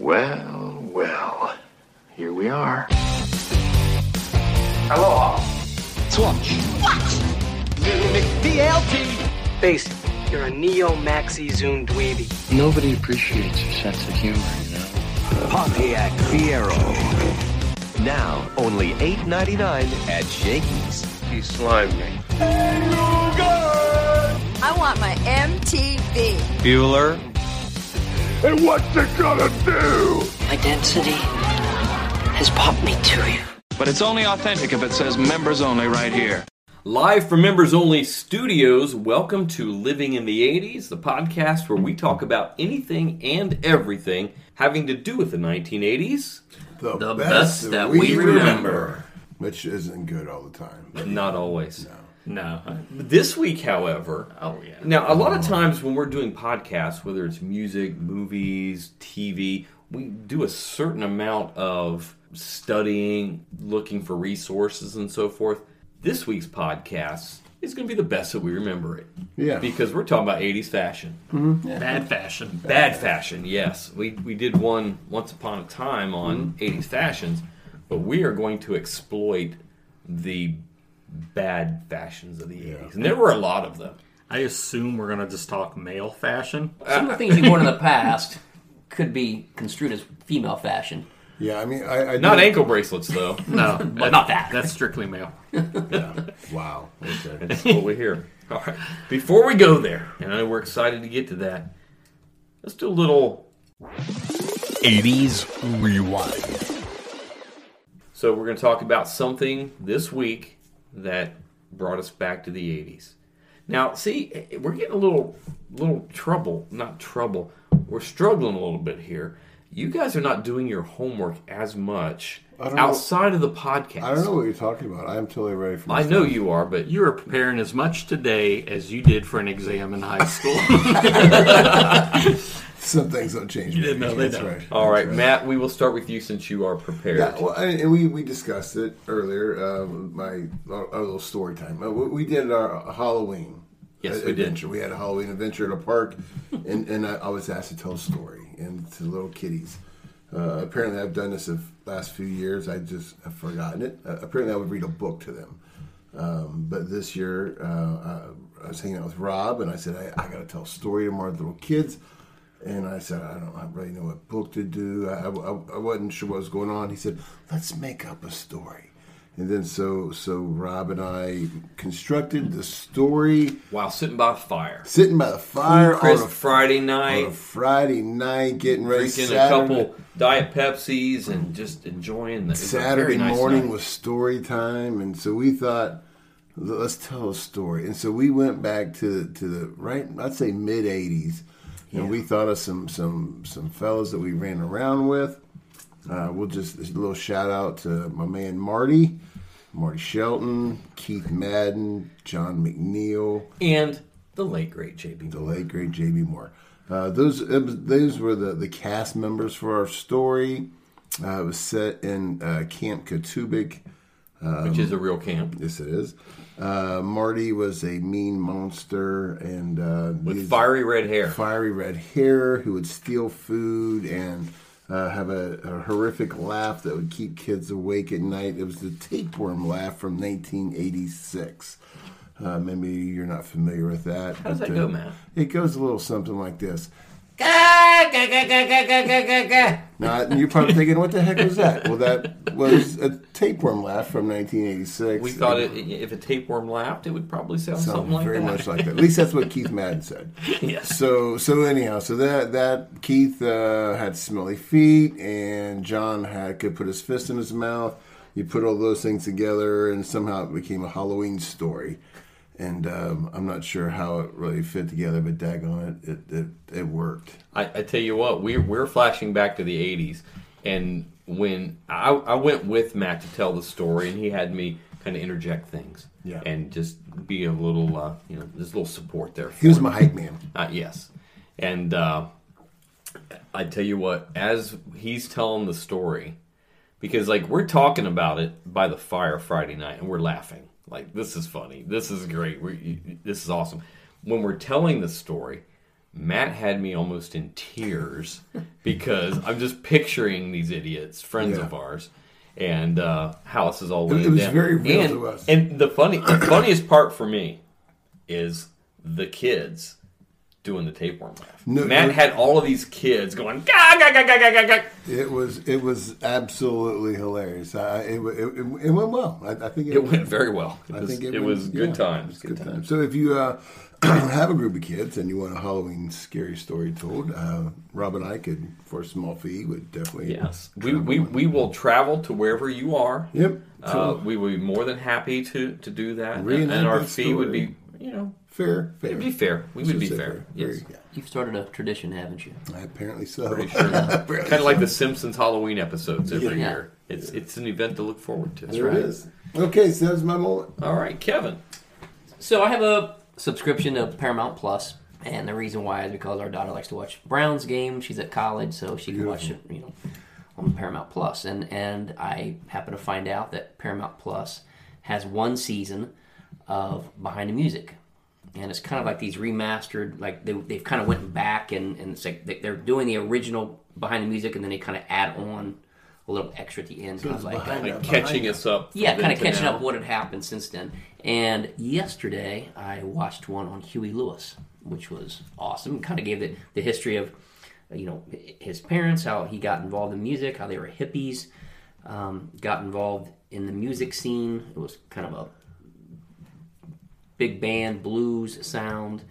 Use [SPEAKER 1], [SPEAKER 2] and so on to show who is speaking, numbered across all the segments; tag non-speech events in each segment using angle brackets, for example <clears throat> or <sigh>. [SPEAKER 1] Well, well, here we are.
[SPEAKER 2] Aloha.
[SPEAKER 3] Swatch.
[SPEAKER 4] Face it, you're a neo maxi zoom dweeby.
[SPEAKER 5] Nobody appreciates your sense of humor, you know.
[SPEAKER 3] Pontiac Fiero. Now only $8.99 at Shakey's.
[SPEAKER 1] He slimed me.
[SPEAKER 6] I want my MTV.
[SPEAKER 3] Bueller.
[SPEAKER 1] And what's it gonna do?
[SPEAKER 7] My density has popped me to you.
[SPEAKER 8] But it's only authentic if it says members only right here.
[SPEAKER 9] Live from Members Only Studios, welcome to Living in the 80s, the podcast where we talk about anything and everything having to do with the 1980s,
[SPEAKER 10] the,
[SPEAKER 9] The best that we remember.
[SPEAKER 10] Which isn't good all the time.
[SPEAKER 9] but not always.
[SPEAKER 8] No.
[SPEAKER 9] This week, however,
[SPEAKER 8] Oh, yeah.
[SPEAKER 9] now a lot of times when we're doing podcasts, whether it's music, movies, TV, we do a certain amount of studying, looking for resources, and so forth. This week's podcast is going to be the best that we remember it.
[SPEAKER 10] Yeah. Mm-hmm.
[SPEAKER 9] Because we're talking about 80s fashion.
[SPEAKER 8] Bad fashion.
[SPEAKER 9] Bad fashion, yes. We, we did one once upon a time on
[SPEAKER 10] Mm-hmm.
[SPEAKER 9] 80s fashions, but we are going to exploit the bad fashions of the 80s. And there were a lot of them.
[SPEAKER 8] I assume we're going to just talk male fashion.
[SPEAKER 11] Some of the things you wore in the past could be construed as female fashion.
[SPEAKER 10] yeah, I mean, I, I
[SPEAKER 9] Not
[SPEAKER 10] did-
[SPEAKER 9] ankle bracelets,
[SPEAKER 10] <laughs>
[SPEAKER 9] though.
[SPEAKER 8] <laughs> No,
[SPEAKER 11] But uh, not that.
[SPEAKER 8] That's strictly male.
[SPEAKER 10] Wow.
[SPEAKER 9] <laughs>
[SPEAKER 10] Okay.
[SPEAKER 9] That's what we hear. All right. Before we go there, and I know we're excited to get to that, let's do a little.
[SPEAKER 3] 80s Rewind.
[SPEAKER 9] So, we're going to talk about something this week that brought us back to the 80s. Now, see, we're getting a little, little trouble. Not trouble. We're struggling a little bit here. You guys are not doing your homework as much
[SPEAKER 10] don't know-
[SPEAKER 9] outside of the podcast.
[SPEAKER 10] I don't know what you're talking about. I am totally ready for.
[SPEAKER 9] I
[SPEAKER 10] this
[SPEAKER 9] know
[SPEAKER 10] now.
[SPEAKER 9] you are, but
[SPEAKER 8] You are preparing as much today as you did for an exam in high
[SPEAKER 11] <laughs>
[SPEAKER 8] school.
[SPEAKER 10] Some things don't change. You
[SPEAKER 8] didn't know they
[SPEAKER 10] That's
[SPEAKER 8] don't.
[SPEAKER 10] right.
[SPEAKER 9] All right,
[SPEAKER 10] That's
[SPEAKER 9] Matt, we will start with you since you are prepared.
[SPEAKER 10] Yeah, well, I, and we, we discussed it earlier. Uh, my our, our little story time. Uh, we, we did our Halloween.
[SPEAKER 9] Yes, we
[SPEAKER 10] a-
[SPEAKER 9] did.
[SPEAKER 10] adventure. We had a Halloween adventure at a park, and, and I, I was asked to tell a story and to little kiddies. Uh, apparently, I've done this the last few years. I just have forgotten it. Uh, apparently, I would read a book to them. Um, but this year, uh, I, I was hanging out with Rob, and I said, I, I got to tell a story to more little kids. And I said, I don't I really know what book to do. I, I, I wasn't sure what was going on. He said, let's make up a story. And then so so Rob and I constructed the story
[SPEAKER 9] While sitting by the fire,
[SPEAKER 10] sitting by the fire on
[SPEAKER 9] Chris,
[SPEAKER 10] a,
[SPEAKER 9] Friday
[SPEAKER 10] on a
[SPEAKER 9] night,
[SPEAKER 10] Friday night, getting ready.
[SPEAKER 9] drinking a
[SPEAKER 10] Saturday,
[SPEAKER 9] couple Diet Pepsis and just enjoying the it was a very
[SPEAKER 10] Saturday
[SPEAKER 9] nice
[SPEAKER 10] morning
[SPEAKER 9] night.
[SPEAKER 10] was story time, and so we thought, "L- let's tell a story. And so we went back to to the right, I'd say mid '80s, and we thought of some some some fellas that we ran around with. Uh, we'll just a little shout out to my man Marty, Marty Shelton, Keith Madden, John McNeil.
[SPEAKER 9] and the late great JB.
[SPEAKER 10] the late great J.B. Moore. Uh, those it was- those were the, the cast members for our story. Uh, it was set in uh, Camp Katubik.
[SPEAKER 9] which
[SPEAKER 10] Um,
[SPEAKER 9] is a real camp
[SPEAKER 10] Yes, it is. Uh, Marty was a mean monster and uh,
[SPEAKER 9] with
[SPEAKER 10] these-
[SPEAKER 9] fiery red hair.
[SPEAKER 10] fiery red hair who would steal food and uh, have a, a horrific laugh that would keep kids awake at night. It was the tapeworm laugh from 1986. Uh, maybe you're not familiar with that.
[SPEAKER 9] How does
[SPEAKER 10] but,
[SPEAKER 9] that go,
[SPEAKER 10] uh,
[SPEAKER 9] Matt?
[SPEAKER 10] It goes a little something like this. Now, you're probably thinking, what the heck was that? Well, that was a tapeworm laugh from 1986.
[SPEAKER 9] We thought it, if a tapeworm laughed, it would probably sound something,
[SPEAKER 10] Something
[SPEAKER 9] like
[SPEAKER 10] very
[SPEAKER 9] that.
[SPEAKER 10] much like that. At least that's what Keith Madden said.
[SPEAKER 9] <laughs> Yes.
[SPEAKER 10] So so anyhow, so that that Keith uh, had smelly feet, and John had could put his fist in his mouth. You put all those things together, and somehow it became a Halloween story. And um, I'm not sure how it really fit together, but daggone it, it it, it worked.
[SPEAKER 9] I, I tell you what, we're we're flashing back to the '80s, and when I, I went with Matt to tell the story, and he had me kind of interject things,
[SPEAKER 10] Yeah.
[SPEAKER 9] and just be a little, uh, you know, there's a little support there.
[SPEAKER 10] He was my hype man.
[SPEAKER 9] Uh, yes, and uh, I tell you what, as he's telling the story, because like we're talking about it by the fire Friday night, and we're laughing like this is funny, this is great, we this is awesome. When we're telling the story, Matt had me almost in
[SPEAKER 10] <laughs>
[SPEAKER 9] tears because I'm just picturing these idiots, friends
[SPEAKER 10] Yeah.
[SPEAKER 9] of ours, and uh, how this is all
[SPEAKER 10] It- it
[SPEAKER 9] weighing
[SPEAKER 10] was
[SPEAKER 9] down.
[SPEAKER 10] very real
[SPEAKER 9] and,
[SPEAKER 10] to us.
[SPEAKER 9] And the funny, the funniest part for me is the kids doing the tapeworm laugh.
[SPEAKER 10] No,
[SPEAKER 9] Matt
[SPEAKER 10] no.
[SPEAKER 9] had all of these kids going ga ga ga ga ga ga. ga."
[SPEAKER 10] It was it was absolutely hilarious. I, it, it, it, it went well. I, I think
[SPEAKER 9] It went very well. It was, it
[SPEAKER 10] went-
[SPEAKER 9] was good
[SPEAKER 10] yeah, it
[SPEAKER 9] times.
[SPEAKER 10] was good time. So if you uh, <clears throat> have a group of kids and you want a Halloween scary story told, uh, Rob and I could, for a small fee, would definitely.
[SPEAKER 9] Yes, we, we we will travel to wherever you are.
[SPEAKER 10] Yep.
[SPEAKER 9] Uh, we would be more than happy to to do that, and,
[SPEAKER 10] Reenact
[SPEAKER 9] and our
[SPEAKER 10] the
[SPEAKER 9] fee would
[SPEAKER 10] story.
[SPEAKER 9] be you know
[SPEAKER 10] Fair, fair.
[SPEAKER 9] it'd be fair. We
[SPEAKER 10] Should
[SPEAKER 9] would be
[SPEAKER 10] say
[SPEAKER 9] fair. Yes,
[SPEAKER 10] Very-
[SPEAKER 11] You've started a tradition, haven't you?
[SPEAKER 10] yeah, apparently so. <laughs>
[SPEAKER 9] pretty sure.
[SPEAKER 10] Apparently
[SPEAKER 9] kind of like
[SPEAKER 10] so.
[SPEAKER 9] the Simpsons Halloween episodes every
[SPEAKER 11] Yeah.
[SPEAKER 9] year. It's it's an event to look forward to.
[SPEAKER 10] There it is. Okay, so that's my moment.
[SPEAKER 9] All right, Kevin.
[SPEAKER 11] So I have a subscription to Paramount Plus, and the reason why is because our daughter likes to watch Browns game. She's at college, so she can watch it, you know, on Paramount Plus. And and I happen to find out that Paramount Plus has one season of Behind the Music, and it's kind of like these remastered, like they they've kind of went back and and it's like they- they're doing the original Behind the Music, and then they kind of add on a little extra at the end, kind of like uh,
[SPEAKER 9] Like catching us up. from
[SPEAKER 11] yeah,
[SPEAKER 9] then
[SPEAKER 11] kind of
[SPEAKER 9] to
[SPEAKER 11] catching
[SPEAKER 9] now.
[SPEAKER 11] up what had happened since then. And yesterday, I watched one on Huey Lewis, which was awesome. Kind of gave the, the history of, you know, his parents, how he got involved in music, how they were hippies, um, got involved in the music scene. It was kind of a big band blues sound.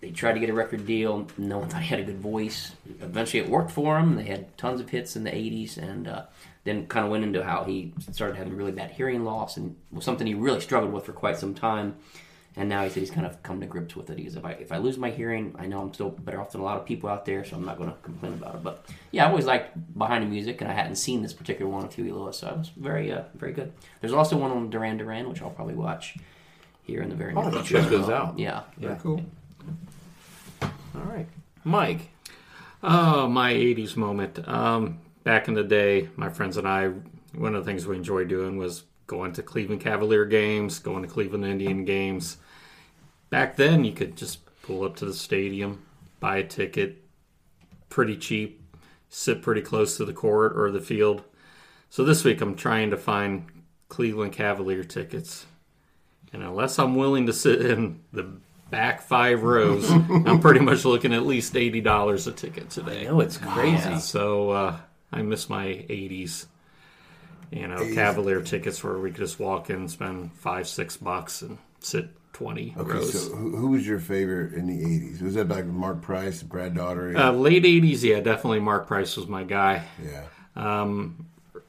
[SPEAKER 11] They tried to get a record deal. No one thought he had a good voice. Eventually, it worked for him. They had tons of hits in the '80s, and uh, then kind of went into how he started having really bad hearing loss, and was something he really struggled with for quite some time. And now he said he's kind of come to grips with it. He goes, if I if I lose my hearing, I know I'm still better off than a lot of people out there, so I'm not going to complain about it. But yeah, I always liked behind the music, and I hadn't seen this particular one of Huey Lewis, so I was very uh, very good. There's also one on Duran Duran, which I'll probably watch here in the very near future.
[SPEAKER 9] check those out.
[SPEAKER 11] Yeah.
[SPEAKER 9] Yeah.
[SPEAKER 10] Cool.
[SPEAKER 9] All right, Mike.
[SPEAKER 8] Oh, my 80s moment. Um, back in the day, my friends and I, one of the things we enjoyed doing was going to Cleveland Cavalier games, going to Cleveland Indian games. Back then, you could just pull up to the stadium, buy a ticket, pretty cheap, sit pretty close to the court or the field. So this week, I'm trying to find Cleveland Cavalier tickets. And unless I'm willing to sit in the back
[SPEAKER 10] <laughs>
[SPEAKER 8] five rows, I'm pretty much looking at least $80 a ticket today.
[SPEAKER 9] Oh, it's crazy.
[SPEAKER 8] So uh, I miss my 80s. You know, Cavalier tickets where we could just walk in, spend five, six bucks, and sit 20
[SPEAKER 10] Okay,
[SPEAKER 8] rows.
[SPEAKER 10] so who, who was your favorite in the '80s? Was that back with Mark Price, Brad Daugherty?
[SPEAKER 8] uh, late 80s, yeah, definitely Mark Price was my guy.
[SPEAKER 10] yeah.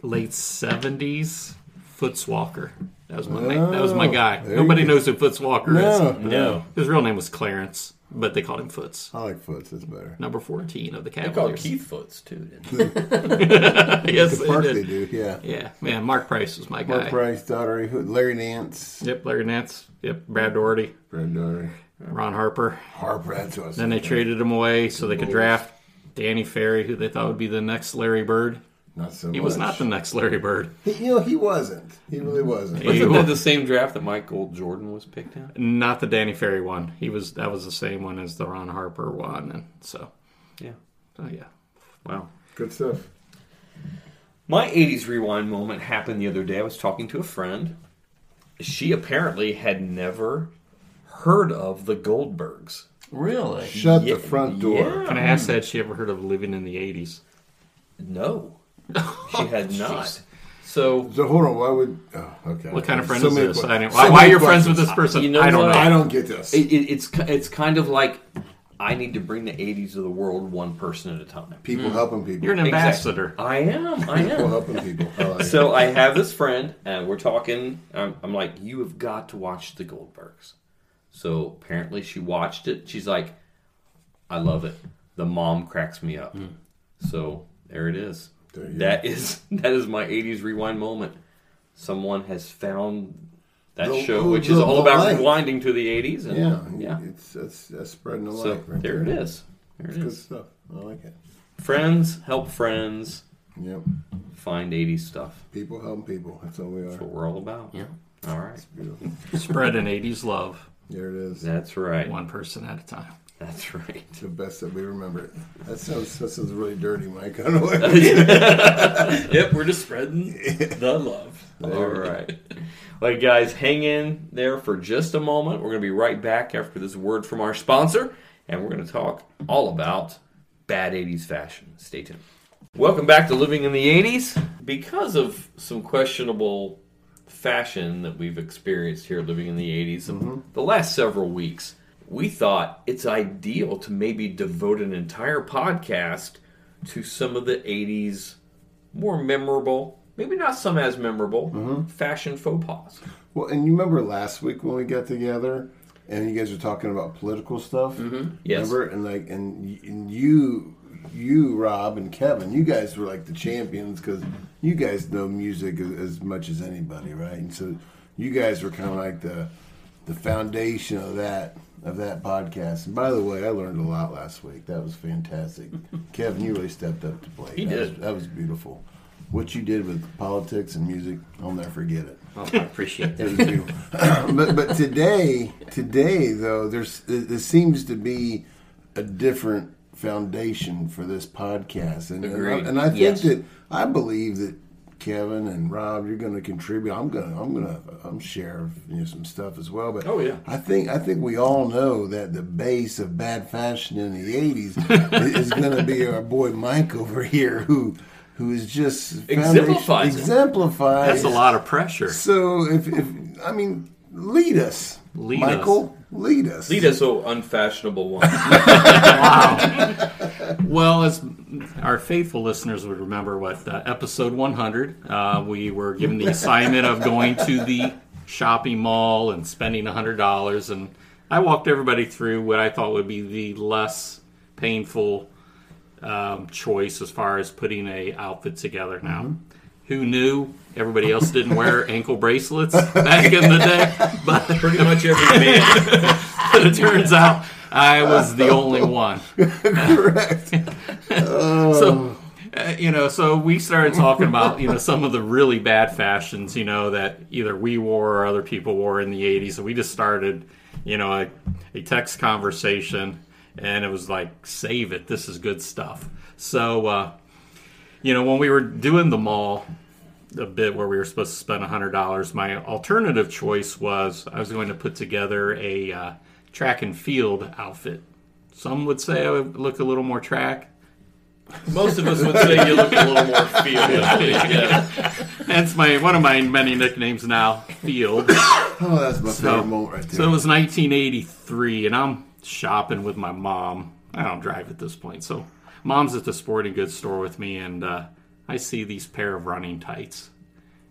[SPEAKER 8] Late 70s, Foots Walker. That was my, name. That was my guy.
[SPEAKER 10] Oh, there you
[SPEAKER 8] Nobody
[SPEAKER 10] go.
[SPEAKER 8] knows who Foots Walker
[SPEAKER 10] No,
[SPEAKER 8] is. His real name was Clarence, but they called him Foots.
[SPEAKER 10] I like Foots. That's better.
[SPEAKER 8] Number 14 of the
[SPEAKER 9] They called
[SPEAKER 8] Cavaliers. <laughs>
[SPEAKER 9] Keith Foots too. Didn't they?
[SPEAKER 10] The
[SPEAKER 8] yes, they
[SPEAKER 10] park
[SPEAKER 8] did.
[SPEAKER 10] they do. Yeah.
[SPEAKER 8] Yeah, man, Mark Price was my guy.
[SPEAKER 10] Mark Price, Daugherty, who- Larry Nance,
[SPEAKER 8] Yep, Larry Nance. Yep, Brad Doherty,
[SPEAKER 10] Brad Daugherty,
[SPEAKER 8] Ron Harper.
[SPEAKER 10] Harper. That's what I was
[SPEAKER 8] Then they
[SPEAKER 10] thinking.
[SPEAKER 8] traded him away so they could draft Danny Ferry, who they thought would be the next Larry Bird.
[SPEAKER 10] Not so
[SPEAKER 8] He was not the next Larry Bird.
[SPEAKER 10] You know, he wasn't. He really wasn't.
[SPEAKER 8] He
[SPEAKER 9] Isn't that
[SPEAKER 8] was-
[SPEAKER 9] the same draft that Michael Jordan was picked in?
[SPEAKER 8] not the Danny Ferry one. He was that was the same one as the Ron Harper one, and so
[SPEAKER 9] Yeah.
[SPEAKER 8] so yeah.
[SPEAKER 9] Wow.
[SPEAKER 10] Good stuff.
[SPEAKER 9] My 80s rewind moment happened the other day. I was talking to a friend. She apparently had never heard of the Goldbergs.
[SPEAKER 11] Really?
[SPEAKER 10] Shut
[SPEAKER 9] Yeah,
[SPEAKER 10] the front door.
[SPEAKER 9] yeah.
[SPEAKER 8] When I asked that, she ever heard of living in the '80s?
[SPEAKER 9] <laughs> No. She had not. So,
[SPEAKER 10] So hold on. Why would? Oh, okay.
[SPEAKER 8] What kind of friend
[SPEAKER 10] So
[SPEAKER 8] is
[SPEAKER 10] many
[SPEAKER 8] this?
[SPEAKER 10] que-
[SPEAKER 8] I didn't,
[SPEAKER 10] so
[SPEAKER 8] why why are
[SPEAKER 10] many
[SPEAKER 8] you friends with
[SPEAKER 10] questions.
[SPEAKER 8] this person?
[SPEAKER 9] You know
[SPEAKER 8] I don't
[SPEAKER 9] what?
[SPEAKER 8] know.
[SPEAKER 10] I don't get this.
[SPEAKER 9] it, it, it's, ki- it's kind of like I need to bring the 80s of the world one person at a time.
[SPEAKER 10] people helping people.
[SPEAKER 8] Mm. You're an ambassador.
[SPEAKER 9] Exactly. I am. I
[SPEAKER 10] people
[SPEAKER 9] am.
[SPEAKER 10] helping people. I like it.
[SPEAKER 9] so
[SPEAKER 8] uh,
[SPEAKER 9] I have this friend, and we're talking. I'm, I'm like, you have got to watch the Goldbergs. So apparently, she watched it. She's like, I love it. The mom cracks me up.
[SPEAKER 10] Hmm.
[SPEAKER 9] So there it is.
[SPEAKER 10] There you
[SPEAKER 9] That is <laughs> that is my '80s rewind moment. Someone has found that
[SPEAKER 10] The-
[SPEAKER 9] show,
[SPEAKER 10] oh,
[SPEAKER 9] which
[SPEAKER 10] the-
[SPEAKER 9] is all
[SPEAKER 10] the
[SPEAKER 9] about
[SPEAKER 10] light.
[SPEAKER 9] rewinding to the '80s. And,
[SPEAKER 10] Yeah,
[SPEAKER 9] yeah.
[SPEAKER 10] It's that's, that's spreading the light.
[SPEAKER 9] So
[SPEAKER 10] right
[SPEAKER 9] there it is. There it
[SPEAKER 10] Good
[SPEAKER 9] is.
[SPEAKER 10] stuff. I like it.
[SPEAKER 9] Friends help friends
[SPEAKER 10] Yep.
[SPEAKER 9] find '80s stuff.
[SPEAKER 10] People helping people. That's all we are.
[SPEAKER 9] That's what we're all about.
[SPEAKER 11] Yeah.
[SPEAKER 9] All right.
[SPEAKER 10] Beautiful.
[SPEAKER 8] Spread an '80s love,
[SPEAKER 10] There it is.
[SPEAKER 9] That's right.
[SPEAKER 8] one person at a time.
[SPEAKER 9] That's right.
[SPEAKER 10] The best that we remember. it. That sounds that sounds really dirty, Mike. <laughs> I don't know. What
[SPEAKER 2] <laughs> Yep, we're just spreading the love.
[SPEAKER 9] All right. Well, guys, hang in there for just a moment. We're going to be right back after this word from our sponsor, and we're going to talk all about bad 80s fashion. Stay tuned. Welcome back to Living in the 80s. Because of some questionable fashion that we've experienced here living in the 80s the last several weeks, we thought it's ideal to maybe devote an entire podcast to some of the 80s more memorable, maybe not some as memorable, fashion faux pas.
[SPEAKER 10] well, and you remember last week when we got together and you guys were talking about political stuff. Mm-hmm.
[SPEAKER 9] Yes.
[SPEAKER 10] Remember and like and, y- and you you Rob and Kevin, you guys were like the champions because you guys know music as, as much as anybody, right? And so you guys were kind of like the the foundation of that of that podcast. And by the way, I learned a lot last week. That
[SPEAKER 9] <laughs>
[SPEAKER 10] was fantastic. Kevin, you really stepped up to play.
[SPEAKER 9] He
[SPEAKER 10] that
[SPEAKER 9] did.
[SPEAKER 10] Was, that was beautiful. What you did with politics and music, I'll never forget it.
[SPEAKER 11] Oh, I appreciate
[SPEAKER 10] It
[SPEAKER 11] that.
[SPEAKER 10] was beautiful.
[SPEAKER 9] <coughs>
[SPEAKER 10] but but today today though there's it, there seems to be a different foundation for this podcast and and I,
[SPEAKER 9] Agreed.
[SPEAKER 10] and I think
[SPEAKER 11] Yes.
[SPEAKER 10] that I believe that Kevin and Rob you're going to contribute I'm going to I'm going to I'm share you know, some stuff as well but
[SPEAKER 9] Oh, yeah.
[SPEAKER 10] I think I think we all know that the base of bad fashion in the
[SPEAKER 9] <laughs>
[SPEAKER 10] 80s is going to be our boy Mike over here who who is just foundation-
[SPEAKER 9] Exemplifies it.
[SPEAKER 10] exemplifies
[SPEAKER 8] That's a lot of pressure.
[SPEAKER 10] so if, if I mean, lead us,
[SPEAKER 8] Lead
[SPEAKER 10] Michael. Lead us. <laughs>
[SPEAKER 9] Lead us, oh unfashionable one.
[SPEAKER 8] Well, as our faithful listeners would remember, what uh, episode 100, uh, we were given the assignment of going to the shopping mall and spending $100. And I walked everybody through what I thought would be the less painful um, choice as far as putting a outfit together. Now,
[SPEAKER 9] Mm-hmm.
[SPEAKER 8] who knew? Everybody else
[SPEAKER 9] <laughs>
[SPEAKER 8] didn't wear ankle bracelets back in the day, but
[SPEAKER 9] Pretty much every man.
[SPEAKER 8] <laughs> it turns out I was the only one. Correct. so, uh, you know, so we started talking about, you know, some of the really bad fashions, you know, that either we wore or other people wore in the 80s. And we just started, you know, a, a text conversation and it was like, save it. This is good stuff. So, uh, you know, when we were doing the mall, a bit where we were supposed to spend hundred dollars. My alternative choice was I was going to put together a uh, track and field outfit. Some would say I would look a little more track.
[SPEAKER 9] Most of us would say you look a little more
[SPEAKER 10] <laughs>
[SPEAKER 9] field.
[SPEAKER 8] That's my one of my many nicknames now, Field.
[SPEAKER 10] Oh, that's my
[SPEAKER 8] So-
[SPEAKER 10] favorite moment right there.
[SPEAKER 8] So it was 1983, and I'm shopping with my mom. I don't drive at this point, so mom's at the sporting goods store with me, and uh, I see these pair of running tights,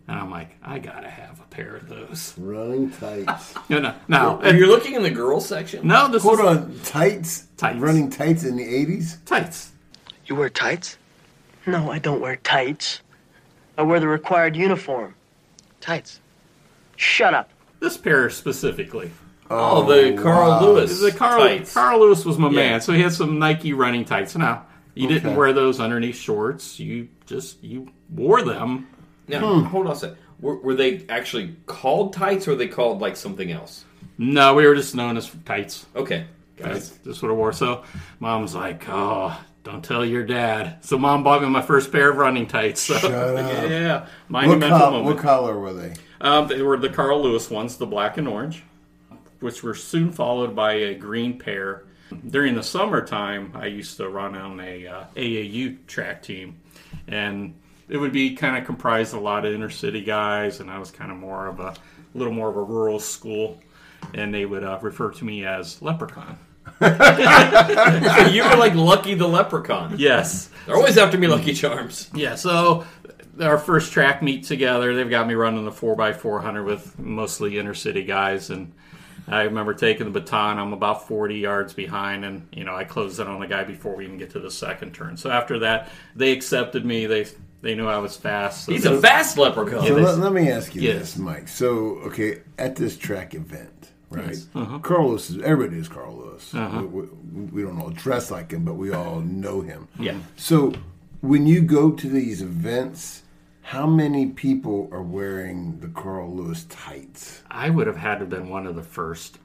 [SPEAKER 8] and I'm like, I gotta have a pair of those.
[SPEAKER 10] running tights.
[SPEAKER 8] No, no, no.
[SPEAKER 9] You're looking in the girls section.
[SPEAKER 8] No, this
[SPEAKER 10] Hold
[SPEAKER 8] is
[SPEAKER 10] on, tights.
[SPEAKER 8] Tights.
[SPEAKER 10] Running tights in the
[SPEAKER 8] <laughs>
[SPEAKER 10] eighties.
[SPEAKER 8] tights.
[SPEAKER 4] You wear tights? No, I don't wear tights. I wear the required uniform. Tights. Shut up.
[SPEAKER 8] This pair specifically.
[SPEAKER 9] Oh, the Carl Lewis
[SPEAKER 8] The Carl
[SPEAKER 9] tights.
[SPEAKER 8] Carl Lewis was my
[SPEAKER 9] Yeah.
[SPEAKER 8] man, so he had some Nike running tights. Now you didn't
[SPEAKER 10] Okay.
[SPEAKER 8] wear those underneath shorts. You just you wore them.
[SPEAKER 9] Now, hold on a sec. Were, were they actually called tights, or were they called like something else?
[SPEAKER 8] No, we were just known as tights.
[SPEAKER 9] Okay,
[SPEAKER 8] That's
[SPEAKER 9] guys.
[SPEAKER 8] just what I wore. So mom's like, oh. Don't tell your dad. So mom bought me my first pair of running tights. So <laughs> yeah,
[SPEAKER 10] What,
[SPEAKER 8] monumental
[SPEAKER 10] col-
[SPEAKER 8] moment.
[SPEAKER 10] what color were they?
[SPEAKER 8] Um, they were the Carl Lewis ones, the black and orange, which were soon followed by a green pair. During the summertime, I used to run on a uh, AAU track team, and it would be kind of comprised of a lot of inner city guys, and I was kind of more of a little more of a rural school, and they would uh, refer to me as Leprechaun.
[SPEAKER 9] So you were like Lucky the Leprechaun.
[SPEAKER 8] Yes.
[SPEAKER 9] They're always after me, Lucky Charms.
[SPEAKER 8] Yeah, so our first track meet together, they've got me running the 4x400 with mostly inner city guys. And I remember taking the baton. I'm about 40 yards behind, and, you know, I closed in on the guy before we even get to the second turn. So after that, they accepted me. They they knew I was fast. So
[SPEAKER 9] He's
[SPEAKER 8] they-
[SPEAKER 9] a fast leprechaun.
[SPEAKER 10] So let, let me ask you
[SPEAKER 8] Yes.
[SPEAKER 10] this, Mike. So okay, at this track event, right?
[SPEAKER 8] Uh-huh.
[SPEAKER 10] Carl Lewis is everybody knows Carl Lewis. We, we- we don't all dress like him, but we all know him.
[SPEAKER 8] Yeah.
[SPEAKER 10] So when you go to these events, how many people are wearing the Carl Lewis tights?
[SPEAKER 8] I would have had to have been one of the first.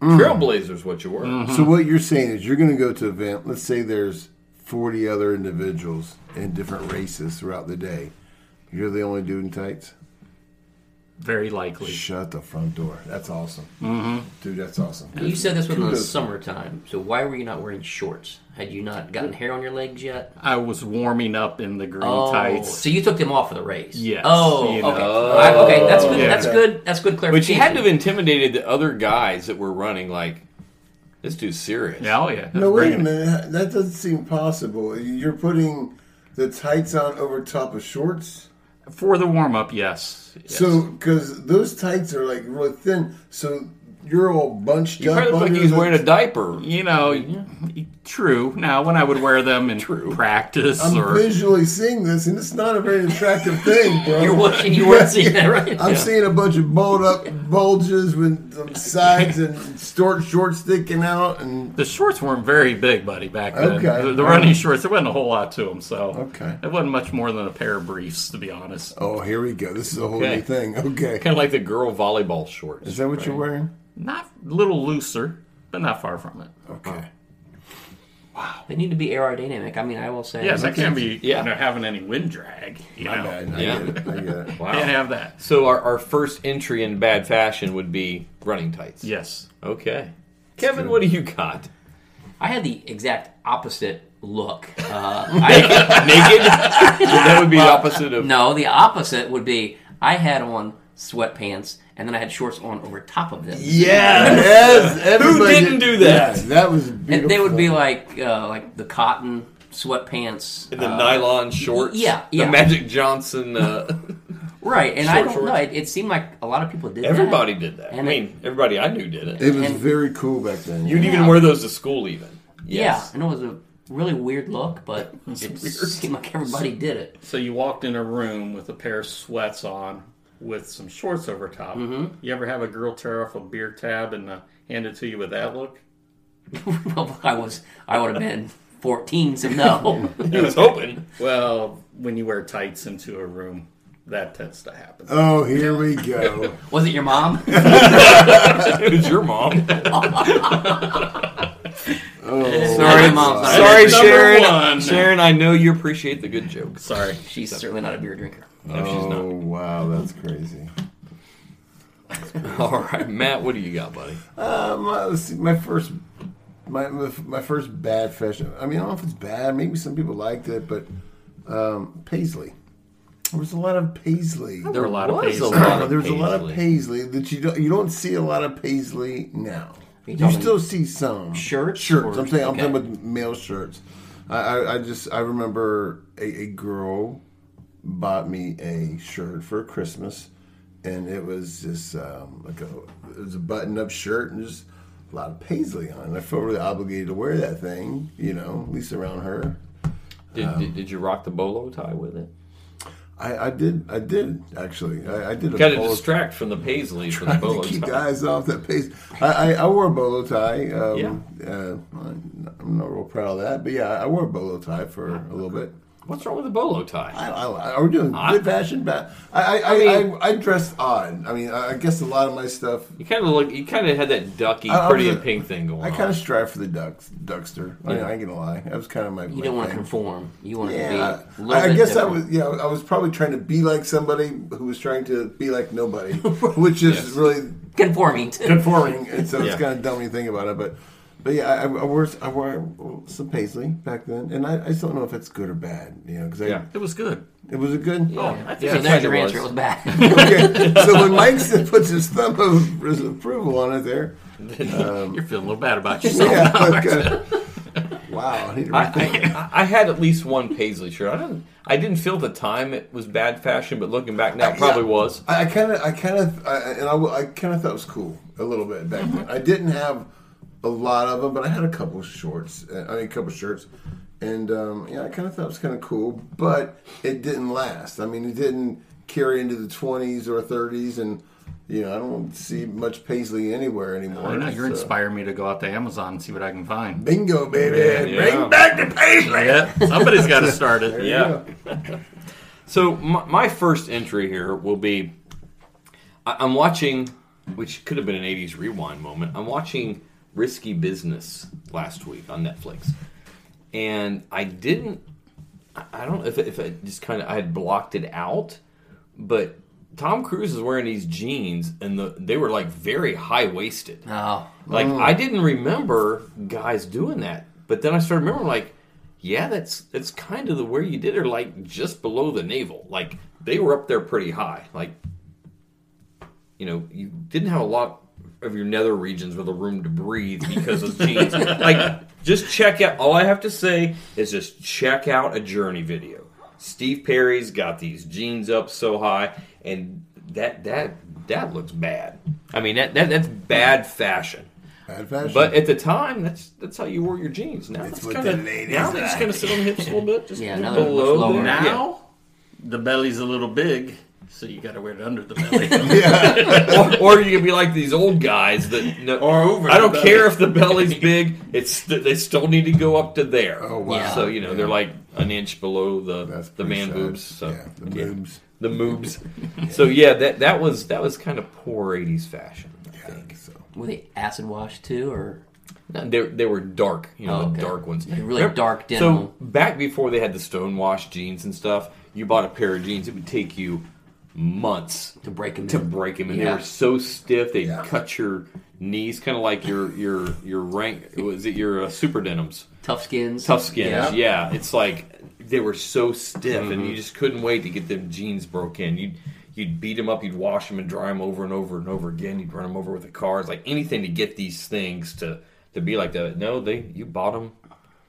[SPEAKER 10] Mm.
[SPEAKER 9] Trailblazers, what you were.
[SPEAKER 8] Uh-huh.
[SPEAKER 10] So what you're saying is you're going to go to an event. Let's say there's 40 other individuals in different races throughout the day. You're the only dude in tights.
[SPEAKER 8] Very likely.
[SPEAKER 10] Shut the front door. That's awesome,
[SPEAKER 8] Mm-hmm.
[SPEAKER 11] Mhm.
[SPEAKER 10] dude. That's awesome.
[SPEAKER 11] You said this was in the
[SPEAKER 10] Kudos.
[SPEAKER 11] summertime, so why were you not wearing shorts? Had you not gotten hair on your legs yet?
[SPEAKER 8] I was warming up in the green
[SPEAKER 11] Oh,
[SPEAKER 8] tights.
[SPEAKER 11] So you took them off for the race?
[SPEAKER 8] Yes.
[SPEAKER 11] Oh,
[SPEAKER 8] You
[SPEAKER 11] okay.
[SPEAKER 8] know.
[SPEAKER 11] I- okay, that's good.
[SPEAKER 8] Yeah.
[SPEAKER 11] That's good. That's good
[SPEAKER 9] But you
[SPEAKER 11] clarification.
[SPEAKER 9] had to have intimidated the other guys that were running. Like, this dude's serious.
[SPEAKER 8] Oh yeah.
[SPEAKER 10] No, wait a minute. That doesn't seem possible. You're putting the tights on over top of shorts.
[SPEAKER 8] For the warm up, yes.
[SPEAKER 10] So, because those tights are like really thin, so you're all bunched
[SPEAKER 8] You
[SPEAKER 10] up.
[SPEAKER 8] probably look like
[SPEAKER 10] under
[SPEAKER 8] he's
[SPEAKER 10] the-
[SPEAKER 8] wearing a diaper. You know, true. Now, when I would wear them in practice
[SPEAKER 10] I'm
[SPEAKER 8] or
[SPEAKER 10] visually seeing this, and it's not a very
[SPEAKER 8] <laughs>
[SPEAKER 10] attractive thing, bro.
[SPEAKER 11] <laughs>
[SPEAKER 8] You're watching- you weren't seeing that, right?
[SPEAKER 10] I'm
[SPEAKER 8] Yeah.
[SPEAKER 10] seeing a bunch of bowled up bulges with um, sides and short shorts sticking out, and
[SPEAKER 8] The shorts weren't very big, buddy, back then.
[SPEAKER 10] Okay.
[SPEAKER 8] The, the running shorts, there wasn't a whole lot to them, so
[SPEAKER 10] Okay.
[SPEAKER 8] it wasn't much more than a pair of briefs, to be honest.
[SPEAKER 10] Oh, here we go. This is a whole
[SPEAKER 8] Okay.
[SPEAKER 10] new thing. Okay,
[SPEAKER 9] kind of like the girl volleyball shorts.
[SPEAKER 10] Is that what you're wearing?
[SPEAKER 8] Not a little looser, but not far from it.
[SPEAKER 10] Okay.
[SPEAKER 11] They need to be aerodynamic. I mean, I will say.
[SPEAKER 8] Yes, I can't be you know, having any wind drag. You know?
[SPEAKER 9] Wow.
[SPEAKER 8] Can't have that.
[SPEAKER 9] So our, our first entry in bad fashion would be running tights.
[SPEAKER 8] Yes.
[SPEAKER 9] Okay. Kevin, what do you got? <laughs>
[SPEAKER 11] I had the exact opposite look.
[SPEAKER 8] <laughs>
[SPEAKER 11] Uh,
[SPEAKER 9] naked? that would be the opposite of.
[SPEAKER 11] No, the opposite would be I had on sweatpants and then I had shorts on over top of them.
[SPEAKER 10] Yes, yes. Everybody
[SPEAKER 11] didn't do that?
[SPEAKER 10] Yes, that was
[SPEAKER 11] And they would be
[SPEAKER 10] beautiful.
[SPEAKER 11] like uh, like the cotton sweatpants
[SPEAKER 9] And the
[SPEAKER 11] uh,
[SPEAKER 9] nylon shorts.
[SPEAKER 11] Yeah, yeah.
[SPEAKER 9] The Magic Johnson. <laughs> Uh,
[SPEAKER 11] Right, and I
[SPEAKER 9] short
[SPEAKER 11] don't
[SPEAKER 9] shorts.
[SPEAKER 11] know. It, it seemed like a lot of people did.
[SPEAKER 9] Everybody
[SPEAKER 11] that.
[SPEAKER 9] did that.
[SPEAKER 11] And
[SPEAKER 9] I mean, everybody I knew did it.
[SPEAKER 10] It was very cool back then.
[SPEAKER 9] You'd even
[SPEAKER 11] Yeah.
[SPEAKER 9] wear those to school, even.
[SPEAKER 11] Yeah, and it was a really weird look, but it seemed like everybody did it. <laughs>
[SPEAKER 8] So you walked in a room with a pair of sweats on with some shorts over top.
[SPEAKER 11] Mhm.
[SPEAKER 8] You ever have a girl tear off a beer tab and uh, hand it to you with that look?
[SPEAKER 11] well, I was, I would have been 14, so no.
[SPEAKER 8] I
[SPEAKER 9] was hoping.
[SPEAKER 8] Well, when you wear tights into a room, that tends to happen.
[SPEAKER 10] Oh, here we
[SPEAKER 11] <laughs>
[SPEAKER 10] go.
[SPEAKER 11] Was it your mom?
[SPEAKER 8] It
[SPEAKER 9] was your <laughs> mom.
[SPEAKER 11] Oh,
[SPEAKER 9] sorry,
[SPEAKER 11] my God.
[SPEAKER 9] sorry,
[SPEAKER 11] That's number
[SPEAKER 9] Sharon.
[SPEAKER 11] one.
[SPEAKER 9] Sharon, I know you appreciate the good joke.
[SPEAKER 8] Sorry,
[SPEAKER 11] she's certainly not a beer drinker.
[SPEAKER 9] No, she's not.
[SPEAKER 10] Oh, wow, that's crazy.
[SPEAKER 9] All right, Matt, what do you got, buddy?
[SPEAKER 10] Uh, my, let's see, my first, my my first bad fashion. I mean, I don't know if it's bad. Maybe some people liked it, but um, paisley. There was a lot of paisley.
[SPEAKER 9] There were a lot of was a paisley. lot of
[SPEAKER 10] there was a lot of
[SPEAKER 9] paisley.
[SPEAKER 10] paisley that you don't you don't see a lot of paisley now.
[SPEAKER 11] Are
[SPEAKER 10] You,
[SPEAKER 11] you talking
[SPEAKER 10] still see some
[SPEAKER 11] shirts
[SPEAKER 10] Shirts.
[SPEAKER 11] or-
[SPEAKER 10] I'm saying I'm
[SPEAKER 11] okay.
[SPEAKER 10] talking about male shirts. I, I, I just I remember a, a girl bought me a shirt for Christmas, and it was just um, like a it was a button up shirt and just a lot of paisley on. it. I felt really obligated to wear that thing, you know, at least around her.
[SPEAKER 9] Did, did, did you rock the bolo tie with it?
[SPEAKER 10] I, I did I did actually I, I did a
[SPEAKER 9] Got to
[SPEAKER 10] full-
[SPEAKER 9] distract from the paisley from the
[SPEAKER 10] trying
[SPEAKER 9] bolo
[SPEAKER 10] to keep
[SPEAKER 9] tie.
[SPEAKER 10] the eyes off that pace. I, I, I wore a bolo tie. Um,
[SPEAKER 9] Yeah.
[SPEAKER 10] uh, I'm I'm not real proud of that, but yeah, I wore a bolo tie for a little bit.
[SPEAKER 9] What's wrong with a bolo tie?
[SPEAKER 10] I, I, I, are we doing good fashion? Bad? I I, I, I, I, dressed odd. I mean, I, I guess a lot of my stuff.
[SPEAKER 9] You kind of look. You kind of had that ducky,
[SPEAKER 10] I- I
[SPEAKER 9] pretty
[SPEAKER 10] was
[SPEAKER 9] and
[SPEAKER 10] a-
[SPEAKER 9] pink thing going
[SPEAKER 10] I
[SPEAKER 9] on.
[SPEAKER 10] kind of strive for the ducks, duckster. I, mean,
[SPEAKER 9] Yeah.
[SPEAKER 10] I ain't gonna lie. That was kind of my.
[SPEAKER 11] You don't want to conform. You want to be. a little
[SPEAKER 10] I, I
[SPEAKER 11] bit
[SPEAKER 10] guess I
[SPEAKER 11] different.
[SPEAKER 10] was, yeah, I was probably trying to be like somebody who was trying to be like
[SPEAKER 11] <laughs>
[SPEAKER 10] nobody, which is really
[SPEAKER 11] Conforming to-
[SPEAKER 10] conforming. And so
[SPEAKER 11] Yeah.
[SPEAKER 10] it's kind of dumb when you think about it, but but yeah, I, I wore I wore some paisley back then, and I, I just don't know if it's good or bad, you know, because
[SPEAKER 8] Yeah. It was good.
[SPEAKER 10] It was a good.
[SPEAKER 11] <laughs>
[SPEAKER 8] Yeah. Oh, I think
[SPEAKER 11] So it there's kinda your answer. was. It was bad.
[SPEAKER 10] <laughs> okay, so when Mike said, puts his thumb of his approval on it, there,
[SPEAKER 8] You're feeling a little bad about yourself.
[SPEAKER 10] yeah,
[SPEAKER 8] now,
[SPEAKER 10] like,
[SPEAKER 8] aren't
[SPEAKER 10] uh, wow. I, need to rethink.
[SPEAKER 9] I, I, I had at least one paisley shirt. I didn't. I didn't feel at the time it was bad fashion, but looking back now, it probably was.
[SPEAKER 10] I kind of, I kind of, I, and I, will- I kind of thought it was cool a little bit back
[SPEAKER 11] Mm-hmm.
[SPEAKER 10] then. I didn't have a lot of them, but I had a couple shorts. uh, I mean, a couple shirts, and um, yeah, I kind of thought it was kind of cool, but it didn't last. I mean, it didn't carry into the twenties or thirties, and you know, I don't see much paisley anywhere anymore.
[SPEAKER 8] I know you're
[SPEAKER 10] so.
[SPEAKER 8] inspiring me to go out to Amazon and see what I can find.
[SPEAKER 10] Bingo, baby!
[SPEAKER 8] Yeah.
[SPEAKER 10] Bring back the paisley.
[SPEAKER 8] <laughs> Yeah, somebody's got to start it.
[SPEAKER 10] There you
[SPEAKER 9] Yeah.
[SPEAKER 10] go.
[SPEAKER 9] so my, my first entry here will be I, I'm watching which could have been an 80s rewind moment. I'm watching Risky Business last week on Netflix. And I didn't, I I don't know if, if I just kind of, I had blocked it out, but Tom Cruise is wearing these jeans and the, they were like very high waisted.
[SPEAKER 11] Oh.
[SPEAKER 9] Like,
[SPEAKER 11] Mm.
[SPEAKER 9] I didn't remember guys doing that. But then I started remembering, like, yeah, that's that's kind of the where you did her, like just below the navel. Like they were up there pretty high. Like you know, you didn't have a lot of your nether regions with a room to breathe because of jeans. like, just check out. All I have to say is just check out a Journey video. Steve Perry's got these jeans up so high, and that that that looks bad. I mean, that, that that's bad fashion.
[SPEAKER 10] Bad fashion.
[SPEAKER 9] But
[SPEAKER 10] <laughs>
[SPEAKER 9] at the time, that's that's how you wore your jeans. Now it's,
[SPEAKER 10] what
[SPEAKER 9] kind of
[SPEAKER 10] the ladies
[SPEAKER 9] now they just
[SPEAKER 10] like.
[SPEAKER 9] kind of sit on the hips a little bit. Just
[SPEAKER 11] Yeah,
[SPEAKER 9] a
[SPEAKER 11] now
[SPEAKER 9] little
[SPEAKER 11] they're much
[SPEAKER 9] below
[SPEAKER 11] lower.
[SPEAKER 9] the- yeah.
[SPEAKER 8] Now the belly's a little big, so you got to wear it under the belly.
[SPEAKER 9] <laughs> or, or you can be like these old guys that no, or
[SPEAKER 8] over
[SPEAKER 9] I
[SPEAKER 8] the
[SPEAKER 9] don't
[SPEAKER 8] belly.
[SPEAKER 9] care if the belly's big; it's st- they still need to go up to there. Oh
[SPEAKER 10] wow. Yeah.
[SPEAKER 9] So you know they're like an inch below the the
[SPEAKER 10] pretty
[SPEAKER 9] man
[SPEAKER 10] sad.
[SPEAKER 9] boobs. So yeah,
[SPEAKER 10] the boobs.
[SPEAKER 9] the moobs. so yeah, that that was that was kind of poor '80s fashion. I think.
[SPEAKER 11] Were they acid wash too, or
[SPEAKER 9] No, they, they were dark, you know,
[SPEAKER 11] Oh, okay.
[SPEAKER 9] the dark ones.
[SPEAKER 11] Like really dark denim.
[SPEAKER 9] So back before they had the stonewashed jeans and stuff, you bought a pair of jeans. It would take you months
[SPEAKER 11] to break them.
[SPEAKER 9] To break them, and they
[SPEAKER 11] Mm-hmm. Yeah.
[SPEAKER 9] were so stiff they would cut your knees, kind of like your your your rank. Was it your uh, super denims?
[SPEAKER 11] tough skins?
[SPEAKER 9] Tough skins. Yeah.
[SPEAKER 11] Yeah.
[SPEAKER 9] it's like they were so stiff, and
[SPEAKER 11] Mhm.
[SPEAKER 9] you
[SPEAKER 10] Mm-hmm.
[SPEAKER 9] just couldn't wait to get them jeans broke in. You'd you'd beat them up, you'd wash them and dry them over and over and over again. You'd run them over with the cars, like anything to get these things to to be like that. No, they you bought them,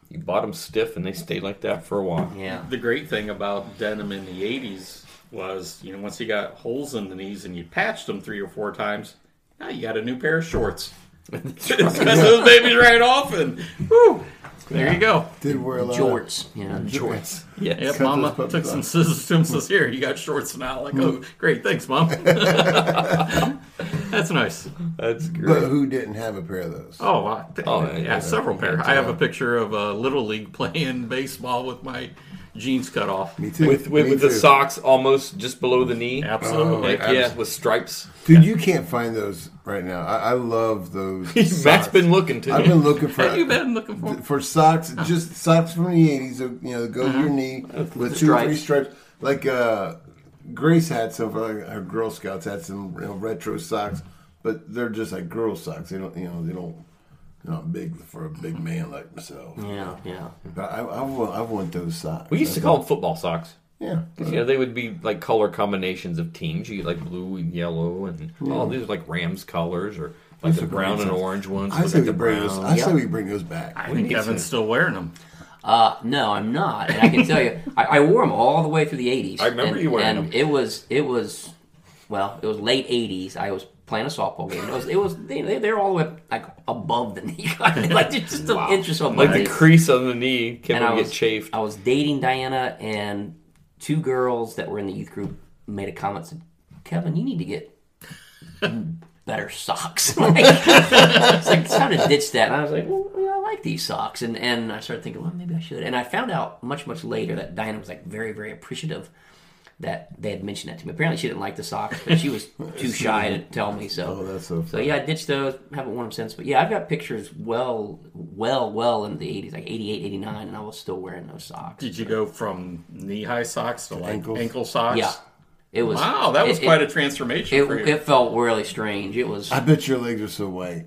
[SPEAKER 9] you bought them stiff, and they stayed like that for a while.
[SPEAKER 11] Yeah.
[SPEAKER 8] <laughs> The great thing about denim in the 80s was, you know, once you got holes in the knees and you patched them three or four times, now you got a new pair of shorts. <laughs> It's cut those babies right off, and whew, there you go.
[SPEAKER 10] Did wear a lot of-
[SPEAKER 11] Jorts, you know, jorts.
[SPEAKER 9] Yeah,
[SPEAKER 8] Yep,
[SPEAKER 10] Cut
[SPEAKER 8] Mama
[SPEAKER 10] those puppies
[SPEAKER 8] took some
[SPEAKER 10] off.
[SPEAKER 8] <laughs> scissors to him. Says, "Here, you got shorts now." Like, oh, great, thanks, <laughs> Mom. That's nice.
[SPEAKER 9] That's
[SPEAKER 10] But who didn't have a pair of those?
[SPEAKER 8] Oh, I,
[SPEAKER 9] Oh,
[SPEAKER 8] yeah,
[SPEAKER 9] yeah, yeah.
[SPEAKER 8] several pair. I have a picture of a little league playing baseball with my jeans cut off. Me
[SPEAKER 10] too.
[SPEAKER 9] With with,
[SPEAKER 10] Me
[SPEAKER 9] with the
[SPEAKER 10] too.
[SPEAKER 9] socks almost just below the knee.
[SPEAKER 8] Absolutely.
[SPEAKER 9] Heck Oh, yeah, with stripes. <laughs>
[SPEAKER 10] Dude, you can't find those right now. I, I
[SPEAKER 9] <laughs>
[SPEAKER 10] love those.
[SPEAKER 9] Matt's
[SPEAKER 10] socks.
[SPEAKER 9] been looking, too.
[SPEAKER 10] I've been looking <laughs> for.
[SPEAKER 9] Have you been looking for?
[SPEAKER 10] for socks? Just socks from the eighties. You know, go to your knee Uh-huh. with two or three
[SPEAKER 11] Stripes.
[SPEAKER 10] stripes. Like uh, Grace had some. Like her Girl Scouts had some you know, retro socks, but they're just like girl socks. They don't. You know, they don't. They're not big for a big man like myself.
[SPEAKER 11] Yeah, yeah.
[SPEAKER 10] But I, I, want, I want those socks.
[SPEAKER 9] Hmm. We used to
[SPEAKER 10] I
[SPEAKER 9] call
[SPEAKER 10] want-
[SPEAKER 9] them football socks.
[SPEAKER 10] Yeah.
[SPEAKER 9] 'Cause, you know, they would be like color combinations of teams. You get like blue and yellow, and all these are like Rams colors, or like
[SPEAKER 10] Those
[SPEAKER 9] the
[SPEAKER 10] are
[SPEAKER 9] brown
[SPEAKER 10] great
[SPEAKER 9] and
[SPEAKER 10] socks.
[SPEAKER 9] orange ones.
[SPEAKER 10] I
[SPEAKER 9] with,
[SPEAKER 10] say
[SPEAKER 9] like,
[SPEAKER 10] we
[SPEAKER 9] the
[SPEAKER 10] bring those.
[SPEAKER 9] brown.
[SPEAKER 10] I say we bring those back.
[SPEAKER 9] I
[SPEAKER 8] I think Kevin's still wearing them.
[SPEAKER 11] Uh, no, I'm not. And I can tell you, I, I wore them all the way through the '80s.
[SPEAKER 9] I remember
[SPEAKER 11] and,
[SPEAKER 9] you wearing
[SPEAKER 11] and
[SPEAKER 9] them.
[SPEAKER 11] It was, it was, well, it was late '80s. I was playing a softball game. It was, it was they, they- they're all the way up, like above the knee, <laughs> like just an inch or so above
[SPEAKER 9] Like
[SPEAKER 11] the
[SPEAKER 9] the
[SPEAKER 11] knee.
[SPEAKER 9] crease on the knee can
[SPEAKER 11] And I
[SPEAKER 9] get
[SPEAKER 11] was-
[SPEAKER 9] chafed.
[SPEAKER 11] I was dating Diana, and two girls that were in the youth group made a comment said, "Kevin, you need to get better socks." <laughs> like, it's like it's time to ditch that. And I was like, well, yeah, I like these socks, and and I started thinking, well, maybe I should. And I found out much much later that Diana was like very very appreciative that they had mentioned that to me. Apparently, she didn't like the socks, but she was
[SPEAKER 9] <laughs>
[SPEAKER 11] too shy to tell me.
[SPEAKER 9] Oh,
[SPEAKER 11] So,
[SPEAKER 10] so,
[SPEAKER 11] yeah, I ditched those. Haven't worn them since. But yeah, I've got pictures well, well, well into the '80s, like '88, '89, and I was still wearing those socks.
[SPEAKER 8] Did you go from knee high socks to like
[SPEAKER 11] ankles?
[SPEAKER 8] ankle socks?
[SPEAKER 11] Yeah, it was.
[SPEAKER 8] Wow, that was
[SPEAKER 11] it-
[SPEAKER 8] quite
[SPEAKER 11] it-
[SPEAKER 8] a transformation for you.
[SPEAKER 11] It, it felt really strange. It was.
[SPEAKER 10] I bet your legs are so white.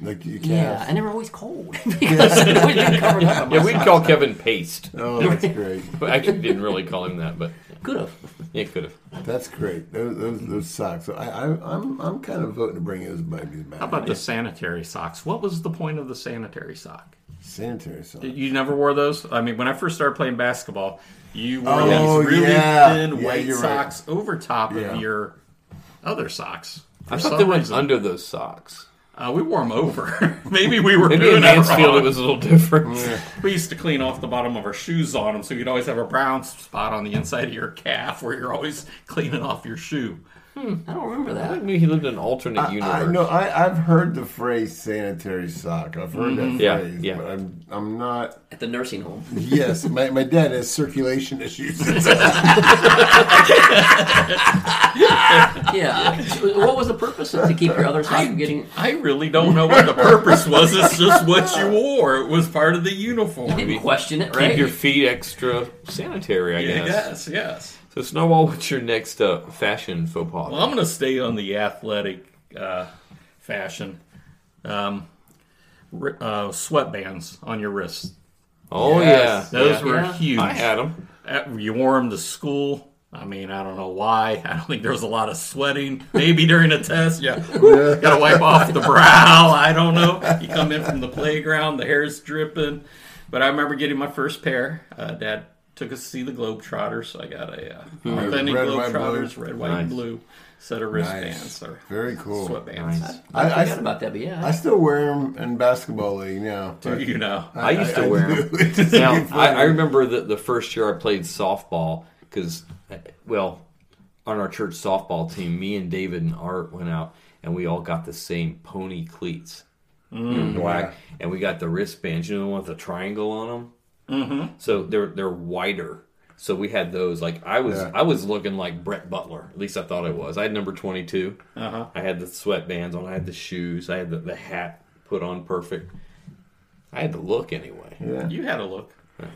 [SPEAKER 10] Like you can't.
[SPEAKER 11] yeah, and they were always cold <laughs> because it was being covered up. by
[SPEAKER 9] Yeah,
[SPEAKER 11] my
[SPEAKER 9] we'd
[SPEAKER 11] socks.
[SPEAKER 9] call Kevin Paste.
[SPEAKER 10] Oh, that's great.
[SPEAKER 9] But actually, didn't really call him that, but
[SPEAKER 11] could have.
[SPEAKER 9] Yeah, could have.
[SPEAKER 10] That's great. Those, those, those socks. So I, I, I'm I'm kind of voting to bring those babies back.
[SPEAKER 8] How about the sanitary socks? What was the point of the sanitary sock?
[SPEAKER 10] sanitary socks?
[SPEAKER 8] You never wore those? I mean, when I first started playing basketball, you wore
[SPEAKER 10] Oh,
[SPEAKER 8] these really
[SPEAKER 10] yeah.
[SPEAKER 8] thin
[SPEAKER 10] Yeah,
[SPEAKER 8] white
[SPEAKER 10] you're right.
[SPEAKER 8] socks over top
[SPEAKER 10] Yeah.
[SPEAKER 8] of your other socks.
[SPEAKER 9] I
[SPEAKER 8] For
[SPEAKER 9] thought
[SPEAKER 8] some
[SPEAKER 9] they went
[SPEAKER 8] reason-
[SPEAKER 9] under those socks.
[SPEAKER 8] Uh, we wore them over. <laughs> Maybe we were
[SPEAKER 9] Maybe
[SPEAKER 8] doing
[SPEAKER 9] in
[SPEAKER 8] that
[SPEAKER 9] Mansfield
[SPEAKER 8] wrong.
[SPEAKER 9] it was a little different. Yeah.
[SPEAKER 8] We used to clean off the bottom of our shoes on them, so you'd always have a brown spot on the inside of your calf where you're always cleaning off your shoe.
[SPEAKER 11] I don't
[SPEAKER 9] <laughs>
[SPEAKER 11] remember
[SPEAKER 9] I
[SPEAKER 11] that.
[SPEAKER 9] think maybe he lived in an alternate
[SPEAKER 10] I,
[SPEAKER 9] universe.
[SPEAKER 10] I know. I, I've heard the phrase "sanitary sock." I've heard
[SPEAKER 9] Mhm.
[SPEAKER 10] that
[SPEAKER 9] Yeah,
[SPEAKER 10] phrase,
[SPEAKER 9] yeah.
[SPEAKER 10] but I'm I'm not
[SPEAKER 11] at the nursing home.
[SPEAKER 10] yes, my, my dad has circulation <laughs> issues.
[SPEAKER 11] yeah. So <laughs> What was the purpose of to keep your other sock from getting?
[SPEAKER 2] I really don't know
[SPEAKER 10] <laughs>
[SPEAKER 2] what the purpose was. It's just what you wore. It was part of the uniform.
[SPEAKER 11] didn't question it,
[SPEAKER 9] Keep your feet extra sanitary, I
[SPEAKER 2] Yeah,
[SPEAKER 9] guess.
[SPEAKER 2] yes, yes.
[SPEAKER 9] So, Snowball, what's your next uh, fashion faux pas?
[SPEAKER 2] Well, I'm going to stay on the athletic uh, fashion. Um, ri- uh, sweatbands on your wrists.
[SPEAKER 9] Oh, yeah.
[SPEAKER 2] those
[SPEAKER 9] Yeah.
[SPEAKER 2] were
[SPEAKER 9] Yeah.
[SPEAKER 2] huge.
[SPEAKER 9] I had 'em.
[SPEAKER 2] Uh, You wore them to school. I mean, I don't know why. <laughs> I don't think there was a lot of sweating. Maybe during a test, <laughs> yeah, got to wipe off the brow. I don't know. You come in from the playground, the hair's dripping. But I remember getting my first pair. Uh, Dad took us to see the Globetrotters, so I got a uh,
[SPEAKER 10] Hmm.
[SPEAKER 2] authentic
[SPEAKER 10] Red, white,
[SPEAKER 2] Globetrotters,
[SPEAKER 10] blue.
[SPEAKER 2] red, white,
[SPEAKER 10] Nice.
[SPEAKER 2] and blue set of
[SPEAKER 10] Nice.
[SPEAKER 2] wristbands or
[SPEAKER 10] Very cool.
[SPEAKER 2] sweatbands.
[SPEAKER 10] <laughs> s-
[SPEAKER 11] I
[SPEAKER 10] I still wear them in basketball league now.
[SPEAKER 2] Do
[SPEAKER 10] but-
[SPEAKER 2] you now?
[SPEAKER 9] I used to wear
[SPEAKER 10] do.
[SPEAKER 9] them. now, I, I remember the, the first year I played softball because, well, on our church softball team, me and David and Art went out and we all got the same pony cleats
[SPEAKER 2] Mm.
[SPEAKER 9] in black, and we got the wristbands. You know, the one with the triangle on them.
[SPEAKER 2] Mhm.
[SPEAKER 9] So they're they're wider. So we had those. Like I was
[SPEAKER 2] Yeah.
[SPEAKER 9] I was looking like Brett Butler. At least I thought I was. I had number twenty
[SPEAKER 2] Uh-huh.
[SPEAKER 9] I had the sweatbands on. I had the shoes. I had the, the hat put on perfect. I had the look anyway.
[SPEAKER 10] Yeah.
[SPEAKER 2] You had a look.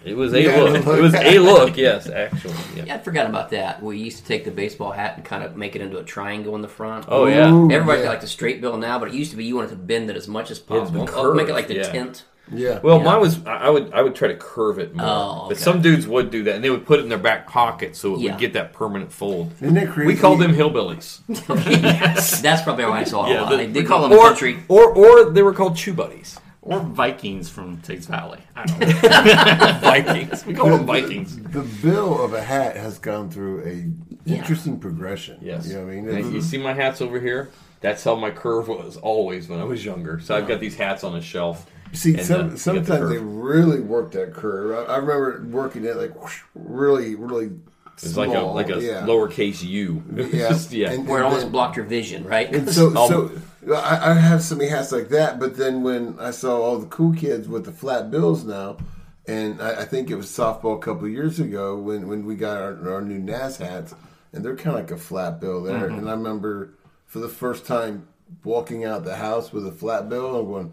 [SPEAKER 9] It
[SPEAKER 10] <laughs>
[SPEAKER 9] was a look. It was a look. Yes, actually. Yeah.
[SPEAKER 11] Yeah, I forgot about that. We used to take the baseball hat and kind of make it into a triangle in the front.
[SPEAKER 9] Oh, yeah. Ooh,
[SPEAKER 11] everybody's
[SPEAKER 9] yeah.
[SPEAKER 11] got like the straight bill now, but it used to be you wanted to bend it as much as
[SPEAKER 9] It's the
[SPEAKER 11] possible. Oh, make
[SPEAKER 9] curve,
[SPEAKER 11] it like the
[SPEAKER 9] yeah. <laughs>
[SPEAKER 11] tent.
[SPEAKER 9] Well,
[SPEAKER 11] Yeah.
[SPEAKER 9] mine was. I I would. I would try to curve it more.
[SPEAKER 11] Oh,
[SPEAKER 9] But
[SPEAKER 11] okay.
[SPEAKER 9] some dudes would do that, and they would put it in their back pocket so it
[SPEAKER 11] Yeah.
[SPEAKER 9] would get that permanent fold.
[SPEAKER 10] Isn't that
[SPEAKER 9] We
[SPEAKER 10] crazy?
[SPEAKER 9] call them hillbillies.
[SPEAKER 10] Oh,
[SPEAKER 11] <laughs> That's probably why I saw it a lot. They, they call them
[SPEAKER 9] or,
[SPEAKER 11] country.
[SPEAKER 9] or or they were called chew
[SPEAKER 10] <laughs>
[SPEAKER 9] buddies.
[SPEAKER 2] Or Vikings from Tiggs Valley. I <laughs> don't know.
[SPEAKER 9] Vikings. We call them Vikings.
[SPEAKER 10] The bill of a hat has gone through a interesting progression.
[SPEAKER 9] Yes.
[SPEAKER 10] You know what I mean?
[SPEAKER 9] And you see my hats over here? That's how my curve was always when I was younger. So I've got these hats on a shelf.
[SPEAKER 10] See,
[SPEAKER 9] and, uh, you
[SPEAKER 10] some,
[SPEAKER 9] got the
[SPEAKER 10] sometimes they
[SPEAKER 9] curve.
[SPEAKER 10] really work that curve. I, I remember working it like whoosh, really, really.
[SPEAKER 9] it's like a
[SPEAKER 10] small,
[SPEAKER 9] like a
[SPEAKER 10] yeah.
[SPEAKER 9] lowercase u. <laughs> It's
[SPEAKER 10] Yeah.
[SPEAKER 9] just- yeah.
[SPEAKER 10] And-
[SPEAKER 11] Where it
[SPEAKER 10] and
[SPEAKER 11] almost
[SPEAKER 10] then-
[SPEAKER 11] blocked your vision, right? <laughs>
[SPEAKER 10] And so, so I, I have so many hats like that. But then when I saw all the cool kids with the flat bills now, and I, I think it was softball a couple of years ago when, when we got our, our new NAS hats, and they're kind of like a flat bill there.
[SPEAKER 2] Mhm.
[SPEAKER 10] And I remember for the first time walking out the house with a flat bill, I'm going,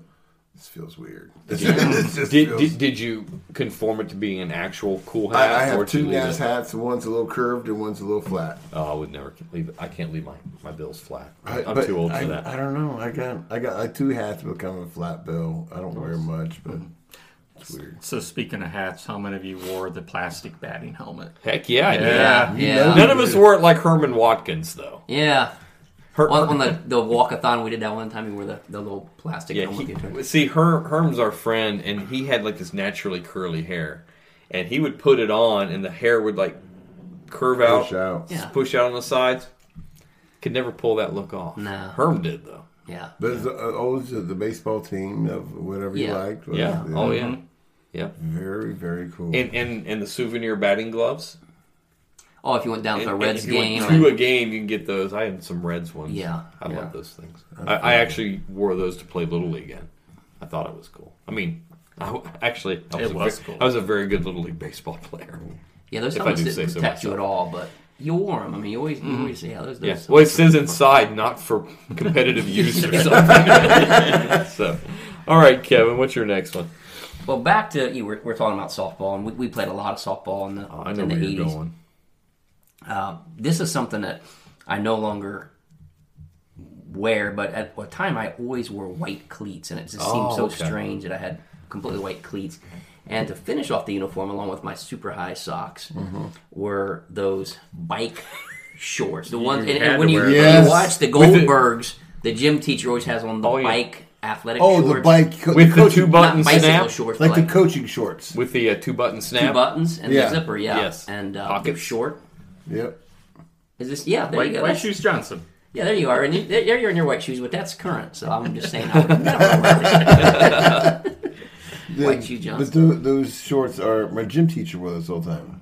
[SPEAKER 10] this feels weird. This, this
[SPEAKER 9] did,
[SPEAKER 10] just
[SPEAKER 9] did,
[SPEAKER 10] feels-
[SPEAKER 9] did, you conform it to being an actual cool hat?
[SPEAKER 10] I, I
[SPEAKER 9] or
[SPEAKER 10] have
[SPEAKER 9] to
[SPEAKER 10] two
[SPEAKER 9] leave it-
[SPEAKER 10] NAS hats. One's a little curved and one's a little flat.
[SPEAKER 9] Oh, I would never can- leave it. I can't leave my, my bills flat.
[SPEAKER 10] I,
[SPEAKER 9] I, am
[SPEAKER 10] but
[SPEAKER 9] too old for
[SPEAKER 10] I,
[SPEAKER 9] that.
[SPEAKER 10] I don't know. I got I got like two hats become a flat bill. I don't wear much, but
[SPEAKER 11] Mm-hmm.
[SPEAKER 10] it's weird.
[SPEAKER 2] So speaking of hats, how many of you wore the plastic batting helmet?
[SPEAKER 9] Heck yeah, I did.
[SPEAKER 2] yeah,
[SPEAKER 11] Yeah.
[SPEAKER 9] None of us wore it like Herman Watkins though.
[SPEAKER 11] Yeah. on, on the,
[SPEAKER 9] <laughs>
[SPEAKER 11] the walkathon we did that one time, we wore the, the little plastic
[SPEAKER 9] Yeah,
[SPEAKER 11] helmet.
[SPEAKER 9] he, see, Her, Herm's our friend, and he had like this naturally curly hair, and he would put it on, and the hair would like curve out,
[SPEAKER 10] Push out.
[SPEAKER 9] s- push out on the sides. Could never pull that look off.
[SPEAKER 11] No.
[SPEAKER 9] Herm did though.
[SPEAKER 11] Yeah.
[SPEAKER 10] There's uh, always the baseball team of whatever you
[SPEAKER 9] Yeah.
[SPEAKER 10] liked.
[SPEAKER 9] Yeah. Oh, yeah. Yeah.
[SPEAKER 10] Very very cool.
[SPEAKER 9] And and and the souvenir batting gloves.
[SPEAKER 11] Oh, if you went down to a Reds
[SPEAKER 9] if you
[SPEAKER 11] game
[SPEAKER 9] went to
[SPEAKER 11] or-
[SPEAKER 9] a game, you can get those. I had some Reds ones.
[SPEAKER 11] Yeah.
[SPEAKER 9] I
[SPEAKER 11] Yeah.
[SPEAKER 9] love those things.
[SPEAKER 11] That's
[SPEAKER 9] I, I actually wore those to play little league in. I thought it was cool. I mean, I w actually, I
[SPEAKER 11] It
[SPEAKER 9] was, a
[SPEAKER 11] was
[SPEAKER 9] ve-
[SPEAKER 11] cool.
[SPEAKER 9] I was a very good little league baseball player.
[SPEAKER 11] Yeah, those
[SPEAKER 9] If I
[SPEAKER 11] helmets
[SPEAKER 9] do
[SPEAKER 11] didn't
[SPEAKER 9] say so
[SPEAKER 11] protect you at
[SPEAKER 9] myself. Mm-hmm.
[SPEAKER 11] all, but you wore them. I mean, you always, you always yeah, those, those
[SPEAKER 9] Yeah. Well, it says inside, not for
[SPEAKER 11] <laughs>
[SPEAKER 9] competitive use or something. <laughs> so, all right, Kevin, what's your next one?
[SPEAKER 11] Well, back to you. We're, we're talking about softball, and we, we played a lot of softball in the
[SPEAKER 9] Oh, I know
[SPEAKER 11] Oh, in the
[SPEAKER 9] where you're
[SPEAKER 11] 80s.
[SPEAKER 9] going.
[SPEAKER 11] Uh, this is something that I no longer wear, but at a time I always wore white cleats, and it just seemed
[SPEAKER 9] Oh,
[SPEAKER 11] so
[SPEAKER 9] okay.
[SPEAKER 11] strange that I had completely white cleats. And to finish off the uniform, along with my super high socks,
[SPEAKER 9] Mhm.
[SPEAKER 11] were those bike shorts. The ones,
[SPEAKER 9] You
[SPEAKER 11] and,
[SPEAKER 9] had
[SPEAKER 11] and when
[SPEAKER 9] to
[SPEAKER 11] you,
[SPEAKER 9] wear
[SPEAKER 11] when
[SPEAKER 9] those.
[SPEAKER 11] you watch the
[SPEAKER 9] With the-
[SPEAKER 11] Goldbergs, the, gym teacher always has on the bike athletic.
[SPEAKER 10] Oh, the
[SPEAKER 11] shorts.
[SPEAKER 10] bike
[SPEAKER 9] With the
[SPEAKER 10] coaching-
[SPEAKER 9] two button
[SPEAKER 11] Not bicycle
[SPEAKER 9] snap,
[SPEAKER 11] shorts,
[SPEAKER 10] like,
[SPEAKER 11] but
[SPEAKER 10] the coaching shorts.
[SPEAKER 9] with the uh, two button snap,
[SPEAKER 11] two buttons and
[SPEAKER 9] Yeah.
[SPEAKER 11] the zipper, yeah,
[SPEAKER 9] Yes.
[SPEAKER 11] and uh, they're short.
[SPEAKER 10] Yep.
[SPEAKER 11] Is this yeah? There
[SPEAKER 2] White-
[SPEAKER 11] you go.
[SPEAKER 2] White
[SPEAKER 11] That's-
[SPEAKER 2] Shoes Johnson.
[SPEAKER 11] Yeah, there you are, and you, there you're in your white shoes, but that's current. So I'm just saying, I would
[SPEAKER 10] <laughs>
[SPEAKER 11] never wear it. white shoe
[SPEAKER 10] But
[SPEAKER 11] Johnson.
[SPEAKER 10] tho- those shorts are my gym teacher wore this all the time.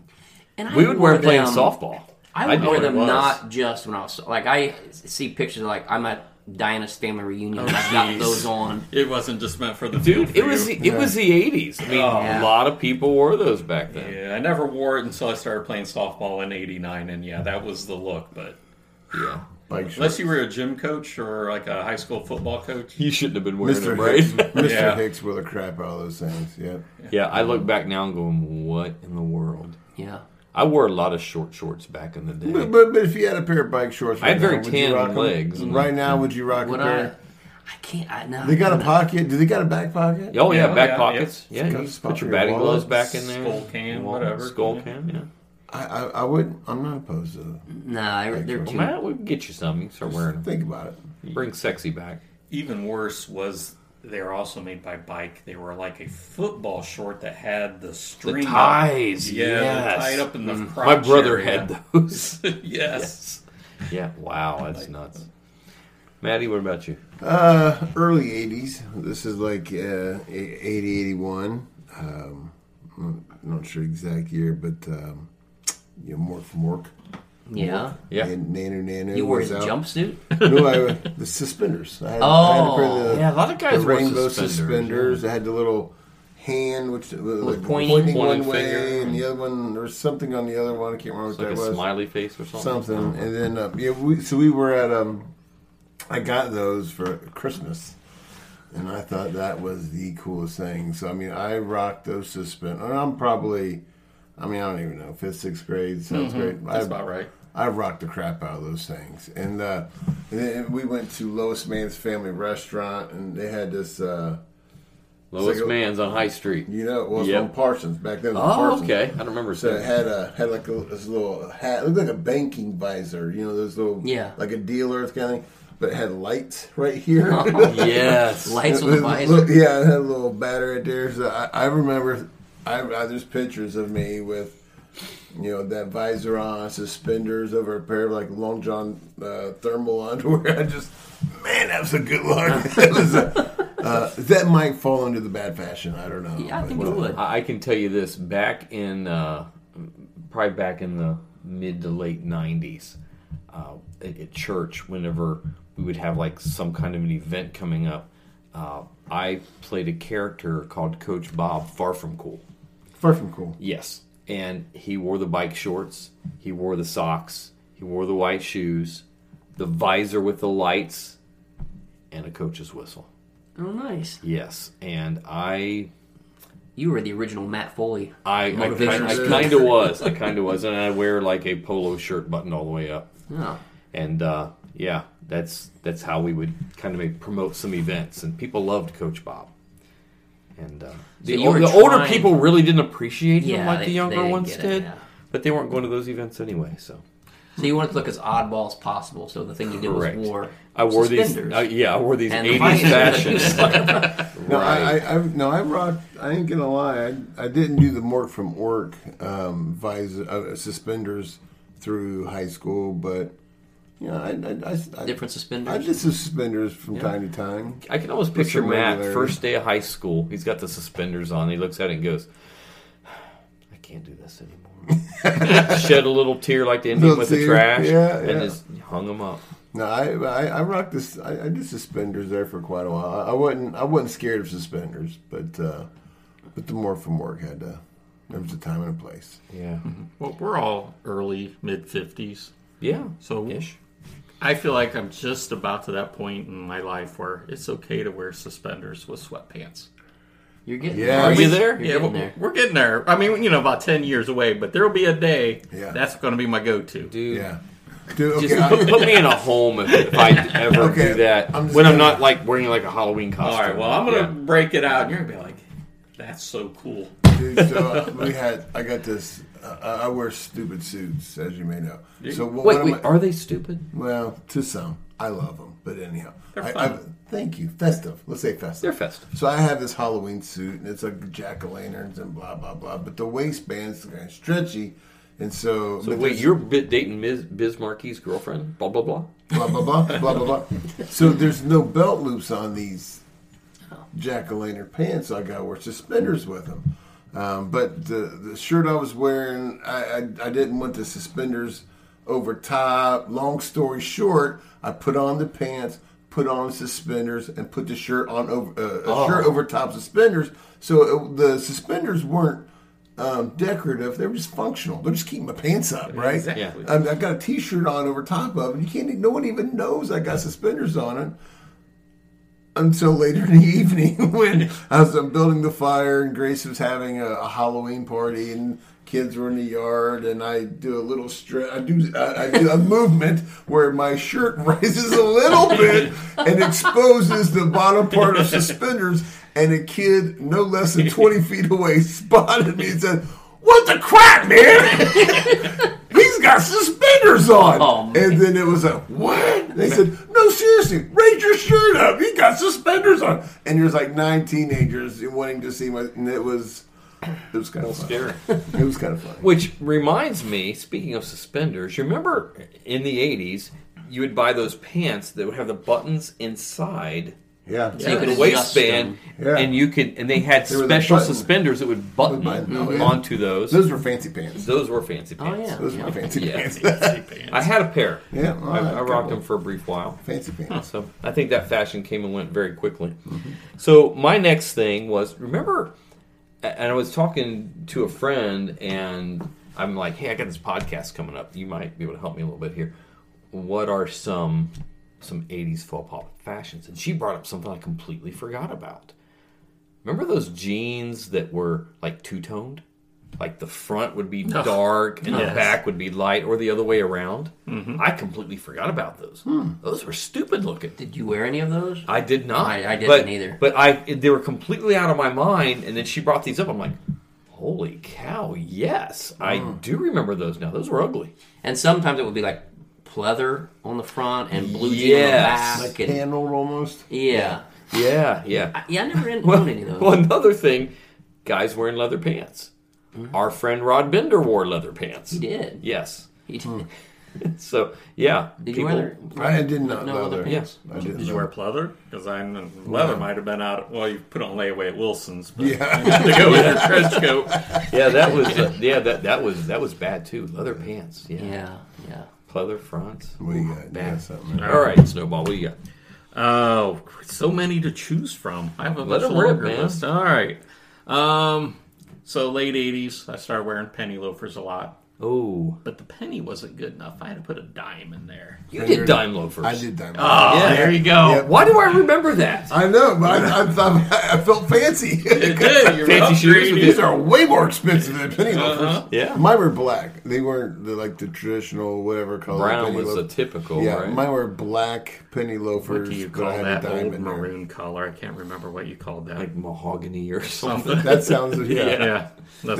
[SPEAKER 11] And I
[SPEAKER 9] We would wear
[SPEAKER 11] wore
[SPEAKER 9] it playing
[SPEAKER 11] them-
[SPEAKER 9] softball.
[SPEAKER 11] I
[SPEAKER 9] I knew
[SPEAKER 11] remember
[SPEAKER 9] what it
[SPEAKER 11] them
[SPEAKER 9] was.
[SPEAKER 11] not just when I was like I see pictures of, like I'm at Diana's family reunion.
[SPEAKER 10] Oh,
[SPEAKER 11] and I've got
[SPEAKER 9] Jeez.
[SPEAKER 11] those on.
[SPEAKER 2] It wasn't just meant for the
[SPEAKER 9] Dude, it was the, it was the '80s. I mean, a lot of people wore those back then.
[SPEAKER 2] Yeah, I never wore it until I started playing softball in '89, and yeah, that was the look. But
[SPEAKER 9] yeah,
[SPEAKER 2] unless you were a gym coach or like a high school football coach,
[SPEAKER 9] you shouldn't have been
[SPEAKER 10] Mr. Hicks, Mr. Hicks wore the crap out of those things. Yeah.
[SPEAKER 9] <laughs> Yeah, I look back now and going, what in the world?
[SPEAKER 11] Yeah.
[SPEAKER 9] I wore a lot of short shorts back in the day.
[SPEAKER 10] But, but, but if you had a pair of bike shorts,
[SPEAKER 9] I had very
[SPEAKER 10] now, would you
[SPEAKER 9] tan
[SPEAKER 10] rock 'em?
[SPEAKER 9] legs. Mm-hmm.
[SPEAKER 10] Right now, would you rock
[SPEAKER 11] Would
[SPEAKER 10] a
[SPEAKER 11] I?
[SPEAKER 10] pair?
[SPEAKER 11] I can't. I know.
[SPEAKER 10] They got a pocket. Do they got a back pocket?
[SPEAKER 9] Oh yeah, back pockets. Yeah,
[SPEAKER 10] Got a
[SPEAKER 9] you
[SPEAKER 10] spot
[SPEAKER 9] put
[SPEAKER 10] for
[SPEAKER 9] your batting
[SPEAKER 10] wallet.
[SPEAKER 9] gloves back in there.
[SPEAKER 2] Skull can,
[SPEAKER 9] Wallet,
[SPEAKER 2] whatever.
[SPEAKER 9] Skull can. Yeah.
[SPEAKER 10] I, I, I wouldn't. I'm not opposed to. them.
[SPEAKER 11] Nah, they're, they're
[SPEAKER 9] Well,
[SPEAKER 11] too.
[SPEAKER 9] Matt, we can get you some. You can start wearing them.
[SPEAKER 10] Think about it.
[SPEAKER 9] Bring sexy back.
[SPEAKER 2] even worse was they were also made by Bike. They were like a football short that had the string up.
[SPEAKER 9] ties,
[SPEAKER 2] yeah,
[SPEAKER 9] yes.
[SPEAKER 2] tied up in the
[SPEAKER 9] Mm.
[SPEAKER 2] crotch
[SPEAKER 9] My brother
[SPEAKER 2] area.
[SPEAKER 9] had those.
[SPEAKER 2] <laughs>
[SPEAKER 9] <laughs>
[SPEAKER 2] yes.
[SPEAKER 9] Yeah. Wow, that's nuts. Maddie, what about you?
[SPEAKER 10] Uh, early 80s. This is like uh, 80, 81. Um, I'm not sure exact year, but um, you know, Mork from Mork.
[SPEAKER 11] Yeah.
[SPEAKER 9] Yeah.
[SPEAKER 10] And Nanner Nanner.
[SPEAKER 11] You wore
[SPEAKER 10] was
[SPEAKER 11] his
[SPEAKER 10] out. <laughs>
[SPEAKER 11] jumpsuit?
[SPEAKER 9] <laughs>
[SPEAKER 10] no, I, the suspenders. I had,
[SPEAKER 11] Oh.
[SPEAKER 10] I had a pair of the,
[SPEAKER 9] Yeah, a lot of guys
[SPEAKER 10] the
[SPEAKER 9] wore
[SPEAKER 10] rainbow
[SPEAKER 9] suspenders,
[SPEAKER 10] suspenders. I had the little hand, which was like
[SPEAKER 11] pointing-
[SPEAKER 10] pointing
[SPEAKER 9] Pointing
[SPEAKER 10] one way,
[SPEAKER 9] finger.
[SPEAKER 10] and the other one, there was something on the other one. I can't remember
[SPEAKER 9] It's
[SPEAKER 10] what
[SPEAKER 9] like a
[SPEAKER 10] that was
[SPEAKER 9] smiley face or something.
[SPEAKER 10] something. And then uh, yeah, we so we were at um, I got those for Christmas, and I thought that was the coolest thing. So I mean, I rocked those suspend. And I'm probably, I mean, I don't even know fifth, sixth grade, 7th grade.
[SPEAKER 2] That's
[SPEAKER 10] I,
[SPEAKER 2] about right.
[SPEAKER 10] I rocked the crap out of those things, and, uh, and then we went to Lois Man's family restaurant, and they had this. Uh,
[SPEAKER 9] Lowest
[SPEAKER 10] it's like a-
[SPEAKER 9] man's on High Street.
[SPEAKER 10] you know, it was
[SPEAKER 9] Yep.
[SPEAKER 10] on Parsons back then. it was on
[SPEAKER 9] Oh,
[SPEAKER 10] Parsons.
[SPEAKER 9] okay. I don't remember.
[SPEAKER 10] So it
[SPEAKER 9] seeing
[SPEAKER 10] had a had like a this little hat. It looked like a banking visor, you know, those little
[SPEAKER 11] Yeah.
[SPEAKER 10] like a dealer kind of thing. But it had lights right here.
[SPEAKER 9] <laughs>
[SPEAKER 10] <laughs>
[SPEAKER 11] <laughs>
[SPEAKER 9] yes.
[SPEAKER 11] Lights on
[SPEAKER 10] It was
[SPEAKER 11] Oh, the
[SPEAKER 10] a
[SPEAKER 11] visor.
[SPEAKER 10] little- yeah, it had a little battery right there. So I, I remember, I, I there's pictures of me with, you know, that visor on, suspenders over a pair of like long john uh, thermal <laughs> underwear. I just, man, that was a good look. <laughs> that was a, uh, that might fall under the bad fashion. I don't know.
[SPEAKER 11] Yeah, I
[SPEAKER 10] But-
[SPEAKER 11] think it would.
[SPEAKER 9] I I can tell you this: back in uh, probably back in the mid to late '90s, uh, at, at church, whenever we would have like some kind of an event coming up, uh, I played a character called Coach Bob, far from cool.
[SPEAKER 10] far from cool.
[SPEAKER 9] Yes. And he wore the bike shorts, he wore the socks, he wore the white shoes, the visor with the lights, and a coach's whistle.
[SPEAKER 11] Oh, nice.
[SPEAKER 9] Yes. And I
[SPEAKER 11] You were the original Matt Foley.
[SPEAKER 9] I I,
[SPEAKER 11] Motivational
[SPEAKER 9] kind, I
[SPEAKER 11] speaker.
[SPEAKER 9] kind of was. I kind of was. And I wear like a polo shirt buttoned all the way up.
[SPEAKER 11] Yeah.
[SPEAKER 9] And uh, yeah, that's that's how we would kind of make, promote some events. And people loved Coach Bob. And uh, the,
[SPEAKER 11] you
[SPEAKER 9] ol-
[SPEAKER 11] were
[SPEAKER 9] the older
[SPEAKER 11] trying-
[SPEAKER 9] people really didn't appreciate him
[SPEAKER 11] Yeah,
[SPEAKER 9] like
[SPEAKER 11] they-
[SPEAKER 9] the
[SPEAKER 11] they
[SPEAKER 9] younger
[SPEAKER 11] didn't
[SPEAKER 9] ones
[SPEAKER 11] get it,
[SPEAKER 9] did.
[SPEAKER 11] yeah.
[SPEAKER 9] But they weren't going to those events anyway, so.
[SPEAKER 11] So you wanted to look as oddball as possible. So the thing you did
[SPEAKER 9] Correct.
[SPEAKER 11] was wore.
[SPEAKER 9] I wore
[SPEAKER 11] suspenders.
[SPEAKER 9] these. Uh, yeah, I wore these
[SPEAKER 11] And the
[SPEAKER 9] eighties
[SPEAKER 11] visor. <laughs>
[SPEAKER 9] fashions. <laughs>
[SPEAKER 10] No, I, I, I no, I rocked. I ain't gonna lie. I, I didn't do the Mork from Ork um, visor uh, suspenders through high school, but you know, I, I, I, I
[SPEAKER 11] Different suspenders?
[SPEAKER 10] I did suspenders from time to time.
[SPEAKER 9] I can always
[SPEAKER 10] With
[SPEAKER 9] picture
[SPEAKER 10] some
[SPEAKER 9] Matt
[SPEAKER 10] regularity.
[SPEAKER 9] first day of high school. He's got the suspenders on. He looks at it and goes, <sighs> "I can't do this anymore." <laughs> Shed a little tear like the Indian
[SPEAKER 10] Little
[SPEAKER 9] with the
[SPEAKER 10] tear.
[SPEAKER 9] trash,
[SPEAKER 10] Yeah,
[SPEAKER 9] and
[SPEAKER 10] yeah.
[SPEAKER 9] just hung them up.
[SPEAKER 10] No, I, I, I rocked this. I, I did suspenders there for quite a while. I, I wasn't, I wasn't scared of suspenders, but uh, but the Mork from Ork had to. There was a time and a place.
[SPEAKER 9] Yeah,
[SPEAKER 8] Well, we're all early mid fifties,
[SPEAKER 9] yeah.
[SPEAKER 8] so
[SPEAKER 9] Ish.
[SPEAKER 8] I feel like I'm just about to that point in my life where it's okay to wear suspenders with sweatpants.
[SPEAKER 11] You're getting
[SPEAKER 10] Yeah.
[SPEAKER 11] there.
[SPEAKER 10] Are you
[SPEAKER 9] there?
[SPEAKER 11] You're
[SPEAKER 8] yeah,
[SPEAKER 11] getting
[SPEAKER 8] we're,
[SPEAKER 11] there.
[SPEAKER 8] we're getting there. I mean, you know, about ten years away, but there will be a day
[SPEAKER 10] Yeah.
[SPEAKER 8] that's going to be my go-to.
[SPEAKER 9] Dude,
[SPEAKER 10] Yeah, Dude, okay,
[SPEAKER 9] just
[SPEAKER 10] I-
[SPEAKER 9] put, put me in a home if, if I ever
[SPEAKER 10] Okay,
[SPEAKER 9] do that.
[SPEAKER 10] I'm just
[SPEAKER 9] when I'm
[SPEAKER 10] gonna-
[SPEAKER 9] not like wearing like a Halloween
[SPEAKER 2] All
[SPEAKER 9] costume.
[SPEAKER 2] right, well, I'm gonna
[SPEAKER 9] Yeah.
[SPEAKER 2] break it out, and you're gonna be like, "That's so cool."
[SPEAKER 10] Dude, so <laughs> uh, we had. I got this. Uh, I I wear stupid suits, as you may know. So what,
[SPEAKER 9] Wait,
[SPEAKER 10] what
[SPEAKER 9] wait.
[SPEAKER 10] am I,
[SPEAKER 9] Are they stupid?
[SPEAKER 10] well, to some, I love them, but anyhow, I, I,
[SPEAKER 2] fun.
[SPEAKER 10] thank you. Festive. Let's say festive.
[SPEAKER 9] They're festive.
[SPEAKER 10] So I have this Halloween suit, and it's like jack o' lanterns and blah blah blah. But the waistband's kind of stretchy, and so,
[SPEAKER 9] So
[SPEAKER 10] but
[SPEAKER 9] wait,
[SPEAKER 10] there's-
[SPEAKER 9] you're bi- dating Ms. Biz Markie's girlfriend? Blah blah blah.
[SPEAKER 10] blah blah blah blah blah blah. So there's no belt loops on these jack o' lantern pants. I got to wear suspenders with them. Um, but the the shirt I was wearing, I, I I didn't want the suspenders over top. Long story short, I put on the pants, put on suspenders, and put the shirt on over uh, a
[SPEAKER 12] Oh.
[SPEAKER 10] shirt over top suspenders. So it, the suspenders weren't um, decorative; they were just functional. They're just keeping my pants up, right?
[SPEAKER 12] Exactly.
[SPEAKER 10] I mean, I've got a T-shirt on over top of, it. you can't. No one even knows I got suspenders on it until later in the <laughs> evening when I was um, building the fire and Grace was having a, a Halloween party and kids were in the yard and I do a little stretch. I do I, I do a movement where my shirt <laughs> rises a little bit and exposes the bottom part of suspenders. And a kid no less than twenty feet away <laughs> spotted me and said, "What the crap, man?" <laughs> He's got suspenders on.
[SPEAKER 9] Oh,
[SPEAKER 10] and then it was a what? They said, no, seriously, raise your shirt up. He got suspenders on. And there's like nine teenagers wanting to see my. And it was, it was kind of
[SPEAKER 9] scary.
[SPEAKER 10] It was kind of fun.
[SPEAKER 9] Which reminds me, speaking of suspenders, you remember in the '80s you would buy those pants that would have the buttons inside.
[SPEAKER 10] Yeah.
[SPEAKER 9] so you
[SPEAKER 10] Yeah.
[SPEAKER 9] could
[SPEAKER 10] Adjust
[SPEAKER 9] waistband,
[SPEAKER 10] them. Yeah.
[SPEAKER 9] and you could, and they had
[SPEAKER 10] They were the
[SPEAKER 9] special
[SPEAKER 10] button.
[SPEAKER 9] suspenders that would button,
[SPEAKER 10] oh, yeah.
[SPEAKER 9] onto those.
[SPEAKER 10] Those were fancy pants.
[SPEAKER 9] Those were fancy
[SPEAKER 11] Oh,
[SPEAKER 9] pants.
[SPEAKER 10] yeah. Those were
[SPEAKER 9] Yeah.
[SPEAKER 10] fancy
[SPEAKER 9] Yeah.
[SPEAKER 10] pants. <laughs>
[SPEAKER 9] I had a pair.
[SPEAKER 10] Yeah, well,
[SPEAKER 9] I,
[SPEAKER 10] that's
[SPEAKER 9] I
[SPEAKER 10] a good
[SPEAKER 9] rocked them
[SPEAKER 10] one.
[SPEAKER 9] for a brief while.
[SPEAKER 10] Fancy pants.
[SPEAKER 9] So I think that fashion came and went very quickly.
[SPEAKER 10] Mm-hmm.
[SPEAKER 9] So my next thing was remember, a- and I was talking to a friend, and I'm like, "Hey, I got this podcast coming up. You might be able to help me a little bit here. What are some some '80s faux pas fashions?" And she brought up something I completely forgot about. Remember those jeans that were like two toned? Like the front would be
[SPEAKER 8] Ugh.
[SPEAKER 9] dark and the
[SPEAKER 8] Yes.
[SPEAKER 9] back would be light, or the other way around.
[SPEAKER 8] Mhm.
[SPEAKER 9] I completely forgot about those.
[SPEAKER 11] Hmm.
[SPEAKER 9] Those were stupid looking.
[SPEAKER 11] Did you wear any of those?
[SPEAKER 9] I did not.
[SPEAKER 11] I- I didn't
[SPEAKER 9] but,
[SPEAKER 11] either.
[SPEAKER 9] But I, they were completely out of my mind. And then she brought these up. I'm like, holy cow! Yes, I
[SPEAKER 11] Mm.
[SPEAKER 9] do remember those now. Those were ugly.
[SPEAKER 11] And sometimes it would be like pleather on the front and blue
[SPEAKER 9] Yes.
[SPEAKER 11] jean on the back.
[SPEAKER 9] Like
[SPEAKER 11] and-
[SPEAKER 10] handled almost.
[SPEAKER 11] Yeah.
[SPEAKER 9] Yeah, yeah.
[SPEAKER 11] I, yeah, I
[SPEAKER 9] <laughs>
[SPEAKER 11] never owned
[SPEAKER 9] well,
[SPEAKER 11] any of <laughs> those.
[SPEAKER 9] well, another thing, guys wearing leather pants.
[SPEAKER 11] Hmm.
[SPEAKER 9] Our friend Rod Bender wore leather pants. He
[SPEAKER 11] did.
[SPEAKER 9] Yes. He did. so yeah,
[SPEAKER 2] Yes. Did you
[SPEAKER 10] <laughs>
[SPEAKER 2] wear pleather? Because I know leather
[SPEAKER 9] No.
[SPEAKER 2] might have been out. Well, you put on layaway at Wilson's. But
[SPEAKER 9] Yeah.
[SPEAKER 2] <laughs> you had to go with your trench coat.
[SPEAKER 9] <laughs> Yeah, that was yeah that that was that was bad too. Leather pants. Yeah.
[SPEAKER 11] Yeah. Yeah.
[SPEAKER 9] Pleather fronts.
[SPEAKER 10] What do you got?
[SPEAKER 9] Bad.
[SPEAKER 10] Yeah, something.
[SPEAKER 9] All right, Snowball. What do you got?
[SPEAKER 2] Oh, so many to choose from. I have a
[SPEAKER 9] Let
[SPEAKER 2] much
[SPEAKER 9] it rip,
[SPEAKER 2] longer
[SPEAKER 9] man.
[SPEAKER 2] list. All right. Um, so late '80s, I started wearing penny loafers a lot.
[SPEAKER 9] Oh,
[SPEAKER 2] but the penny wasn't good enough. I had to put a dime in there.
[SPEAKER 9] You did Ah. dime loafers.
[SPEAKER 10] I did dime
[SPEAKER 2] Oh,
[SPEAKER 10] loafers. Yeah.
[SPEAKER 2] there you go.
[SPEAKER 10] Yeah.
[SPEAKER 9] Why do I remember that?
[SPEAKER 10] I know, but I, I, thought I felt fancy. <laughs>
[SPEAKER 2] did. You were
[SPEAKER 10] fancy shoes.
[SPEAKER 2] upgraded.
[SPEAKER 10] These are way more expensive than penny loafers.
[SPEAKER 2] Uh-huh.
[SPEAKER 9] Yeah.
[SPEAKER 10] mine were black. They weren't the, like the traditional whatever color.
[SPEAKER 9] Brown
[SPEAKER 10] penny
[SPEAKER 9] was
[SPEAKER 10] loaf-
[SPEAKER 9] the typical,
[SPEAKER 10] Yeah,
[SPEAKER 9] right?
[SPEAKER 10] mine were black penny loafers.
[SPEAKER 2] What do you
[SPEAKER 10] but I
[SPEAKER 2] call
[SPEAKER 10] had a
[SPEAKER 2] that
[SPEAKER 10] dime
[SPEAKER 2] old
[SPEAKER 10] in there.
[SPEAKER 2] maroon color? I can't remember what you called that.
[SPEAKER 9] Like mahogany or
[SPEAKER 10] something. That sounds-
[SPEAKER 2] <laughs>
[SPEAKER 10] yeah.
[SPEAKER 2] yeah.
[SPEAKER 10] That's,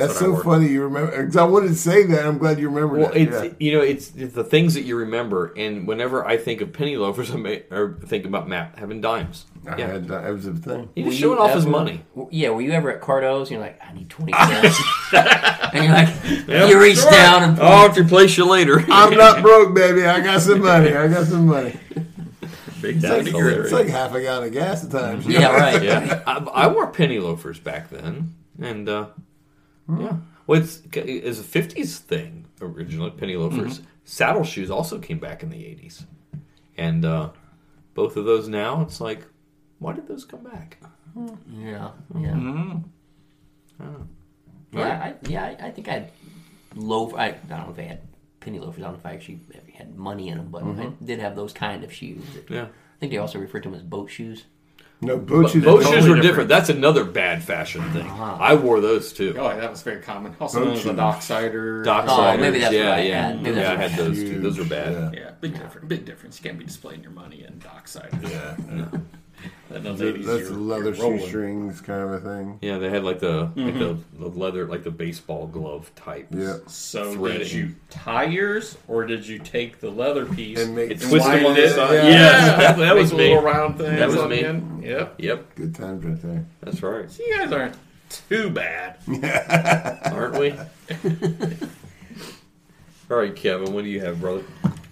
[SPEAKER 2] That's, what I
[SPEAKER 10] so
[SPEAKER 2] wore.
[SPEAKER 10] funny. You remember? Because I wanted to say that. I'm glad you
[SPEAKER 9] <laughs>
[SPEAKER 10] remembered.
[SPEAKER 9] Well,
[SPEAKER 10] that.
[SPEAKER 9] it's
[SPEAKER 10] yeah.
[SPEAKER 9] you know it's, it's the things that you remember, and whenever I think of penny loafers, <laughs> I may, or think about Matt having dimes.
[SPEAKER 10] I had di- that was a thing.
[SPEAKER 9] He
[SPEAKER 11] Were
[SPEAKER 9] was
[SPEAKER 11] you
[SPEAKER 9] showing off his
[SPEAKER 11] ever-
[SPEAKER 9] money.
[SPEAKER 11] w- Yeah, were you ever at Cardo's and you're like, I need
[SPEAKER 9] <laughs>
[SPEAKER 11] 20 cents? and you're like,
[SPEAKER 9] Yeah,
[SPEAKER 11] you reach
[SPEAKER 9] sure.
[SPEAKER 11] down and
[SPEAKER 9] I'll have to replace Oh, you <laughs> later.
[SPEAKER 10] I'm not broke, baby. I got some money. I got some money.
[SPEAKER 9] Big
[SPEAKER 10] It's
[SPEAKER 9] time.
[SPEAKER 10] like, it's like half a gallon of gas at times.
[SPEAKER 9] Yeah, I, I wore penny loafers back then, and uh, yeah, well, it's, it's a '50s thing originally. Penny loafers, saddle shoes also came back in the '80s, and uh, both of those now it's like, why did those come back?
[SPEAKER 11] Yeah. Yeah. Yeah, I, yeah, I, I think I had loaf. I, I don't know if I had penny loafers. I don't know if I actually had money in them, but I
[SPEAKER 9] Mhm.
[SPEAKER 11] did have those kind of shoes.
[SPEAKER 9] Yeah.
[SPEAKER 11] I think they also referred to them as boat shoes.
[SPEAKER 10] No,
[SPEAKER 9] But boat shoes were different. That's another bad fashion thing.
[SPEAKER 11] Uh-huh.
[SPEAKER 9] I wore those too.
[SPEAKER 2] Oh, that was very common. Also
[SPEAKER 9] Boat
[SPEAKER 2] known as the
[SPEAKER 9] shoes.
[SPEAKER 2] Docksider.
[SPEAKER 11] Oh,
[SPEAKER 9] Docksiders, yeah, yeah, yeah. I had those too.
[SPEAKER 2] Huge.
[SPEAKER 9] Those were bad.
[SPEAKER 2] Yeah, big difference. Big difference. You can't be displaying your money in Docksiders.
[SPEAKER 10] Yeah.
[SPEAKER 2] And those
[SPEAKER 10] That's
[SPEAKER 2] 80s,
[SPEAKER 10] that's
[SPEAKER 2] you're-
[SPEAKER 10] leather
[SPEAKER 2] you're rolling.
[SPEAKER 10] shoestrings kind of a thing.
[SPEAKER 9] Yeah, they had like the like the,
[SPEAKER 2] Mhm.
[SPEAKER 9] the leather, like the baseball glove type.
[SPEAKER 10] Yeah.
[SPEAKER 2] So did
[SPEAKER 9] threading.
[SPEAKER 2] you tie yours, or did you take the leather piece and
[SPEAKER 10] make-
[SPEAKER 9] Twist them on the side.
[SPEAKER 2] Yeah,
[SPEAKER 9] Yes,
[SPEAKER 2] <laughs>
[SPEAKER 9] that- that
[SPEAKER 2] Make
[SPEAKER 9] was
[SPEAKER 2] a
[SPEAKER 9] me.
[SPEAKER 2] Little round thing.
[SPEAKER 9] That was
[SPEAKER 2] on the
[SPEAKER 9] me.
[SPEAKER 2] end. Yep.
[SPEAKER 9] Yep.
[SPEAKER 10] Good times right there.
[SPEAKER 9] That's right.
[SPEAKER 2] So you guys aren't too bad,
[SPEAKER 9] Aren't <laughs> we? All right, Kevin, what do you have, brother?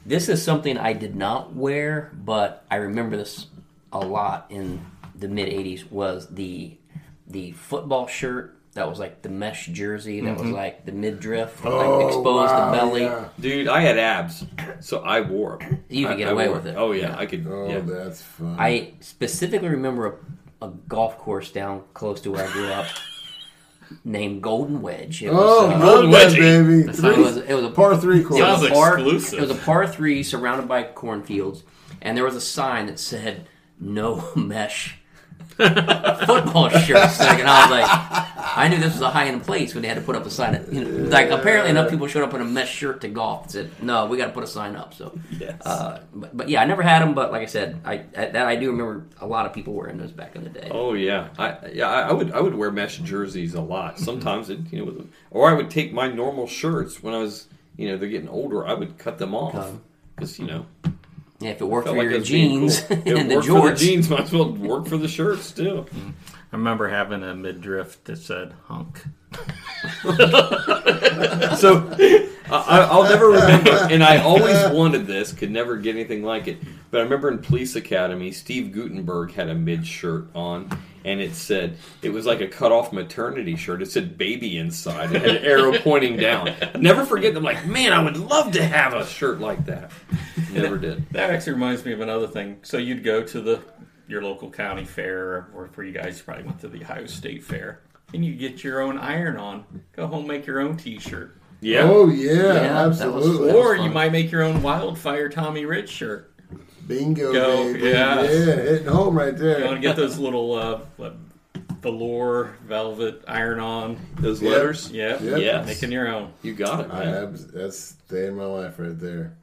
[SPEAKER 11] This is something I did not wear, but I remember this a lot in the mid '80s. Was the the football shirt That was like the mesh jersey. That was
[SPEAKER 9] Mhm.
[SPEAKER 11] like the midriff. that,
[SPEAKER 10] Oh,
[SPEAKER 11] like exposed the belly.
[SPEAKER 9] Dude, I had abs, so I wore them.
[SPEAKER 11] You
[SPEAKER 9] I-
[SPEAKER 11] could get
[SPEAKER 9] I
[SPEAKER 11] away
[SPEAKER 9] wore
[SPEAKER 11] with it.
[SPEAKER 9] Oh, yeah, I could. yeah.
[SPEAKER 11] I specifically remember a, a golf course down close to where I
[SPEAKER 10] <laughs>
[SPEAKER 11] grew up named Golden Wedge.
[SPEAKER 10] Oh, Golden Wedge, baby.
[SPEAKER 11] That's how It
[SPEAKER 10] Three-
[SPEAKER 11] was, it was
[SPEAKER 10] <laughs>
[SPEAKER 11] a
[SPEAKER 10] par three course.
[SPEAKER 11] It was a
[SPEAKER 10] Sounds
[SPEAKER 11] par,
[SPEAKER 10] exclusive.
[SPEAKER 11] It was a par three surrounded by cornfields, and there was a sign that said "No mesh."
[SPEAKER 10] <laughs>
[SPEAKER 11] football shirts like, and I was like, I knew this was a high end place when they had to put up a sign. That, you know, like apparently enough people showed up in a mesh shirt to golf and said, "No, we got to put a sign up." So,
[SPEAKER 9] yes.
[SPEAKER 11] uh, but, but yeah, I never had them, but like I said, I, I that I do remember a lot of people wearing those back in the day.
[SPEAKER 9] Oh yeah, I yeah I I would I would wear mesh jerseys a
[SPEAKER 11] Mm-hmm.
[SPEAKER 9] lot. Sometimes it you know, with- or I would take my normal shirts when I was you know they're getting older. I would cut them off because you know.
[SPEAKER 11] Yeah, if it worked
[SPEAKER 9] felt
[SPEAKER 11] for
[SPEAKER 9] like
[SPEAKER 11] your
[SPEAKER 9] it was being
[SPEAKER 11] jeans <laughs>
[SPEAKER 9] cool. If
[SPEAKER 11] and
[SPEAKER 9] it
[SPEAKER 11] the
[SPEAKER 9] worked for the
[SPEAKER 11] jorts,
[SPEAKER 9] jeans might as well work for the shirts too.
[SPEAKER 8] I remember having a midriff that said hunk.
[SPEAKER 9] so I, I- I'll never remember, and I always wanted this, could never get anything like it. But I remember in Police Academy, Steve Gutenberg had a mid shirt on, and it said it was like a cut off maternity shirt. It said "baby" inside. It had an arrow pointing down. I'll never forget. them. like, man, I would love to have a shirt like that. Never did.
[SPEAKER 2] That actually reminds me of another thing. So you'd go to the your local county fair, or for you guys, you probably went to the Ohio State Fair, and you get your own iron on. Go home, make your own T-shirt.
[SPEAKER 10] Yeah. Oh, yeah, Yeah, that was- absolutely. that was
[SPEAKER 2] or you
[SPEAKER 10] fun.
[SPEAKER 2] might make your own Wildfire Tommy Rich shirt.
[SPEAKER 10] Bingo,
[SPEAKER 2] Go,
[SPEAKER 10] baby.
[SPEAKER 2] yeah.
[SPEAKER 10] hitting home right there.
[SPEAKER 2] You want to get those little uh, what, velour velvet iron on
[SPEAKER 9] those
[SPEAKER 10] Yep. letters?
[SPEAKER 2] Yeah,
[SPEAKER 10] Yep.
[SPEAKER 2] yeah,
[SPEAKER 10] Yes.
[SPEAKER 2] making your own.
[SPEAKER 9] You got it,
[SPEAKER 10] I,
[SPEAKER 9] man.
[SPEAKER 10] abs- that's the day in my life right there.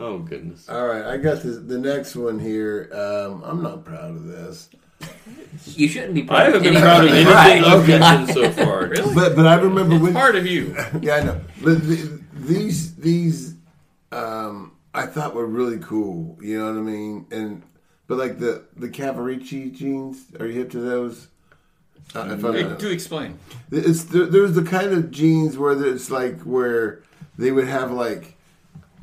[SPEAKER 9] oh goodness!
[SPEAKER 10] All right, I got this, the next one here. Um, I'm not proud of this.
[SPEAKER 11] you shouldn't be proud.
[SPEAKER 9] I haven't been proud of anything I've
[SPEAKER 11] <laughs>
[SPEAKER 9] mentioned so far.
[SPEAKER 10] But but I remember when
[SPEAKER 2] part of
[SPEAKER 10] <laughs>
[SPEAKER 2] you.
[SPEAKER 10] yeah, I know. But th- these these um, I thought were really cool. You know what I mean? And but like the the Cavarici jeans, are you hip to those? Uh, if I'm not-
[SPEAKER 2] Do explain.
[SPEAKER 10] It's there, there's the kind of jeans where it's like where they would have like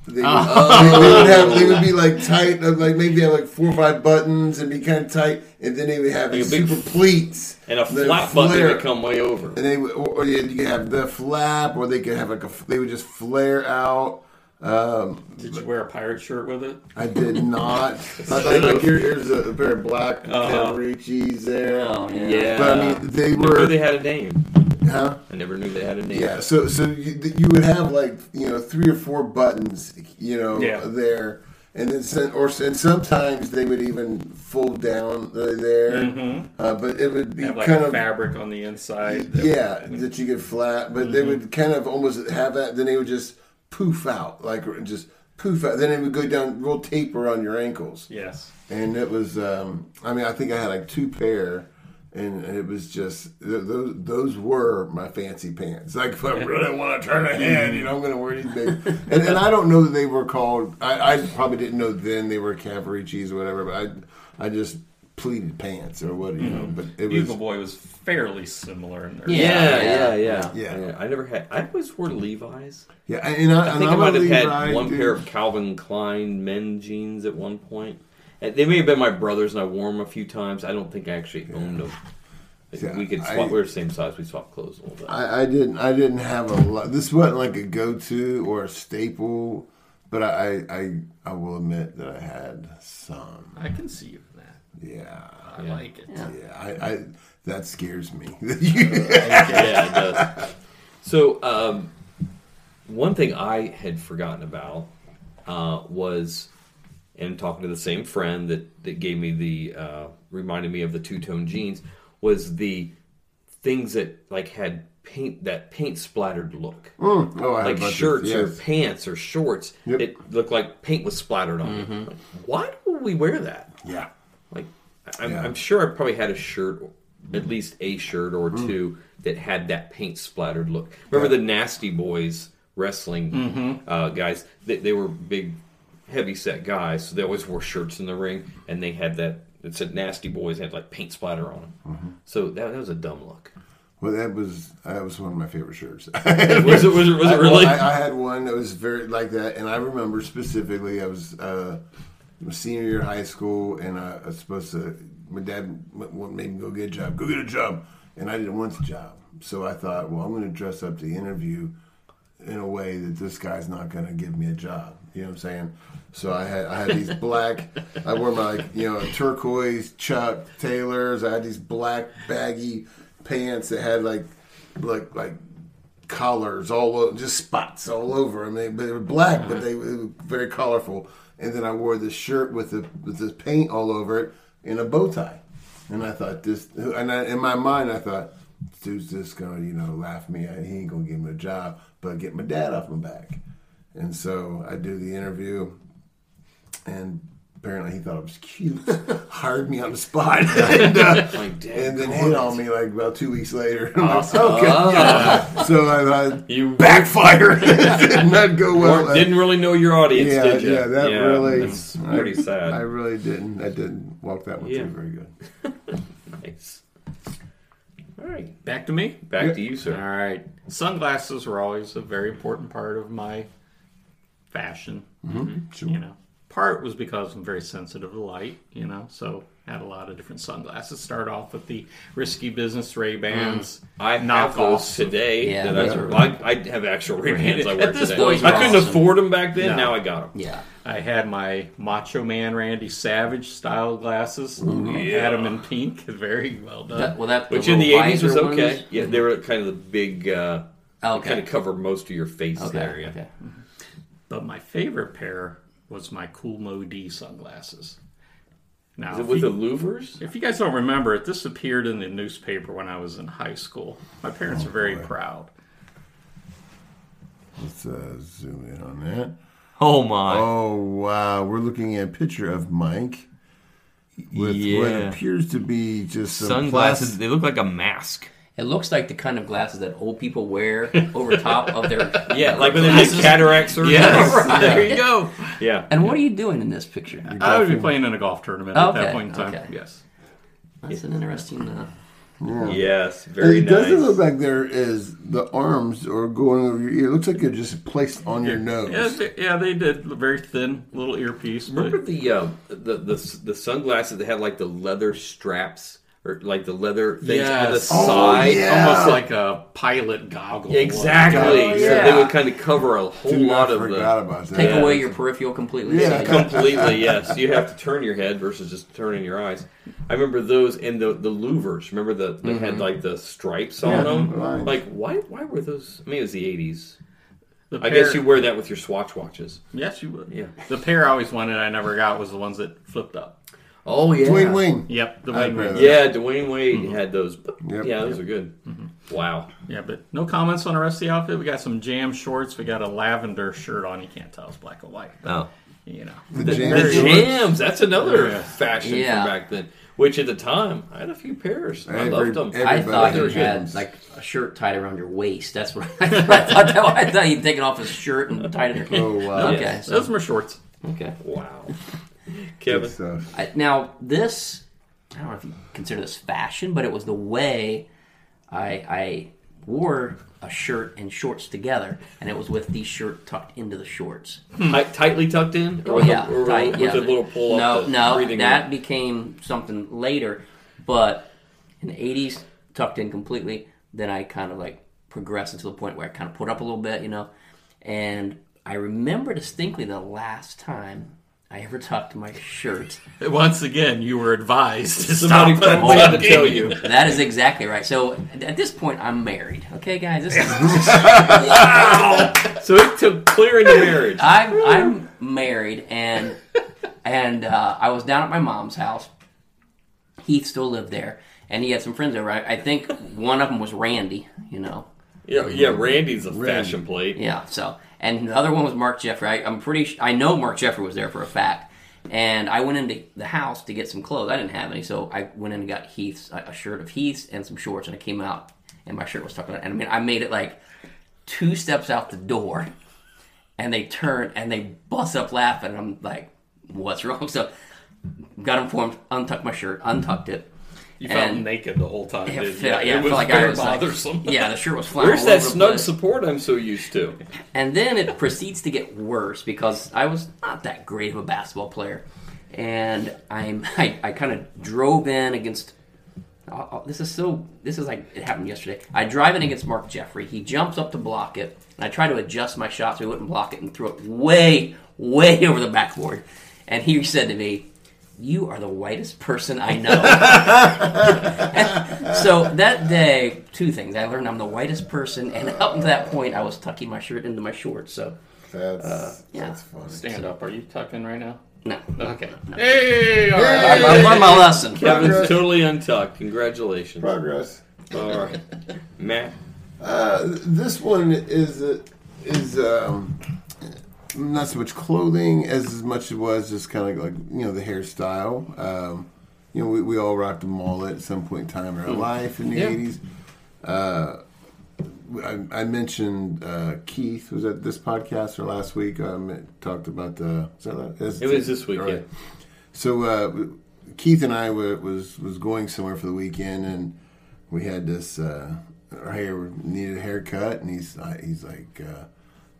[SPEAKER 10] they would,
[SPEAKER 9] Ah.
[SPEAKER 1] Oh.
[SPEAKER 10] they, they would have they would be like tight uh, like maybe have like four or five buttons and be kind of tight and then they would have
[SPEAKER 9] Like
[SPEAKER 10] these
[SPEAKER 9] a big
[SPEAKER 10] super pleats
[SPEAKER 9] and a
[SPEAKER 10] that
[SPEAKER 9] flap button
[SPEAKER 10] flare.
[SPEAKER 9] that come way over.
[SPEAKER 10] and they would, or, or you could have the flap or they could have like a f- they would just flare out. Um,
[SPEAKER 2] Did you wear a pirate shirt with it?
[SPEAKER 10] I did not. I thought, like, here, here's a pair of black
[SPEAKER 2] Uh-huh. Oh,
[SPEAKER 10] Cavaricis there.
[SPEAKER 9] Yeah,
[SPEAKER 10] but I mean they
[SPEAKER 9] Never
[SPEAKER 10] were
[SPEAKER 9] knew they had a name.
[SPEAKER 10] Huh?
[SPEAKER 9] I never knew they had a name.
[SPEAKER 10] Yeah, so so you, th- you would have like you know three or four buttons, you know,
[SPEAKER 9] Yeah.
[SPEAKER 10] there, and then sen- or and sometimes they would even fold down uh, there,
[SPEAKER 2] Mhm.
[SPEAKER 10] uh, but it would be
[SPEAKER 2] Have like
[SPEAKER 10] kind
[SPEAKER 2] a
[SPEAKER 10] of
[SPEAKER 2] fabric on the inside. that-
[SPEAKER 10] yeah Mm-hmm. that you get flat, but they
[SPEAKER 2] Mhm.
[SPEAKER 10] would kind of almost have that. Then they would just poof out, like r- just poof out. Then it would go down, real taper on your ankles.
[SPEAKER 2] Yes.
[SPEAKER 10] and it was. Um, I mean, I think I had like two pair. And it was just th- those. Those were my fancy pants. Like if I really want to turn a hand, you know, I'm going to wear these <laughs> big. And, and I don't know that they were called. I, I probably didn't know then they were cavalry cheese or whatever. But I, I just pleated pants or what you know. But it was
[SPEAKER 2] Bugle Boy was fairly similar in there.
[SPEAKER 9] Yeah, yeah, yeah,
[SPEAKER 10] Yeah.
[SPEAKER 9] I never had. I always wore Levi's.
[SPEAKER 10] Yeah, and I-
[SPEAKER 9] I
[SPEAKER 10] and
[SPEAKER 9] think I
[SPEAKER 10] I'm a
[SPEAKER 9] might have had
[SPEAKER 10] Levi
[SPEAKER 9] one
[SPEAKER 10] dude.
[SPEAKER 9] pair of Calvin Klein men jeans at one point. And They may have been my brothers, and I wore them a few times. I don't think I actually owned them.
[SPEAKER 10] Yeah,
[SPEAKER 9] we could swap.
[SPEAKER 10] I-
[SPEAKER 9] we were the same size. We swapped clothes a little bit.
[SPEAKER 10] I, I didn't. I didn't have a lot. This wasn't like a go-to or a staple. But I, I, I, I will admit that I had some.
[SPEAKER 2] I can see you in that.
[SPEAKER 10] Yeah,
[SPEAKER 2] I like it.
[SPEAKER 10] Yeah,
[SPEAKER 2] Yeah.
[SPEAKER 10] I, I that scares me. <laughs>
[SPEAKER 9] Uh, yeah, it does. So, um, one thing I had forgotten about uh, was, and talking to the same friend that, that gave me the, uh, reminded me of the two tone jeans, was the things that like had paint, that paint splattered look.
[SPEAKER 10] Mm. Oh, I had a
[SPEAKER 9] like
[SPEAKER 10] bunch of-
[SPEAKER 9] shirts or
[SPEAKER 10] yes.
[SPEAKER 9] pants or shorts. It looked like paint was splattered on it.
[SPEAKER 10] Mm-hmm.
[SPEAKER 9] Like, why do we wear that?
[SPEAKER 10] Yeah.
[SPEAKER 9] Like, I'm, I'm sure I probably had a shirt, at least a shirt or
[SPEAKER 10] Hmm.
[SPEAKER 9] two, that had that paint splattered look. Remember the Nasty Boys wrestling
[SPEAKER 2] Mhm.
[SPEAKER 10] Mm-hmm.
[SPEAKER 9] uh, guys? They, they were big, heavy set guys, so they always wore shirts in the ring, and they had that. It said Nasty Boys had like paint splatter on them.
[SPEAKER 10] Mm-hmm.
[SPEAKER 9] So that, that was a dumb
[SPEAKER 10] <laughs>
[SPEAKER 9] look.
[SPEAKER 10] Well, that was that was one of my favorite shirts. <laughs> was
[SPEAKER 9] it- was it- was it really?
[SPEAKER 10] I, I had one that was very like that, and I remember specifically. I was uh, my senior year of high school, and I, was supposed to. My dad w- w- made me go get a job. Go get a job. and I didn't want the job. So I thought, well, I'm going to dress up the interview in a way that this guy's not going to give me a job. You know what I'm saying? So I had I had these black. I wore my you know turquoise Chuck Taylors. I had these black baggy pants that had like like like collars all over, just spots all over them. They, but they were black, but they were very colorful. And then I wore this shirt with the with this paint all over it and a bow tie. And I thought this, and I, in my mind I thought, dude's just gonna you know laugh me. out. He ain't gonna give me a job, but get my dad off my back. And so I do the interview, and apparently he thought I was cute, hired me on the spot, <laughs> and, uh,
[SPEAKER 9] Like, damn,
[SPEAKER 10] and then
[SPEAKER 9] come
[SPEAKER 10] hit
[SPEAKER 9] on.
[SPEAKER 10] on me like about two weeks later. <laughs> I'm like,
[SPEAKER 9] Oh.
[SPEAKER 10] okay,
[SPEAKER 9] Ah.
[SPEAKER 10] so I, I
[SPEAKER 9] You-
[SPEAKER 10] backfired. <laughs> It did not go well.
[SPEAKER 9] Or didn't really know your audience,
[SPEAKER 10] yeah,
[SPEAKER 9] did you?
[SPEAKER 10] Yeah, that
[SPEAKER 9] Yeah,
[SPEAKER 10] really.
[SPEAKER 9] that's pretty
[SPEAKER 10] I,
[SPEAKER 9] sad.
[SPEAKER 10] I really didn't. I didn't walk that one
[SPEAKER 9] Yeah.
[SPEAKER 10] through very
[SPEAKER 9] <laughs>
[SPEAKER 10] good.
[SPEAKER 9] nice. All right.
[SPEAKER 8] Back to me.
[SPEAKER 9] Back to you, sir.
[SPEAKER 8] All right. Sunglasses were always a very important part of my fashion.
[SPEAKER 10] Mhm, sure.
[SPEAKER 8] You know, part was because I'm very sensitive to light. You know, so I had a lot of different sunglasses. Start off with the risky business Ray Bans.
[SPEAKER 9] I have those today. that
[SPEAKER 8] Yeah, those
[SPEAKER 9] I,
[SPEAKER 8] are-
[SPEAKER 9] I, I have actual Ray Bans I wear
[SPEAKER 8] At this
[SPEAKER 9] today.
[SPEAKER 8] point,
[SPEAKER 9] I couldn't
[SPEAKER 8] awesome.
[SPEAKER 9] afford them back then.
[SPEAKER 8] No.
[SPEAKER 9] Now I got them.
[SPEAKER 11] Yeah.
[SPEAKER 8] I had my Macho Man Randy Savage style glasses. I
[SPEAKER 9] Yeah.
[SPEAKER 8] had them in pink. <laughs> Very well done.
[SPEAKER 11] That- well, that-
[SPEAKER 9] Which
[SPEAKER 11] the
[SPEAKER 9] in the
[SPEAKER 11] little
[SPEAKER 9] eighties was
[SPEAKER 11] visor
[SPEAKER 9] okay.
[SPEAKER 11] ones?
[SPEAKER 9] Yeah, they were kind of the big. Uh,
[SPEAKER 11] Oh,
[SPEAKER 9] okay.
[SPEAKER 11] okay.
[SPEAKER 9] Kind of cover most of your face
[SPEAKER 11] Okay,
[SPEAKER 9] area.
[SPEAKER 11] okay.
[SPEAKER 8] But my favorite pair was my Cool Mo D sunglasses. Now,
[SPEAKER 9] Is it
[SPEAKER 8] if
[SPEAKER 9] with
[SPEAKER 8] you-
[SPEAKER 9] the louvers?
[SPEAKER 8] If you guys don't remember it, this appeared in the newspaper when I was in high school. My parents
[SPEAKER 9] Oh,
[SPEAKER 8] were very proud.
[SPEAKER 10] Let's uh, zoom in on that.
[SPEAKER 9] Oh my!
[SPEAKER 10] Oh wow! We're looking at a picture of Mike with what
[SPEAKER 11] Yeah.
[SPEAKER 10] appears to be just some
[SPEAKER 11] Sunglasses.
[SPEAKER 9] They look like a mask.
[SPEAKER 11] It looks like the kind of glasses that old
[SPEAKER 9] <laughs>
[SPEAKER 11] people wear over top of their
[SPEAKER 9] Yeah, like when they did
[SPEAKER 11] glasses. <laughs>
[SPEAKER 9] cataract surgery.
[SPEAKER 11] Yes.
[SPEAKER 9] Right.
[SPEAKER 11] Yeah.
[SPEAKER 9] There you go. Yeah.
[SPEAKER 11] And what are you doing in this picture?
[SPEAKER 8] I would be playing in a golf tournament at that
[SPEAKER 11] Okay,
[SPEAKER 8] point in time.
[SPEAKER 11] okay.
[SPEAKER 8] Yes.
[SPEAKER 11] That's an interesting. Uh,
[SPEAKER 10] Yeah.
[SPEAKER 9] Yes,
[SPEAKER 10] And
[SPEAKER 9] very
[SPEAKER 10] it
[SPEAKER 9] nice.
[SPEAKER 10] doesn't look like there is the arms or going over your ear. It looks like they're just placed on your
[SPEAKER 8] Yeah,
[SPEAKER 10] nose.
[SPEAKER 8] they, yeah, they did a very thin little earpiece. But
[SPEAKER 9] Remember the, uh, the the the sunglasses that had like the leather straps or like the leather things on the
[SPEAKER 8] Yes.
[SPEAKER 10] Oh,
[SPEAKER 9] side,
[SPEAKER 10] yeah.
[SPEAKER 8] almost like a pilot goggle.
[SPEAKER 9] Exactly.
[SPEAKER 10] Oh,
[SPEAKER 9] So
[SPEAKER 10] yeah.
[SPEAKER 9] they would kind of cover a whole
[SPEAKER 10] Dude, I
[SPEAKER 9] lot of
[SPEAKER 10] forgot
[SPEAKER 9] the
[SPEAKER 10] about that.
[SPEAKER 11] take
[SPEAKER 9] Yeah.
[SPEAKER 11] away your peripheral completely.
[SPEAKER 10] Yeah.
[SPEAKER 11] So you-
[SPEAKER 9] completely. Yes, you have to turn your head versus just turning your eyes. I remember those and the the louvers. Remember the they had like the stripes on
[SPEAKER 10] Yeah,
[SPEAKER 9] them.
[SPEAKER 10] lines.
[SPEAKER 9] Like why why were those? I mean, it was the eighties.
[SPEAKER 8] The
[SPEAKER 9] I guess
[SPEAKER 8] pair-
[SPEAKER 9] you wear that with your Swatch watches.
[SPEAKER 8] Yes, you would.
[SPEAKER 9] Yeah.
[SPEAKER 8] The pair I always wanted, I never got, was the ones that flipped up.
[SPEAKER 9] Oh yeah,
[SPEAKER 10] Dwayne Wayne.
[SPEAKER 8] Yep, the
[SPEAKER 10] I
[SPEAKER 8] wing
[SPEAKER 10] agree with
[SPEAKER 8] wing.
[SPEAKER 9] Yeah,
[SPEAKER 10] that.
[SPEAKER 9] Dwayne Wade had those. But
[SPEAKER 10] Yep.
[SPEAKER 9] Yeah, those are good. Wow.
[SPEAKER 8] Yeah, but no comments on the rest of the outfit. We got some jam shorts. We got a lavender shirt on. You can't tell it's black or white. But,
[SPEAKER 9] Oh.
[SPEAKER 8] You know.
[SPEAKER 10] The jam
[SPEAKER 9] The
[SPEAKER 10] shorts.
[SPEAKER 9] jams. That's another fashion
[SPEAKER 11] Yeah.
[SPEAKER 9] from back then. Which at the time, I had a few pairs. I
[SPEAKER 10] Every-
[SPEAKER 9] loved them.
[SPEAKER 10] every-
[SPEAKER 11] I thought
[SPEAKER 10] Everybody
[SPEAKER 11] you
[SPEAKER 10] has
[SPEAKER 11] had
[SPEAKER 10] jams.
[SPEAKER 11] like a shirt tied around your waist. That's what <laughs> I thought. I thought, that, I thought you'd taken off his shirt and tied it.
[SPEAKER 10] Oh, wow.
[SPEAKER 11] Okay.
[SPEAKER 8] Yes,
[SPEAKER 11] so-
[SPEAKER 8] Those were shorts.
[SPEAKER 11] okay.
[SPEAKER 9] wow.
[SPEAKER 10] Good
[SPEAKER 9] Kevin.
[SPEAKER 10] stuff.
[SPEAKER 11] I, now this, I don't know if you consider this fashion, but it was the way I, I wore a shirt and shorts together, and it was with the shirt tucked into the shorts.
[SPEAKER 9] Tight, tightly tucked in? Or
[SPEAKER 11] Oh
[SPEAKER 9] with
[SPEAKER 11] yeah,
[SPEAKER 9] a, or
[SPEAKER 11] right,
[SPEAKER 9] with
[SPEAKER 11] yeah.
[SPEAKER 9] a little pull
[SPEAKER 11] No,
[SPEAKER 9] up?
[SPEAKER 11] no, that became something later. But in the '80s, tucked in completely. Then I kind of like progressed until the point where I kind of put up a little bit, you know. And I remember distinctly the last time I ever tucked my shirt.
[SPEAKER 8] Once again, you were advised to
[SPEAKER 9] Somebody
[SPEAKER 8] stop
[SPEAKER 9] probably had to
[SPEAKER 8] untucking.
[SPEAKER 9] tell you.
[SPEAKER 11] That is exactly right. So at this point, I'm married. Okay, guys, this is,
[SPEAKER 9] So it took clearing the
[SPEAKER 11] <laughs>
[SPEAKER 9] marriage.
[SPEAKER 11] I'm I'm married, and and uh, I was down at my mom's house. Heath still lived there, and he had some friends over. I, I think one of them was Randy. You know,
[SPEAKER 9] Yeah, yeah Randy's a fashion plate.
[SPEAKER 11] Yeah. So, and the other one was Mark Jeffrey. I, I'm pretty. Sh- I know Mark Jeffrey was there for a fact. And I went into the house to get some clothes. I didn't have any, so I went in and got Heath's a a shirt of Heath's and some shorts. And I came out, and my shirt was tucked in. And I mean, I made it like two steps out the door, and they turn and they bust up laughing. And I'm like, "What's wrong?" So, got informed, untucked my shirt, untucked it.
[SPEAKER 8] You felt
[SPEAKER 11] And-
[SPEAKER 8] naked the whole time.
[SPEAKER 11] Yeah,
[SPEAKER 8] didn't you?
[SPEAKER 11] yeah, I
[SPEAKER 8] it
[SPEAKER 11] felt
[SPEAKER 8] was
[SPEAKER 11] like
[SPEAKER 8] very
[SPEAKER 11] I was like-
[SPEAKER 8] bothersome.
[SPEAKER 11] yeah, the
[SPEAKER 8] <laughs>
[SPEAKER 11] shirt was flying.
[SPEAKER 9] Where's
[SPEAKER 11] all
[SPEAKER 9] that
[SPEAKER 11] over the
[SPEAKER 9] snug
[SPEAKER 11] place.
[SPEAKER 9] support I'm so used to?
[SPEAKER 11] And then it proceeds to get worse because I was not that great of a <laughs> basketball player, and I'm I, I kind of drove in against I'll- I'll- this is so. This is like it happened yesterday. I drive in against Mark Jeffrey. He jumps up to block it, and I try to adjust my shot so he wouldn't block it, and threw it way, way <laughs> over the backboard. And he said to me, "You are the whitest person I know." so that day, two things: I learned I'm the whitest person, and up to that point, I was tucking my shirt into my shorts. So
[SPEAKER 10] that's
[SPEAKER 11] yeah.
[SPEAKER 8] Stand up. Are you tucking right now?
[SPEAKER 11] No.
[SPEAKER 8] Okay.
[SPEAKER 9] Hey,
[SPEAKER 8] all right.
[SPEAKER 11] I- I learned my lesson.
[SPEAKER 9] Kevin's
[SPEAKER 11] Progress.
[SPEAKER 9] totally untucked. Congratulations.
[SPEAKER 10] Progress.
[SPEAKER 9] All
[SPEAKER 11] <laughs>
[SPEAKER 9] right, Matt.
[SPEAKER 10] Uh, this one is uh, is um, not so much clothing as as much it was just kind of like you know the hairstyle. Um, you know, we, we all rocked a mullet at some point in time in our
[SPEAKER 13] Mm.
[SPEAKER 10] life in the
[SPEAKER 13] Yeah.
[SPEAKER 10] eighties. Uh, I, I mentioned uh, Keith was at this podcast or last week. Um, it talked about the. Is that that? Is-
[SPEAKER 9] It was this week,
[SPEAKER 10] All right. So uh, Keith and I were, was was going somewhere for the weekend, and we had this uh, our hair needed a haircut, and he's uh, he's like, uh,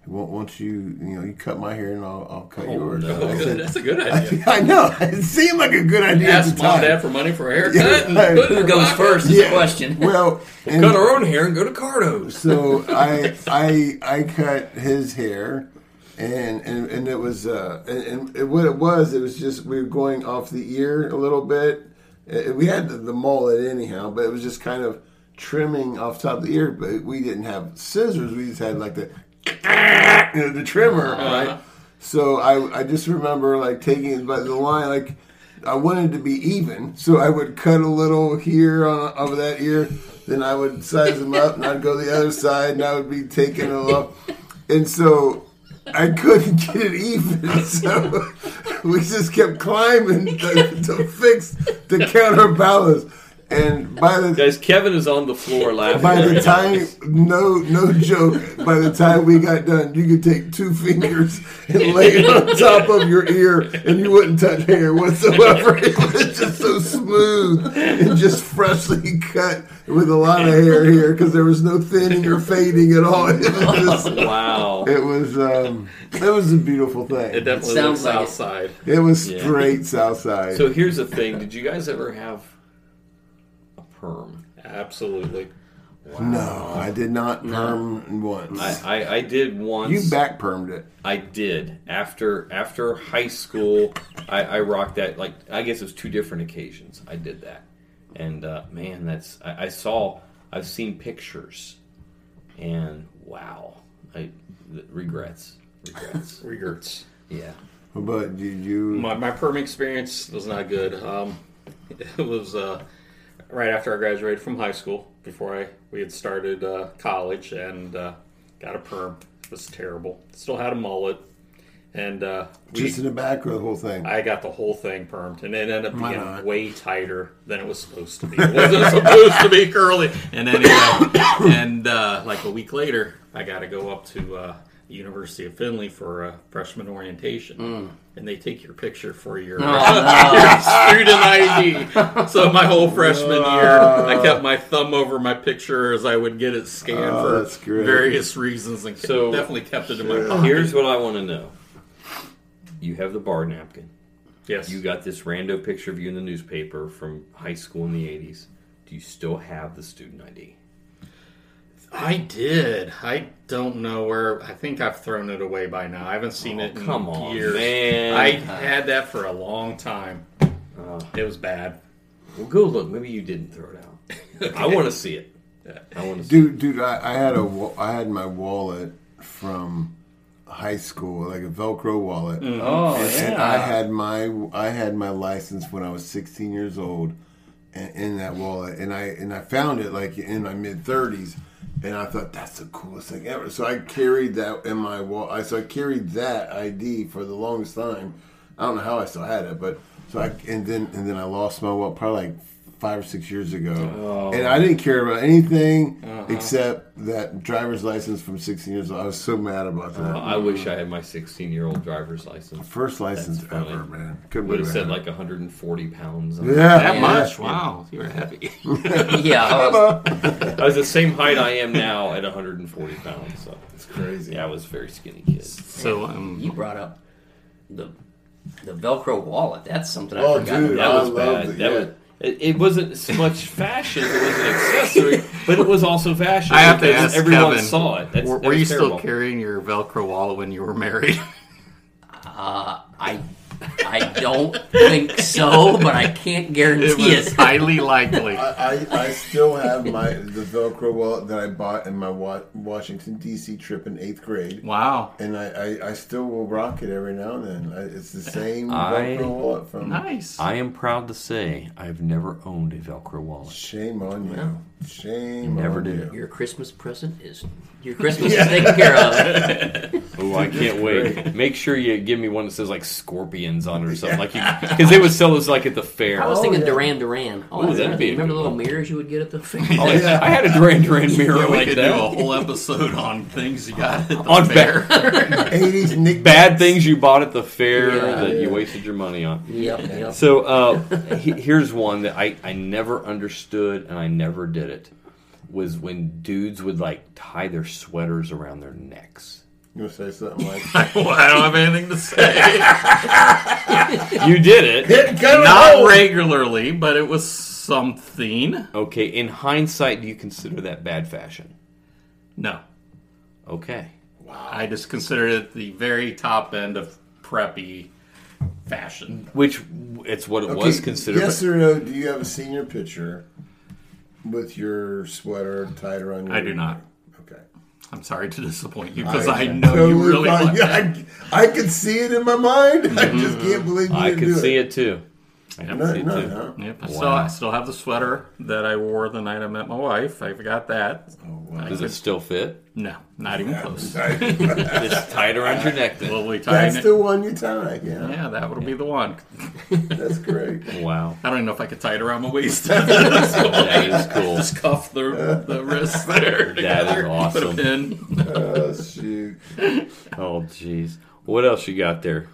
[SPEAKER 10] "Won't won't you you know you cut my hair and I'll, I'll cut
[SPEAKER 8] Oh,
[SPEAKER 10] yours."
[SPEAKER 8] no.
[SPEAKER 10] And I
[SPEAKER 8] That's a
[SPEAKER 10] <laughs>
[SPEAKER 8] good
[SPEAKER 10] I-
[SPEAKER 8] idea.
[SPEAKER 10] I, know it seemed like a good idea.
[SPEAKER 8] Ask
[SPEAKER 10] at the
[SPEAKER 8] mom
[SPEAKER 10] time.
[SPEAKER 8] and dad for money for
[SPEAKER 10] <laughs>
[SPEAKER 8] a haircut and
[SPEAKER 10] right.
[SPEAKER 8] put it in Who her goes pocket. first is the question.
[SPEAKER 10] Well,
[SPEAKER 8] We'll cut our own hair and go to Cardo's.
[SPEAKER 10] So I I I cut his hair, and and, and it was uh and, and it, what it was it was just we were going off the ear a little bit. Uh, we had the, the mullet anyhow, but it was just kind of trimming off top of the ear. But we didn't have scissors. We just had like the you know, the trimmer,
[SPEAKER 13] Uh-huh.
[SPEAKER 10] right? So I, I just remember like taking it by the line, like I wanted to be even, so I would cut a little here on over that ear, then I would size them up, and I'd go the other side, and I would be taking it off, and so I couldn't get it even, so we just kept climbing to, to fix the counterbalance, and by the
[SPEAKER 9] Guys, Kevin is on the
[SPEAKER 10] <laughs>
[SPEAKER 9] floor laughing.
[SPEAKER 10] by
[SPEAKER 9] <laughs>
[SPEAKER 10] the
[SPEAKER 9] right
[SPEAKER 10] time, no, no joke. By the time we got done, you could take two fingers and lay it on top of your ear, and you wouldn't touch hair whatsoever. <laughs> It was just so smooth and just freshly cut with a lot of hair here because there was no thinning or fading at all. <laughs> It was just-
[SPEAKER 9] Wow.
[SPEAKER 10] It was um, it was a beautiful thing.
[SPEAKER 9] It definitely Sounds looks like it. outside.
[SPEAKER 10] It was
[SPEAKER 9] Yeah.
[SPEAKER 10] straight south
[SPEAKER 9] now.
[SPEAKER 10] side.
[SPEAKER 9] So here's the thing: Did you guys ever have a perm?
[SPEAKER 8] Absolutely.
[SPEAKER 10] no, I did not perm once.
[SPEAKER 9] I, I, I did once.
[SPEAKER 10] You back permed it.
[SPEAKER 9] I did after after high school. I, I rocked that like I guess it was two different occasions. I did that, and uh, man, that's I, I saw. I've seen pictures, and wow, I th- regrets,
[SPEAKER 10] <laughs>
[SPEAKER 9] regrets,
[SPEAKER 8] regrets.
[SPEAKER 9] Yeah.
[SPEAKER 10] But did you?
[SPEAKER 8] My, my perm experience was not good. Um, <laughs> it was uh, right after I graduated from high school, before I we had started uh, college, and uh, got a perm. It was terrible. Still had a mullet, and uh, we-
[SPEAKER 10] Just in the back or the whole thing?
[SPEAKER 8] I got the whole thing permed, and it ended up
[SPEAKER 10] Why
[SPEAKER 8] being
[SPEAKER 10] not?
[SPEAKER 8] way tighter than it was supposed to be. It wasn't <laughs> supposed to be curly. And anyway, and uh, like a week later, I got to go up to uh, the University of Findlay for uh, freshman orientation, and they take your picture for your,
[SPEAKER 9] Mm.
[SPEAKER 8] <laughs>
[SPEAKER 9] Oh, no.
[SPEAKER 8] your student ID. So my whole freshman year, I kept my thumb over my picture as I would get it scanned
[SPEAKER 9] Oh, that's
[SPEAKER 8] for
[SPEAKER 9] great.
[SPEAKER 8] various reasons, and
[SPEAKER 9] So
[SPEAKER 8] definitely kept it in my pocket.
[SPEAKER 9] Here's what I want to know: You have the bar napkin.
[SPEAKER 8] Yes.
[SPEAKER 9] You got this rando picture of you in the newspaper from high school in the '80s. Do you still have the student ID?
[SPEAKER 8] I did. I don't know where. I think I've thrown it away by now. I haven't seen it. In
[SPEAKER 9] Oh, come on,
[SPEAKER 8] years.
[SPEAKER 9] man.
[SPEAKER 8] I had that for a long time. it was bad.
[SPEAKER 9] Well, go look. Maybe you didn't throw it out. <laughs> I want to see it. I want to.
[SPEAKER 10] dude, dude, I, I had a, wa- I had my wallet from high school, like a Velcro wallet.
[SPEAKER 8] Mm.
[SPEAKER 13] Mhm. Oh,
[SPEAKER 10] and, and
[SPEAKER 13] yeah.
[SPEAKER 10] I had my, I had my license when I was 16 years old, and, in that wallet, and I, and I found it like in my mid 30s, and I thought that's the coolest thing ever. So I carried that in my wallet. So I carried that ID for the longest time. I don't know how I still had it, but so I, and then, and then I lost my wallet probably like five or six years ago,
[SPEAKER 13] Oh.
[SPEAKER 10] and I didn't care about anything
[SPEAKER 13] Uh-huh.
[SPEAKER 10] except that driver's license from 16 years old. I was so mad about that.
[SPEAKER 9] Uh,
[SPEAKER 13] Uh-huh.
[SPEAKER 9] I wish I had my 16 year old driver's license.
[SPEAKER 10] First license ever, man. Couldn't
[SPEAKER 9] Would have
[SPEAKER 10] believe
[SPEAKER 9] said
[SPEAKER 10] it.
[SPEAKER 9] like 140 pounds.
[SPEAKER 10] Yeah. That much? Wow, you were
[SPEAKER 8] <laughs>
[SPEAKER 10] heavy.
[SPEAKER 9] yeah. I was, <laughs> I was the same height I am now at 140 pounds. So it's
[SPEAKER 10] crazy.
[SPEAKER 9] Yeah, I was a very skinny kid.
[SPEAKER 11] So um, you brought up the the Velcro wallet. That's something I
[SPEAKER 9] Oh,
[SPEAKER 11] forgot.
[SPEAKER 9] dude,
[SPEAKER 11] that
[SPEAKER 9] I
[SPEAKER 11] was
[SPEAKER 9] loved
[SPEAKER 11] bad.
[SPEAKER 9] it,
[SPEAKER 11] That
[SPEAKER 9] yeah.
[SPEAKER 11] was,
[SPEAKER 9] It, it wasn't as much fashion; it was an accessory, but it was also fashion.
[SPEAKER 8] I have to
[SPEAKER 9] because
[SPEAKER 8] ask
[SPEAKER 9] everyone
[SPEAKER 8] Kevin,
[SPEAKER 9] saw it. That's,
[SPEAKER 8] were
[SPEAKER 9] that
[SPEAKER 8] were
[SPEAKER 9] was
[SPEAKER 8] you
[SPEAKER 9] terrible.
[SPEAKER 8] still carrying your Velcro wallet when you were married? <laughs>
[SPEAKER 11] Uh, I I don't think so, but I can't guarantee it.
[SPEAKER 9] <laughs>
[SPEAKER 10] I, I, I still have my the Velcro wallet that I bought in my wa- Washington D.C. trip in eighth grade.
[SPEAKER 8] Wow!
[SPEAKER 10] And I, I, I still will rock it every now and then. I, it's the same
[SPEAKER 9] I-
[SPEAKER 10] Velcro wallet from.
[SPEAKER 9] I am proud to say I've never owned a Velcro wallet.
[SPEAKER 10] Shame on you. Shame.
[SPEAKER 9] Never
[SPEAKER 8] Oh,
[SPEAKER 10] on
[SPEAKER 9] did.
[SPEAKER 10] You.
[SPEAKER 11] Your Christmas present is your Christmas is taken
[SPEAKER 9] <laughs>
[SPEAKER 11] care of.
[SPEAKER 9] Oh, I <laughs> can't wait. Make sure you give me one that says like scorpions on it or something, like because they would sell those like at the fair.
[SPEAKER 11] I was thinking Duran Duran. Oh,
[SPEAKER 9] Ooh,
[SPEAKER 11] that's
[SPEAKER 9] that'd
[SPEAKER 11] right.
[SPEAKER 9] be a good
[SPEAKER 11] remember the little
[SPEAKER 9] one.
[SPEAKER 11] mirrors you would get at
[SPEAKER 9] <laughs>
[SPEAKER 11] the fair?
[SPEAKER 9] Oh, <laughs> yeah. I had a Duran Duran mirror
[SPEAKER 8] Yeah, we
[SPEAKER 9] like
[SPEAKER 8] could
[SPEAKER 9] that.
[SPEAKER 8] do a whole episode on things you got at the
[SPEAKER 9] on
[SPEAKER 8] fair.
[SPEAKER 9] fair.
[SPEAKER 10] Eighties
[SPEAKER 9] bad things you bought at the fair
[SPEAKER 8] Yeah.
[SPEAKER 9] that you wasted your money on.
[SPEAKER 11] Yep, yep.
[SPEAKER 9] So uh, he- here's one that I I never understood and I never did it was when dudes would like tie their sweaters around their necks.
[SPEAKER 10] You want to say something like?
[SPEAKER 8] Well, <laughs> I don't have anything to
[SPEAKER 9] <laughs>
[SPEAKER 8] say.
[SPEAKER 9] You did it.
[SPEAKER 8] Not regularly, but it was something.
[SPEAKER 9] Okay, in hindsight, do you consider that bad fashion?
[SPEAKER 8] No.
[SPEAKER 9] Okay.
[SPEAKER 8] Wow. I just consider it the very top end of preppy fashion.
[SPEAKER 9] Which it's what it
[SPEAKER 10] Okay,
[SPEAKER 9] was considered.
[SPEAKER 10] Yes or no? Do you have a senior picture with your sweater tied around? Your
[SPEAKER 8] I do not.
[SPEAKER 10] Okay.
[SPEAKER 8] I'm sorry to disappoint you because I, know you really Mm-hmm.
[SPEAKER 10] I,
[SPEAKER 9] <laughs>
[SPEAKER 8] want that.
[SPEAKER 10] <laughs> I, I could see it in my mind. <laughs> I just can't believe you
[SPEAKER 9] I
[SPEAKER 10] didn't
[SPEAKER 9] could
[SPEAKER 10] do
[SPEAKER 9] see
[SPEAKER 10] it.
[SPEAKER 9] it, too. I can
[SPEAKER 10] No,
[SPEAKER 9] see it
[SPEAKER 10] no,
[SPEAKER 9] too.
[SPEAKER 10] no.
[SPEAKER 8] Yep. I
[SPEAKER 9] Wow.
[SPEAKER 8] still, I still have the sweater that I wore the night I met my wife. I forgot that.
[SPEAKER 10] Oh, wow. <laughs>
[SPEAKER 8] I
[SPEAKER 9] Does
[SPEAKER 8] could-
[SPEAKER 9] it still fit?
[SPEAKER 8] No, not even close.
[SPEAKER 9] it's tied around your neck then.
[SPEAKER 8] Well, we tied
[SPEAKER 10] That's
[SPEAKER 8] it.
[SPEAKER 10] the one you tied. Yeah.
[SPEAKER 8] yeah, that would be the one.
[SPEAKER 10] That's
[SPEAKER 8] <laughs>
[SPEAKER 10] great.
[SPEAKER 9] Wow.
[SPEAKER 8] I don't even know if I could tie it around my waist. <laughs>
[SPEAKER 9] That is cool.
[SPEAKER 8] Just cuff the, the wrist
[SPEAKER 9] <laughs>
[SPEAKER 8] there.
[SPEAKER 9] That is
[SPEAKER 8] together,
[SPEAKER 9] awesome.
[SPEAKER 8] Put a pin.
[SPEAKER 10] Oh, shoot.
[SPEAKER 9] Oh, jeez. What else you got there?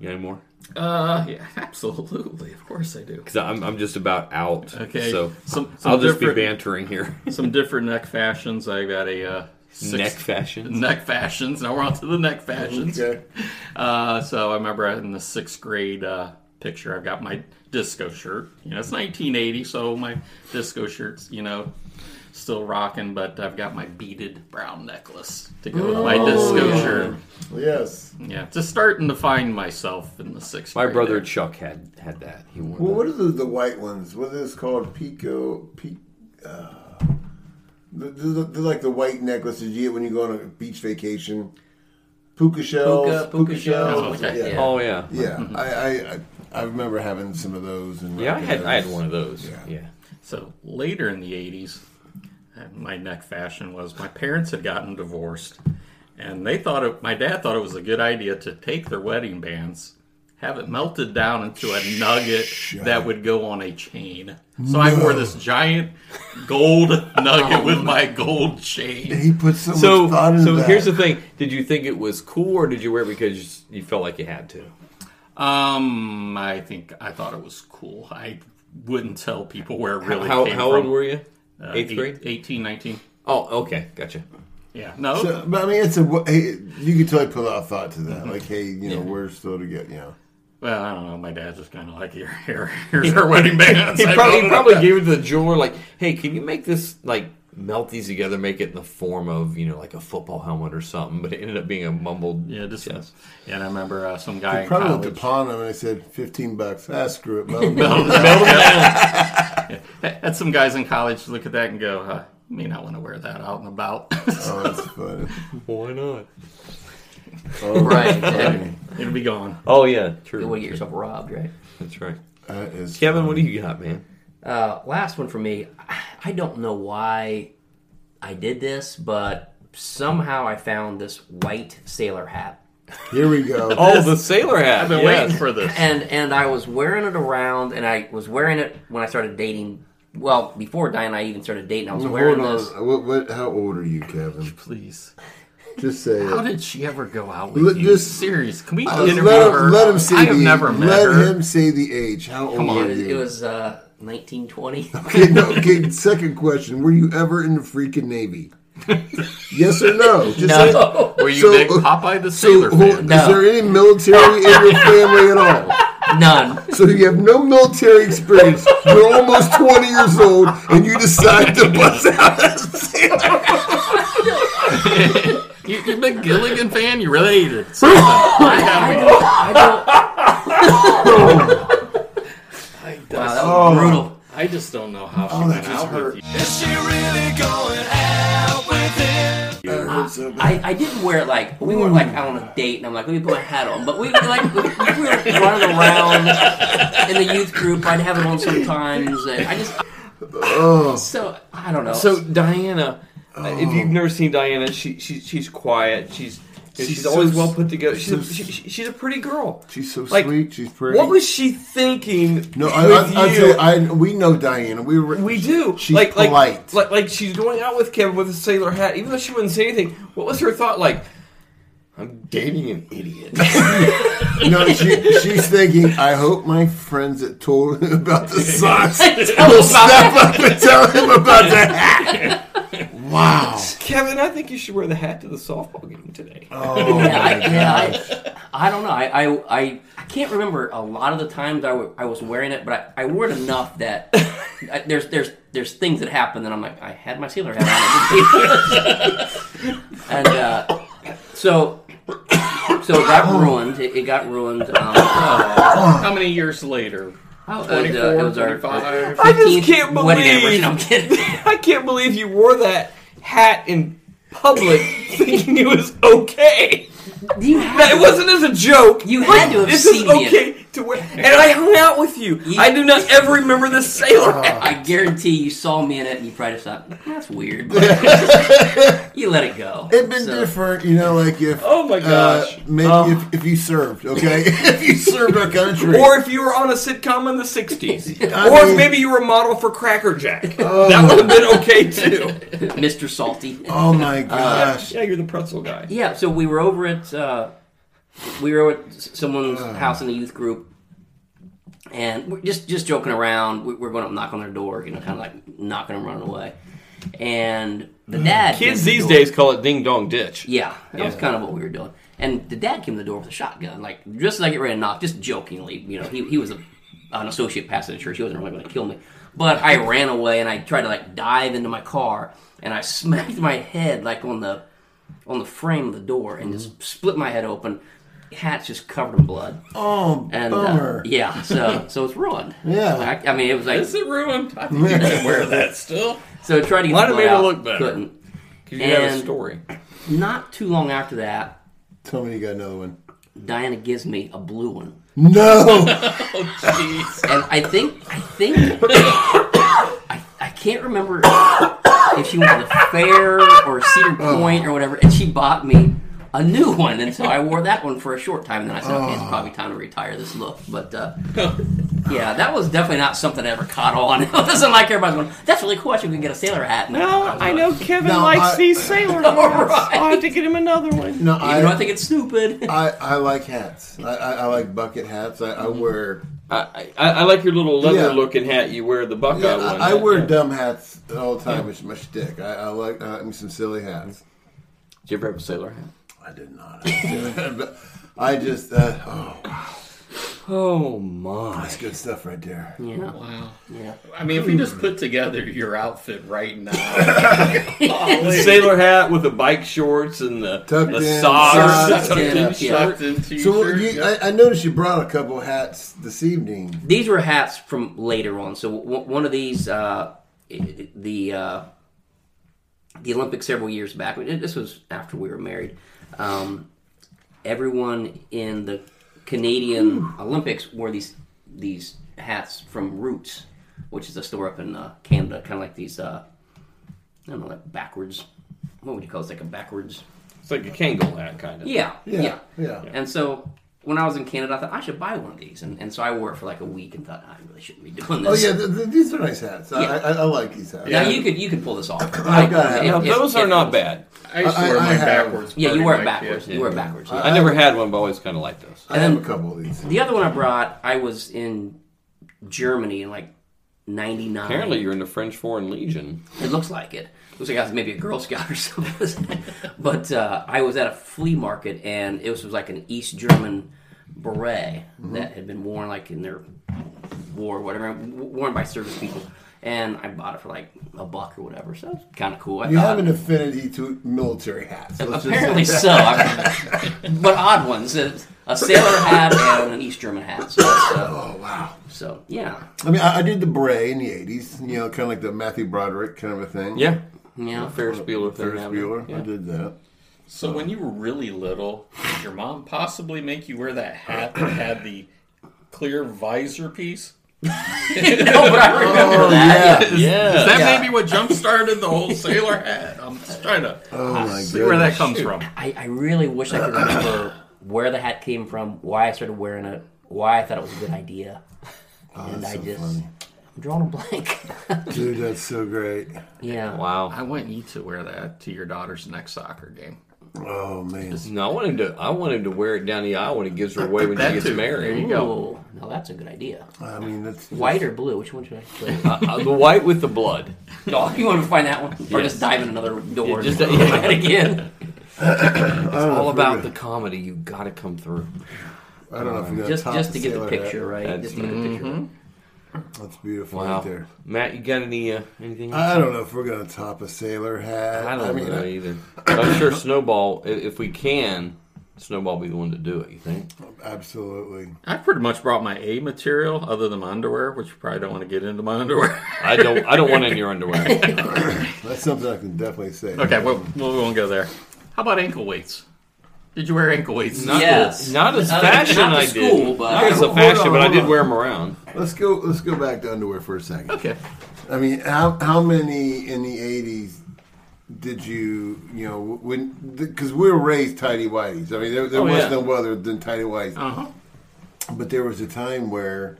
[SPEAKER 9] You got any more?
[SPEAKER 8] Uh, yeah, absolutely. Of course I do.
[SPEAKER 9] Because I'm, I'm just about out.
[SPEAKER 8] Okay.
[SPEAKER 9] So
[SPEAKER 8] Some- some
[SPEAKER 9] I'll just be
[SPEAKER 8] different-
[SPEAKER 9] bantering
[SPEAKER 8] <laughs>
[SPEAKER 9] here.
[SPEAKER 8] Some different neck fashions. I got a uh, <laughs>
[SPEAKER 9] Neck fashions?
[SPEAKER 8] Neck fashions. Now we're on to the neck fashions.
[SPEAKER 10] Okay.
[SPEAKER 8] Uh, so I remember in the sixth grade uh, picture, I've got my disco shirt. You know, it's 1980, so my disco shirt's you know still rocking, but I've got my beaded brown necklace to go with my
[SPEAKER 10] Oh,
[SPEAKER 8] disco
[SPEAKER 10] yeah.
[SPEAKER 8] shirt.
[SPEAKER 10] Yes.
[SPEAKER 8] Yeah, just starting to find myself in the sixth.
[SPEAKER 9] My
[SPEAKER 8] grade
[SPEAKER 9] brother
[SPEAKER 8] there.
[SPEAKER 9] Chuck had had that. He wore
[SPEAKER 10] Well,
[SPEAKER 9] that.
[SPEAKER 10] what are the, the white ones? What is called? Pico. Pico uh, they're, they're- they're like the white necklaces you get when you go on a beach vacation. Puka shells.
[SPEAKER 11] Puka- puka shells.
[SPEAKER 10] Yeah.
[SPEAKER 11] Okay, yeah.
[SPEAKER 9] Oh yeah.
[SPEAKER 10] Yeah, I, I I I remember having some of those. And
[SPEAKER 9] Yeah, I had I had one of those. Yeah.
[SPEAKER 8] So later in the 80s, uh, my neck fashion was my parents had gotten divorced, and they thought it, my dad thought it was a good idea to take their wedding bands, have it melted down into a nugget that would go on a chain. So I wore this giant
[SPEAKER 9] <laughs>
[SPEAKER 8] gold nugget
[SPEAKER 9] Oh.
[SPEAKER 8] with my gold chain.
[SPEAKER 10] He put so,
[SPEAKER 9] So
[SPEAKER 10] much thought into
[SPEAKER 9] so
[SPEAKER 10] that.
[SPEAKER 9] here's the thing. Did you think it was cool or did you wear it because you felt like you had to?
[SPEAKER 8] Um, I think I thought it was cool. I wouldn't tell people where it really
[SPEAKER 9] how
[SPEAKER 8] came
[SPEAKER 9] how
[SPEAKER 8] from.
[SPEAKER 9] old were you?
[SPEAKER 8] Uh,
[SPEAKER 9] Eighth
[SPEAKER 8] eight-
[SPEAKER 9] grade?
[SPEAKER 8] 18, 19.
[SPEAKER 9] Oh, okay, gotcha.
[SPEAKER 8] Yeah, no,
[SPEAKER 10] So, but I mean, it's a wa- hey, you could totally put a lot of thought to
[SPEAKER 8] Mm-hmm.
[SPEAKER 10] that. Like, hey, you know, we're still to get you know.
[SPEAKER 8] Well, I don't know. My dad's just kind of like, <laughs> here,
[SPEAKER 9] <laughs>
[SPEAKER 8] here, here's our wedding bands.
[SPEAKER 9] He
[SPEAKER 8] I
[SPEAKER 9] probably,
[SPEAKER 8] built
[SPEAKER 9] he
[SPEAKER 8] it
[SPEAKER 9] probably
[SPEAKER 8] up.
[SPEAKER 9] gave it to the jeweler, like, hey, can you make this, like, melt these together, make it in the form of, you know, like a football helmet or something? But it ended up being a mumbled.
[SPEAKER 8] Yeah, just
[SPEAKER 9] Yes.
[SPEAKER 8] yeah. And I remember uh, some guy in
[SPEAKER 10] Probably looked
[SPEAKER 8] college. <laughs> Oh,
[SPEAKER 10] upon him and I said, 15 bucks. Ah, screw it. Mel.
[SPEAKER 8] Had some guys in college look at that and go, uh, "You may not want to wear that out and about. <laughs>
[SPEAKER 10] oh, that's funny.
[SPEAKER 9] Why not?
[SPEAKER 10] Oh,
[SPEAKER 9] <laughs>
[SPEAKER 11] Right.
[SPEAKER 10] funny.
[SPEAKER 8] It'll be gone."
[SPEAKER 9] Oh, yeah,
[SPEAKER 11] You
[SPEAKER 9] true.
[SPEAKER 11] want to get yourself robbed, right?
[SPEAKER 9] That's right.
[SPEAKER 10] That is
[SPEAKER 9] Kevin, what do you got, man?
[SPEAKER 11] Uh, last one for me. <sighs> I don't know why I did this, but somehow I found this white sailor hat,
[SPEAKER 10] Here we go.
[SPEAKER 9] Oh, the sailor hat.
[SPEAKER 8] I've been
[SPEAKER 9] yes.
[SPEAKER 8] waiting for this.
[SPEAKER 11] and and I was wearing it around, and I was wearing it when I started dating. Well, before Diane and I even started dating, I was
[SPEAKER 10] Hold
[SPEAKER 11] wearing this.
[SPEAKER 10] on. What, what, how old are you, Kevin?
[SPEAKER 8] Please,
[SPEAKER 10] Just say
[SPEAKER 8] how
[SPEAKER 10] it.
[SPEAKER 8] did she ever go out with
[SPEAKER 10] Let-
[SPEAKER 8] you?
[SPEAKER 10] just-
[SPEAKER 8] Serious? Can we
[SPEAKER 10] Uh,
[SPEAKER 8] interview
[SPEAKER 10] let,
[SPEAKER 8] her?
[SPEAKER 10] him, let him say
[SPEAKER 8] I
[SPEAKER 10] the
[SPEAKER 8] have
[SPEAKER 10] age.
[SPEAKER 8] never met
[SPEAKER 10] let
[SPEAKER 8] her.
[SPEAKER 10] him say the age. How old
[SPEAKER 11] It
[SPEAKER 10] are
[SPEAKER 11] was,
[SPEAKER 10] you?
[SPEAKER 11] it
[SPEAKER 10] <laughs>
[SPEAKER 11] was uh, 1920.
[SPEAKER 10] okay, no, okay, second question. Were you ever in the freaking Navy?
[SPEAKER 8] <laughs>
[SPEAKER 10] yes or no? Just
[SPEAKER 11] No. <laughs>
[SPEAKER 8] Were you
[SPEAKER 10] So-
[SPEAKER 8] big Popeye the Sailor
[SPEAKER 10] who-
[SPEAKER 8] fan?
[SPEAKER 10] Is there any military in your family at all?
[SPEAKER 11] None.
[SPEAKER 10] So you have no military experience. You're almost 20 years old, and you decide to bust out as a
[SPEAKER 8] You, you big Gilligan fan? You really hate it.
[SPEAKER 9] Oh,
[SPEAKER 2] Wow,
[SPEAKER 8] that was brutal.
[SPEAKER 2] I just don't know how
[SPEAKER 8] Oh,
[SPEAKER 2] she went
[SPEAKER 8] that just
[SPEAKER 2] out with you.
[SPEAKER 7] Is she really going out with him?
[SPEAKER 11] I, I didn't wear it like we were like out on a date, and I'm like, let me put my hat on. But we were like we were running around in the youth group. I'd have it on sometimes, and I just so I don't know.
[SPEAKER 9] So
[SPEAKER 11] <laughs>
[SPEAKER 9] Diana, uh, if you've never seen Diana, she, she she's quiet. She's she's,
[SPEAKER 10] Oh. She's
[SPEAKER 9] always
[SPEAKER 10] so
[SPEAKER 9] well
[SPEAKER 10] s-
[SPEAKER 9] put together. She's a,
[SPEAKER 10] so
[SPEAKER 9] she, she- she's a pretty girl.
[SPEAKER 10] She's so
[SPEAKER 9] Like,
[SPEAKER 10] sweet. She's pretty.
[SPEAKER 9] What was she thinking?
[SPEAKER 10] no,
[SPEAKER 9] with
[SPEAKER 10] I, I, I'd
[SPEAKER 9] you?
[SPEAKER 10] say I, we know Diana. We were,
[SPEAKER 9] we do.
[SPEAKER 10] She's
[SPEAKER 9] like, like,
[SPEAKER 10] polite.
[SPEAKER 9] like like she's going out with Kevin with a sailor hat, even though she wouldn't say anything. What was her thought? Like, I'm dating an
[SPEAKER 10] <laughs>
[SPEAKER 9] idiot.
[SPEAKER 10] no, she, she's thinking. I hope my friends that told him about
[SPEAKER 9] <laughs>
[SPEAKER 10] the socks
[SPEAKER 9] Tell
[SPEAKER 10] will
[SPEAKER 9] him about
[SPEAKER 10] step
[SPEAKER 9] that.
[SPEAKER 10] up and tell him about the
[SPEAKER 9] <laughs>
[SPEAKER 10] hat. Wow.
[SPEAKER 9] Kevin, I think you should wear the hat to the softball game today.
[SPEAKER 10] Oh.
[SPEAKER 8] Oh,
[SPEAKER 11] yeah, I, yeah, I, I don't know. I, I, I, I can't remember a lot of the times I wa- I was wearing it, but I, I wore it enough
[SPEAKER 9] <laughs>
[SPEAKER 11] that I, there's there's there's things that happen that I'm like I had my sealer hat on,
[SPEAKER 9] <laughs>
[SPEAKER 11] and uh, so so it
[SPEAKER 9] Oh.
[SPEAKER 11] got ruined. It, it got ruined.
[SPEAKER 9] <laughs>
[SPEAKER 11] Um,
[SPEAKER 2] How many years later?
[SPEAKER 11] uh,
[SPEAKER 2] 24,
[SPEAKER 11] it was our-
[SPEAKER 2] 25?
[SPEAKER 9] I just can't
[SPEAKER 11] 15th
[SPEAKER 9] believe.
[SPEAKER 11] wedding anniversary. No, I'm kidding.
[SPEAKER 9] <laughs> I can't believe you wore that hat in public,
[SPEAKER 10] <laughs>
[SPEAKER 9] thinking it was okay.
[SPEAKER 11] You
[SPEAKER 9] that it wasn't as a joke. You
[SPEAKER 11] had to have
[SPEAKER 9] this
[SPEAKER 11] seen
[SPEAKER 9] is
[SPEAKER 11] me in
[SPEAKER 9] okay to wear. And I hung out with you. I do not ever remember this sailor hat.
[SPEAKER 11] I guarantee you saw me in it, and you probably just thought that's
[SPEAKER 9] <laughs>
[SPEAKER 11] weird. <laughs> but you let it go.
[SPEAKER 10] It'd been
[SPEAKER 11] So-
[SPEAKER 10] different, you know, like if
[SPEAKER 9] Oh my gosh. Um,
[SPEAKER 10] uh, maybe if, if you served, okay, <laughs> if you served our country,
[SPEAKER 9] Or if you were on a sitcom in the
[SPEAKER 10] <laughs>
[SPEAKER 9] 60s.
[SPEAKER 10] I
[SPEAKER 9] or if
[SPEAKER 10] mean-
[SPEAKER 9] maybe you were a model for Cracker Jack. That would have been okay too.
[SPEAKER 11] Mr. Salty.
[SPEAKER 10] oh my gosh,
[SPEAKER 9] Uh, Yeah, you're the pretzel guy.
[SPEAKER 11] Yeah, so we were over at uh, we were at s- someone's
[SPEAKER 9] Ah.
[SPEAKER 11] house in the youth group, and we're just just joking around. We, we're going to knock on their door, you know, kind of like knocking them running away. And the dad came
[SPEAKER 9] Ah. Kids
[SPEAKER 11] to the
[SPEAKER 9] these
[SPEAKER 11] door-
[SPEAKER 9] days call it ding dong ditch.
[SPEAKER 11] yeah, that was kind of what we were doing. And the dad came to the door with a shotgun, like just like it ready to knock, just jokingly. You know, he, he was a, an associate pastor at the church. He wasn't really going to kill me, but I ran away and I tried to like dive into my car and I <laughs> smacked my head like on the on the frame of the door and
[SPEAKER 9] Mm-hmm.
[SPEAKER 11] just split my head open. Hat's just covered in blood.
[SPEAKER 10] oh
[SPEAKER 11] And uh,
[SPEAKER 9] <laughs>
[SPEAKER 10] bummer,
[SPEAKER 11] yeah, so so it's ruined.
[SPEAKER 10] Yeah.
[SPEAKER 11] I, I mean it was like
[SPEAKER 2] Is it ruined? I think you can
[SPEAKER 10] <laughs>
[SPEAKER 2] wear that still.
[SPEAKER 11] so I tried to get
[SPEAKER 9] Might have
[SPEAKER 11] the blood
[SPEAKER 9] made it
[SPEAKER 11] out,
[SPEAKER 9] look better.
[SPEAKER 11] Couldn't.
[SPEAKER 9] 'Cause you have a
[SPEAKER 11] And-
[SPEAKER 9] story.
[SPEAKER 11] Not too long after that,
[SPEAKER 10] tell me you got another one.
[SPEAKER 11] Diana gives me a blue one.
[SPEAKER 9] <laughs>
[SPEAKER 10] No,
[SPEAKER 11] and I think I think I, I can't remember if she went to the fair or Cedar Point or whatever, and she bought me a new one, and so I wore that one for a short time, and then I said, okay, it's probably time to retire this look. But uh, yeah, that was definitely not something that ever caught on. <laughs> It wasn't like everybody's going, that's really cool. I should we can get a sailor hat. And <laughs>
[SPEAKER 12] Well, I know Kevin
[SPEAKER 10] No,
[SPEAKER 12] likes
[SPEAKER 10] I-
[SPEAKER 12] these sailor hats. I'll have to get him another one.
[SPEAKER 10] no,
[SPEAKER 11] Even though I
[SPEAKER 10] I,
[SPEAKER 11] think it's stupid.
[SPEAKER 10] I, I like hats. I, I, I like bucket hats. I,
[SPEAKER 9] Mm-hmm.
[SPEAKER 10] I wear,
[SPEAKER 9] I, I, I like your little
[SPEAKER 10] Yeah.
[SPEAKER 9] leather looking hat you wear, the Buckeye
[SPEAKER 10] yeah,
[SPEAKER 9] one.
[SPEAKER 10] I, I wear
[SPEAKER 9] Yeah. Mm-hmm.
[SPEAKER 10] dumb hats all the time. It's my shtick. I, I like uh, I mean, some silly hats.
[SPEAKER 9] Did you ever have a sailor hat?
[SPEAKER 10] I
[SPEAKER 9] <laughs>
[SPEAKER 10] did not. <laughs> But I just uh, oh,
[SPEAKER 9] Oh my.
[SPEAKER 10] that's good stuff right there.
[SPEAKER 11] yeah.
[SPEAKER 2] Wow.
[SPEAKER 11] Yeah.
[SPEAKER 2] I mean, if you just put together your outfit right now,
[SPEAKER 9] The sailor hat with the bike shorts and the,
[SPEAKER 10] Tucked
[SPEAKER 9] the
[SPEAKER 10] in,
[SPEAKER 9] socks.
[SPEAKER 10] socks,
[SPEAKER 9] tucked in
[SPEAKER 11] yeah.
[SPEAKER 9] shirt.
[SPEAKER 2] tucked into your
[SPEAKER 10] <laughs> So
[SPEAKER 2] shirt,
[SPEAKER 10] you,
[SPEAKER 2] yeah.
[SPEAKER 10] I, I noticed you brought a couple hats this evening.
[SPEAKER 11] These were hats from later on. So w- one of these, uh, i- i- the uh, the Olympics several years back. This was after we were married. Um, everyone in the Canadian Olympics wore these these hats from Roots, which is a store up in uh, Canada, kind of like these. Uh, I don't know, like backwards. What would you call it? It's like a backwards.
[SPEAKER 9] It's like a Kangol hat, kind of.
[SPEAKER 11] Yeah, yeah,
[SPEAKER 10] Yeah, yeah.
[SPEAKER 11] And so when I was in Canada, I thought I should buy one of these, and, and so I wore it for like a week and thought I really shouldn't be doing
[SPEAKER 10] Oh
[SPEAKER 11] this.
[SPEAKER 10] yeah, th- th- these are nice hats. I
[SPEAKER 11] Yeah.
[SPEAKER 10] I, I, I like these hats.
[SPEAKER 11] Now you could you could pull this
[SPEAKER 10] <coughs>
[SPEAKER 11] off.
[SPEAKER 10] I've got it.
[SPEAKER 9] Now,
[SPEAKER 11] If- if-
[SPEAKER 9] those are
[SPEAKER 11] if-
[SPEAKER 9] not bad.
[SPEAKER 2] I used to
[SPEAKER 10] I-
[SPEAKER 2] wear
[SPEAKER 10] I
[SPEAKER 2] mine
[SPEAKER 10] have-
[SPEAKER 2] backwards.
[SPEAKER 11] Yeah, you
[SPEAKER 2] party
[SPEAKER 11] wear it
[SPEAKER 2] like
[SPEAKER 11] backwards.
[SPEAKER 2] that.
[SPEAKER 11] You wear it backwards.
[SPEAKER 10] Uh,
[SPEAKER 9] I never had one, but I always kind of liked those.
[SPEAKER 10] I have a couple of these.
[SPEAKER 11] The other one I brought, I was in Germany in like '99.
[SPEAKER 9] Apparently, you're in the French Foreign Legion.
[SPEAKER 11] It looks like it. Looks like I was maybe a Girl Scout or <laughs> something. but uh, I was at a flea market, and it was, was like an East German beret
[SPEAKER 10] Mm-hmm.
[SPEAKER 11] that had been worn like in their war, whatever, worn by service people. And I bought it for like a buck or whatever, so it's kind of cool. I
[SPEAKER 10] you
[SPEAKER 11] thought.
[SPEAKER 10] have
[SPEAKER 11] <laughs>
[SPEAKER 10] an affinity to military hats. Let's just say <laughs>
[SPEAKER 11] Apparently
[SPEAKER 10] that.
[SPEAKER 11] so, I mean, but odd ones. A a sailor hat and an East German hat. So, oh
[SPEAKER 10] wow!
[SPEAKER 11] So yeah,
[SPEAKER 10] I mean, I, I did the beret in the '80s. You know, kind of like the Matthew Broderick kind of a thing.
[SPEAKER 9] Yeah.
[SPEAKER 11] Yeah.
[SPEAKER 9] Ferris Bueller thing,
[SPEAKER 10] Ferris
[SPEAKER 9] that was-
[SPEAKER 10] Bueller.
[SPEAKER 9] yeah.
[SPEAKER 10] I did that.
[SPEAKER 2] So when you were really little, did your mom possibly make you wear that hat that had the clear visor piece? no,
[SPEAKER 11] but I
[SPEAKER 10] Oh,
[SPEAKER 11] remember that.
[SPEAKER 2] Is,
[SPEAKER 11] Yeah.
[SPEAKER 2] is that
[SPEAKER 11] Yeah.
[SPEAKER 2] maybe what jump started the whole sailor hat? I'm just trying to
[SPEAKER 10] Oh,
[SPEAKER 2] see where that comes
[SPEAKER 11] Shoot,
[SPEAKER 2] from.
[SPEAKER 11] I, I really wish I could remember where the hat came from, why I started wearing it, why I thought it was a good <laughs> idea, and
[SPEAKER 10] that's
[SPEAKER 11] I
[SPEAKER 10] so
[SPEAKER 11] just
[SPEAKER 10] funny.
[SPEAKER 11] I'm drawing a blank. <laughs>
[SPEAKER 10] Dude, that's so great.
[SPEAKER 11] yeah.
[SPEAKER 9] Wow.
[SPEAKER 2] I want you to wear that to your daughter's next soccer game.
[SPEAKER 10] Oh man.
[SPEAKER 9] No, I want him to. I want him to wear it down the aisle when he gives her away when
[SPEAKER 2] That
[SPEAKER 9] she gets
[SPEAKER 2] too.
[SPEAKER 9] married.
[SPEAKER 2] There you
[SPEAKER 11] go. No, that's a good idea.
[SPEAKER 10] I mean, that's
[SPEAKER 11] White or blue? Which one should I <laughs> play?
[SPEAKER 9] Uh, uh, the white with the blood.
[SPEAKER 11] Oh, you want to find that one, or
[SPEAKER 9] Yes.
[SPEAKER 11] just dive in another door?
[SPEAKER 9] Yeah, just-
[SPEAKER 11] and
[SPEAKER 9] yeah.
[SPEAKER 11] try
[SPEAKER 9] <laughs>
[SPEAKER 11] it again.
[SPEAKER 9] It's <laughs> all about the comedy. You got to come through.
[SPEAKER 10] I don't know if we got
[SPEAKER 11] Just-
[SPEAKER 10] top
[SPEAKER 11] just to get the
[SPEAKER 10] sailor
[SPEAKER 11] picture
[SPEAKER 10] hat.
[SPEAKER 11] right, just to get the picture right.
[SPEAKER 10] That's beautiful
[SPEAKER 9] Wow.
[SPEAKER 10] right there.
[SPEAKER 9] Matt, you got any uh, anything?
[SPEAKER 10] I don't know if we're gonna top a sailor hat.
[SPEAKER 9] I don't
[SPEAKER 10] mean,
[SPEAKER 9] know
[SPEAKER 10] I-
[SPEAKER 9] either. But I'm sure Snowball, i- if we can, Snowball be the one to do it. You think?
[SPEAKER 10] Absolutely.
[SPEAKER 2] I pretty much brought my A material other than my underwear, which you probably don't want to get into my underwear. <laughs>
[SPEAKER 9] I don't. I don't want any of your underwear.
[SPEAKER 10] That's something I can definitely say.
[SPEAKER 2] Okay, well, we won't go there. How about ankle weights? Did you wear ankle weights?
[SPEAKER 9] Not
[SPEAKER 11] Yes.
[SPEAKER 9] the- not as
[SPEAKER 11] Not-
[SPEAKER 9] fashion.
[SPEAKER 11] not the
[SPEAKER 9] <laughs> I
[SPEAKER 11] school,
[SPEAKER 9] did.
[SPEAKER 11] but-
[SPEAKER 9] not as a
[SPEAKER 10] Hold on,
[SPEAKER 9] fashion, but I
[SPEAKER 10] hold
[SPEAKER 9] did
[SPEAKER 10] on.
[SPEAKER 9] wear them around.
[SPEAKER 10] Let's go. Let's go back to underwear for a second.
[SPEAKER 2] Okay.
[SPEAKER 10] I mean, how how many in the '80s did you you know when because we were raised tidy whities. I mean, there, there
[SPEAKER 9] Oh,
[SPEAKER 10] was
[SPEAKER 9] yeah. Uh.
[SPEAKER 10] no other than tidy whities.
[SPEAKER 2] Uh-huh.
[SPEAKER 10] But there was a time where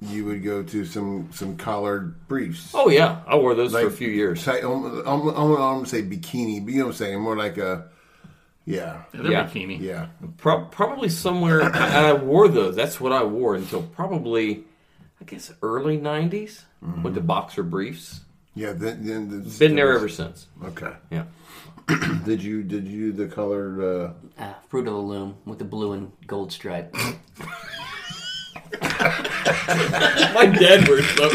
[SPEAKER 10] you would go to some some collared briefs.
[SPEAKER 9] Oh yeah, I wore those for a
[SPEAKER 10] Like-
[SPEAKER 9] few years.
[SPEAKER 10] Tight, I'm, I'm, I'm, gonna say bikini, but you know what I'm saying? More like a yeah,
[SPEAKER 2] They're
[SPEAKER 9] Yeah.
[SPEAKER 2] bikini.
[SPEAKER 10] yeah.
[SPEAKER 9] Pro- probably somewhere, and I wore those. That's what I wore until probably, I guess, early '90s with the boxer briefs.
[SPEAKER 10] Yeah, then, then the-
[SPEAKER 9] Been there ever since.
[SPEAKER 10] Okay.
[SPEAKER 9] Yeah.
[SPEAKER 10] <clears throat> Did you did you do the colored? Uh,
[SPEAKER 11] Uh, Fruit of the Loom with the blue and gold stripe. <laughs>
[SPEAKER 9] My dad wears those.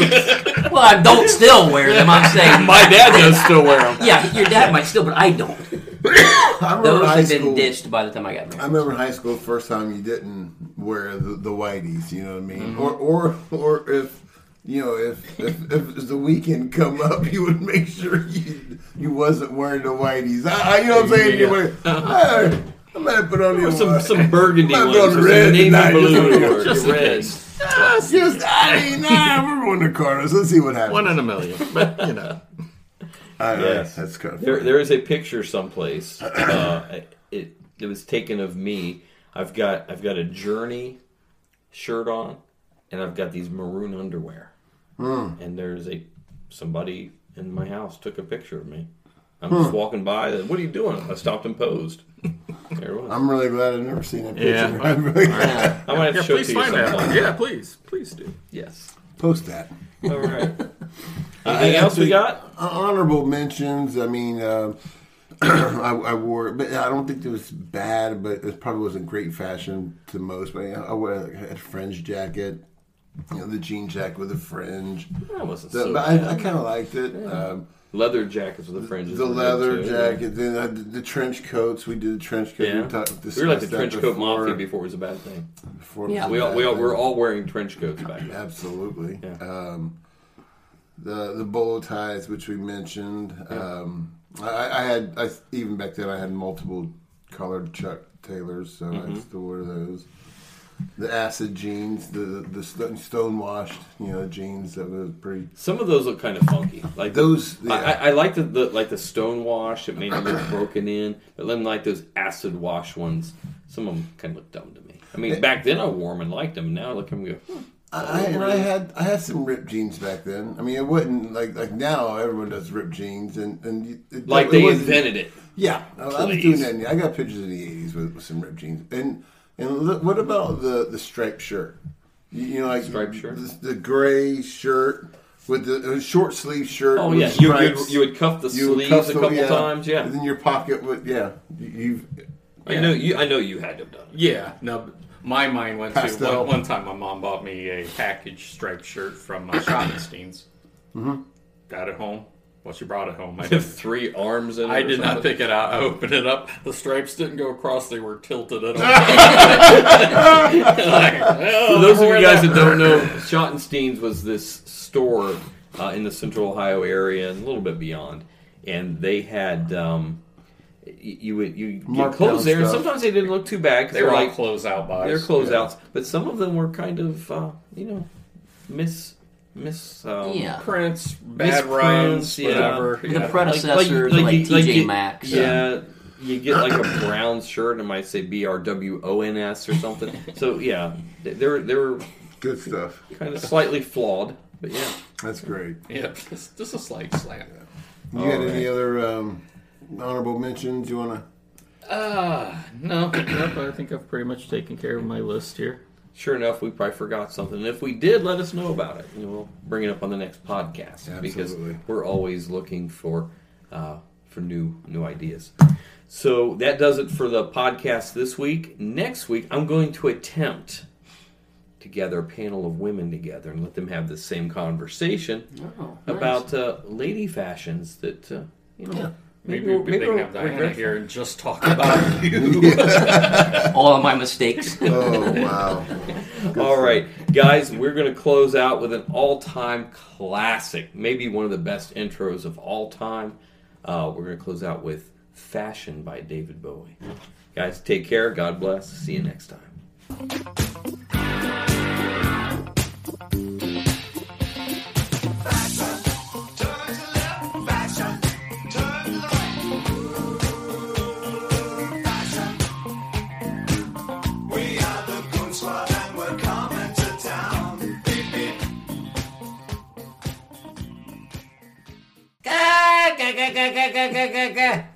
[SPEAKER 11] well, I don't still wear them. I'm
[SPEAKER 9] <laughs>
[SPEAKER 11] saying
[SPEAKER 9] My dad does still wear them.
[SPEAKER 11] Yeah, your dad might still, but I don't.
[SPEAKER 10] I remember
[SPEAKER 11] Those
[SPEAKER 10] high
[SPEAKER 11] have been
[SPEAKER 10] school-
[SPEAKER 11] ditched by the time I got married.
[SPEAKER 10] I remember in high school first time you didn't wear the, the whiteys. You know what I mean?
[SPEAKER 9] Mm-hmm.
[SPEAKER 10] Or or or if you know if if, if the weekend come up, you would make sure you you wasn't wearing the whiteys. I, I, you know what I'm saying? You
[SPEAKER 9] Yeah. Uh-huh.
[SPEAKER 10] were. "Hey, I might put on your,
[SPEAKER 9] Some
[SPEAKER 10] uh,
[SPEAKER 9] some burgundy
[SPEAKER 10] might
[SPEAKER 9] ones,
[SPEAKER 10] put on
[SPEAKER 9] or some
[SPEAKER 10] red
[SPEAKER 9] navy
[SPEAKER 10] tonight, just a
[SPEAKER 9] blue,
[SPEAKER 10] little- <laughs>
[SPEAKER 9] or
[SPEAKER 2] Just
[SPEAKER 9] your
[SPEAKER 2] in
[SPEAKER 9] red.
[SPEAKER 10] Just I mean, nah, we're going to Cardinals. Let's see what happens.
[SPEAKER 2] One in a million. But, you know.
[SPEAKER 10] I know,
[SPEAKER 9] Yes.
[SPEAKER 10] that's kind of
[SPEAKER 9] There,
[SPEAKER 10] funny.
[SPEAKER 9] there is a picture someplace. Uh, it it was taken of me. I've got I've got a Journey <laughs> shirt on, and I've got these maroon underwear. And there's a somebody in my house took a picture of me. I'm just walking by. and, What are you doing? I stopped and posed. There it was.
[SPEAKER 10] I'm really glad I've never seen that picture.
[SPEAKER 2] Yeah.
[SPEAKER 10] <laughs> I'm really glad.
[SPEAKER 9] I might have to
[SPEAKER 2] Yeah,
[SPEAKER 9] show it to
[SPEAKER 2] please
[SPEAKER 9] you
[SPEAKER 2] find that.
[SPEAKER 9] sometime.
[SPEAKER 8] <laughs>
[SPEAKER 2] one. Yeah, please. Please do.
[SPEAKER 9] Yes.
[SPEAKER 10] Post that.
[SPEAKER 9] All <laughs> right. Anything
[SPEAKER 10] I-
[SPEAKER 9] else we
[SPEAKER 10] actually,
[SPEAKER 9] got?
[SPEAKER 10] hon- Honorable mentions. I mean, uh, <clears throat> I, I wore, it, but I don't think it was bad. But it probably wasn't great fashion to most. But I, I wore I had a fringe jacket, you know, the jean jacket with a fringe.
[SPEAKER 9] That wasn't
[SPEAKER 10] The-
[SPEAKER 9] so
[SPEAKER 10] but I,
[SPEAKER 9] bad.
[SPEAKER 10] I kind of liked it. Um,
[SPEAKER 9] Leather jackets with the fringes.
[SPEAKER 10] the
[SPEAKER 9] were good,
[SPEAKER 10] leather
[SPEAKER 9] too.
[SPEAKER 10] jacket, then I did the trench coats. We did the trench coat.
[SPEAKER 9] Yeah.
[SPEAKER 10] talked-
[SPEAKER 9] we were like
[SPEAKER 10] discussed
[SPEAKER 9] the
[SPEAKER 10] that
[SPEAKER 9] trench coat mafia
[SPEAKER 10] before-
[SPEAKER 9] before it was a bad thing.
[SPEAKER 10] before it was
[SPEAKER 11] Yeah.
[SPEAKER 10] a
[SPEAKER 9] We all,
[SPEAKER 10] bad
[SPEAKER 9] we all,
[SPEAKER 10] thing.
[SPEAKER 9] we're all wearing trench coats back then.
[SPEAKER 10] Absolutely.
[SPEAKER 9] Yeah.
[SPEAKER 10] Um, the the bolo ties, which we mentioned. Um, I, I had I, even back then I had multiple colored Chuck Taylors, so I still wear those. The acid jeans, the the st- stone washed, you know, jeans that was pretty.
[SPEAKER 9] Some of those look kind of funky. Like
[SPEAKER 10] Those,
[SPEAKER 9] I, I,
[SPEAKER 10] yeah.
[SPEAKER 9] I like the, the like the stone wash. It made it look broken in, but then like those acid wash ones. Some of them kind of look dumb to me. I mean, back then I wore them and liked them. Now I look at them and go, hmm,
[SPEAKER 10] I, I- and I had I had some ripped jeans back then. I mean, it wasn't like like now everyone does ripped jeans and and you- it,
[SPEAKER 9] like
[SPEAKER 10] it
[SPEAKER 9] they
[SPEAKER 10] wasn't-
[SPEAKER 9] invented it.
[SPEAKER 10] Yeah, I I was doing
[SPEAKER 9] Please.
[SPEAKER 10] that. In the, I got pictures in the '80s with, with some ripped jeans. And and look, what about the the striped shirt? You, you know, like
[SPEAKER 9] Striped shirt?
[SPEAKER 10] the, the gray shirt with the uh, short sleeve shirt.
[SPEAKER 9] Oh
[SPEAKER 10] with
[SPEAKER 9] yeah, you, you
[SPEAKER 10] stripes.
[SPEAKER 9] you would cuff the
[SPEAKER 10] You would
[SPEAKER 9] sleeves
[SPEAKER 10] cuff
[SPEAKER 9] a
[SPEAKER 10] the-
[SPEAKER 9] couple times. Yeah,
[SPEAKER 10] and then your pocket would yeah. You- You've
[SPEAKER 9] I know you. I know you had to have done it.
[SPEAKER 8] Yeah, no, my mind went to
[SPEAKER 9] Pastel.
[SPEAKER 8] one, one time. My mom bought me a package striped shirt from
[SPEAKER 9] <coughs>
[SPEAKER 8] uh, Schottenstein's.
[SPEAKER 9] Mhm.
[SPEAKER 8] Got it home. Well, she brought it
[SPEAKER 9] <laughs>
[SPEAKER 8] home. I
[SPEAKER 9] With
[SPEAKER 8] did
[SPEAKER 9] three arms in it
[SPEAKER 8] I
[SPEAKER 9] or
[SPEAKER 8] did not
[SPEAKER 9] something?
[SPEAKER 8] pick it out. I opened it up. The stripes didn't go across. They were tilted at all.
[SPEAKER 9] For those of you guys that don't
[SPEAKER 8] <laughs>
[SPEAKER 9] know, Schottenstein's was this store uh, in the central Ohio area and a little bit beyond, and they had um, y- you would you get
[SPEAKER 8] Markdown
[SPEAKER 9] clothes there, and
[SPEAKER 8] stuff.
[SPEAKER 9] sometimes they didn't look too bad. 'cause
[SPEAKER 8] <laughs> They were all
[SPEAKER 9] like
[SPEAKER 8] closeout buys.
[SPEAKER 9] They're closeouts, but some of them were kind of uh, you know miss miss um,
[SPEAKER 8] Yeah. Prints,
[SPEAKER 9] misprints,
[SPEAKER 8] bad runs,
[SPEAKER 9] yeah.
[SPEAKER 8] whatever, The yeah.
[SPEAKER 11] predecessors, like
[SPEAKER 9] you-
[SPEAKER 11] TJ
[SPEAKER 9] you-
[SPEAKER 11] Maxx.
[SPEAKER 9] yeah. You get like a brown shirt, and it might say B R W O N S or something. So yeah, they- they were they were
[SPEAKER 10] good stuff.
[SPEAKER 9] Kind of slightly flawed, but yeah,
[SPEAKER 10] that's great.
[SPEAKER 8] Yeah, just, just a slight slant.
[SPEAKER 10] You
[SPEAKER 9] All
[SPEAKER 10] got any other um, honorable mentions you want to?
[SPEAKER 8] Uh, no, no, I think I've pretty much taken care of my
[SPEAKER 9] <laughs>
[SPEAKER 8] list here.
[SPEAKER 9] Sure enough, we probably forgot something. And if we did, let us know about it. And we'll bring it up on the next podcast because
[SPEAKER 10] Absolutely.
[SPEAKER 9] we're always looking for uh, for new new ideas. So that does it for the podcast this week. Next week, I'm going to attempt to gather a panel of women together and let them have the same conversation
[SPEAKER 11] Oh, nice.
[SPEAKER 9] about uh, lady fashions that uh, you know.
[SPEAKER 11] Yeah.
[SPEAKER 9] Maybe,
[SPEAKER 8] Maybe
[SPEAKER 9] we're-
[SPEAKER 8] we- they can
[SPEAKER 9] we're-
[SPEAKER 8] have Diana
[SPEAKER 9] we're-
[SPEAKER 8] here and just talk about you.
[SPEAKER 11] All of my mistakes.
[SPEAKER 9] Oh, wow. All right, guys, we're going to close out with an all-time classic, maybe one of the best intros of all time. Uh, we're going to close out with "Fashion" by David Bowie. Guys, take care. God bless. See you next time.
[SPEAKER 14] We are the Goon Squad and we're coming to town. Beep, beep.
[SPEAKER 15] Gah, gah, gah, gah, gah, gah, gah, gah, gah.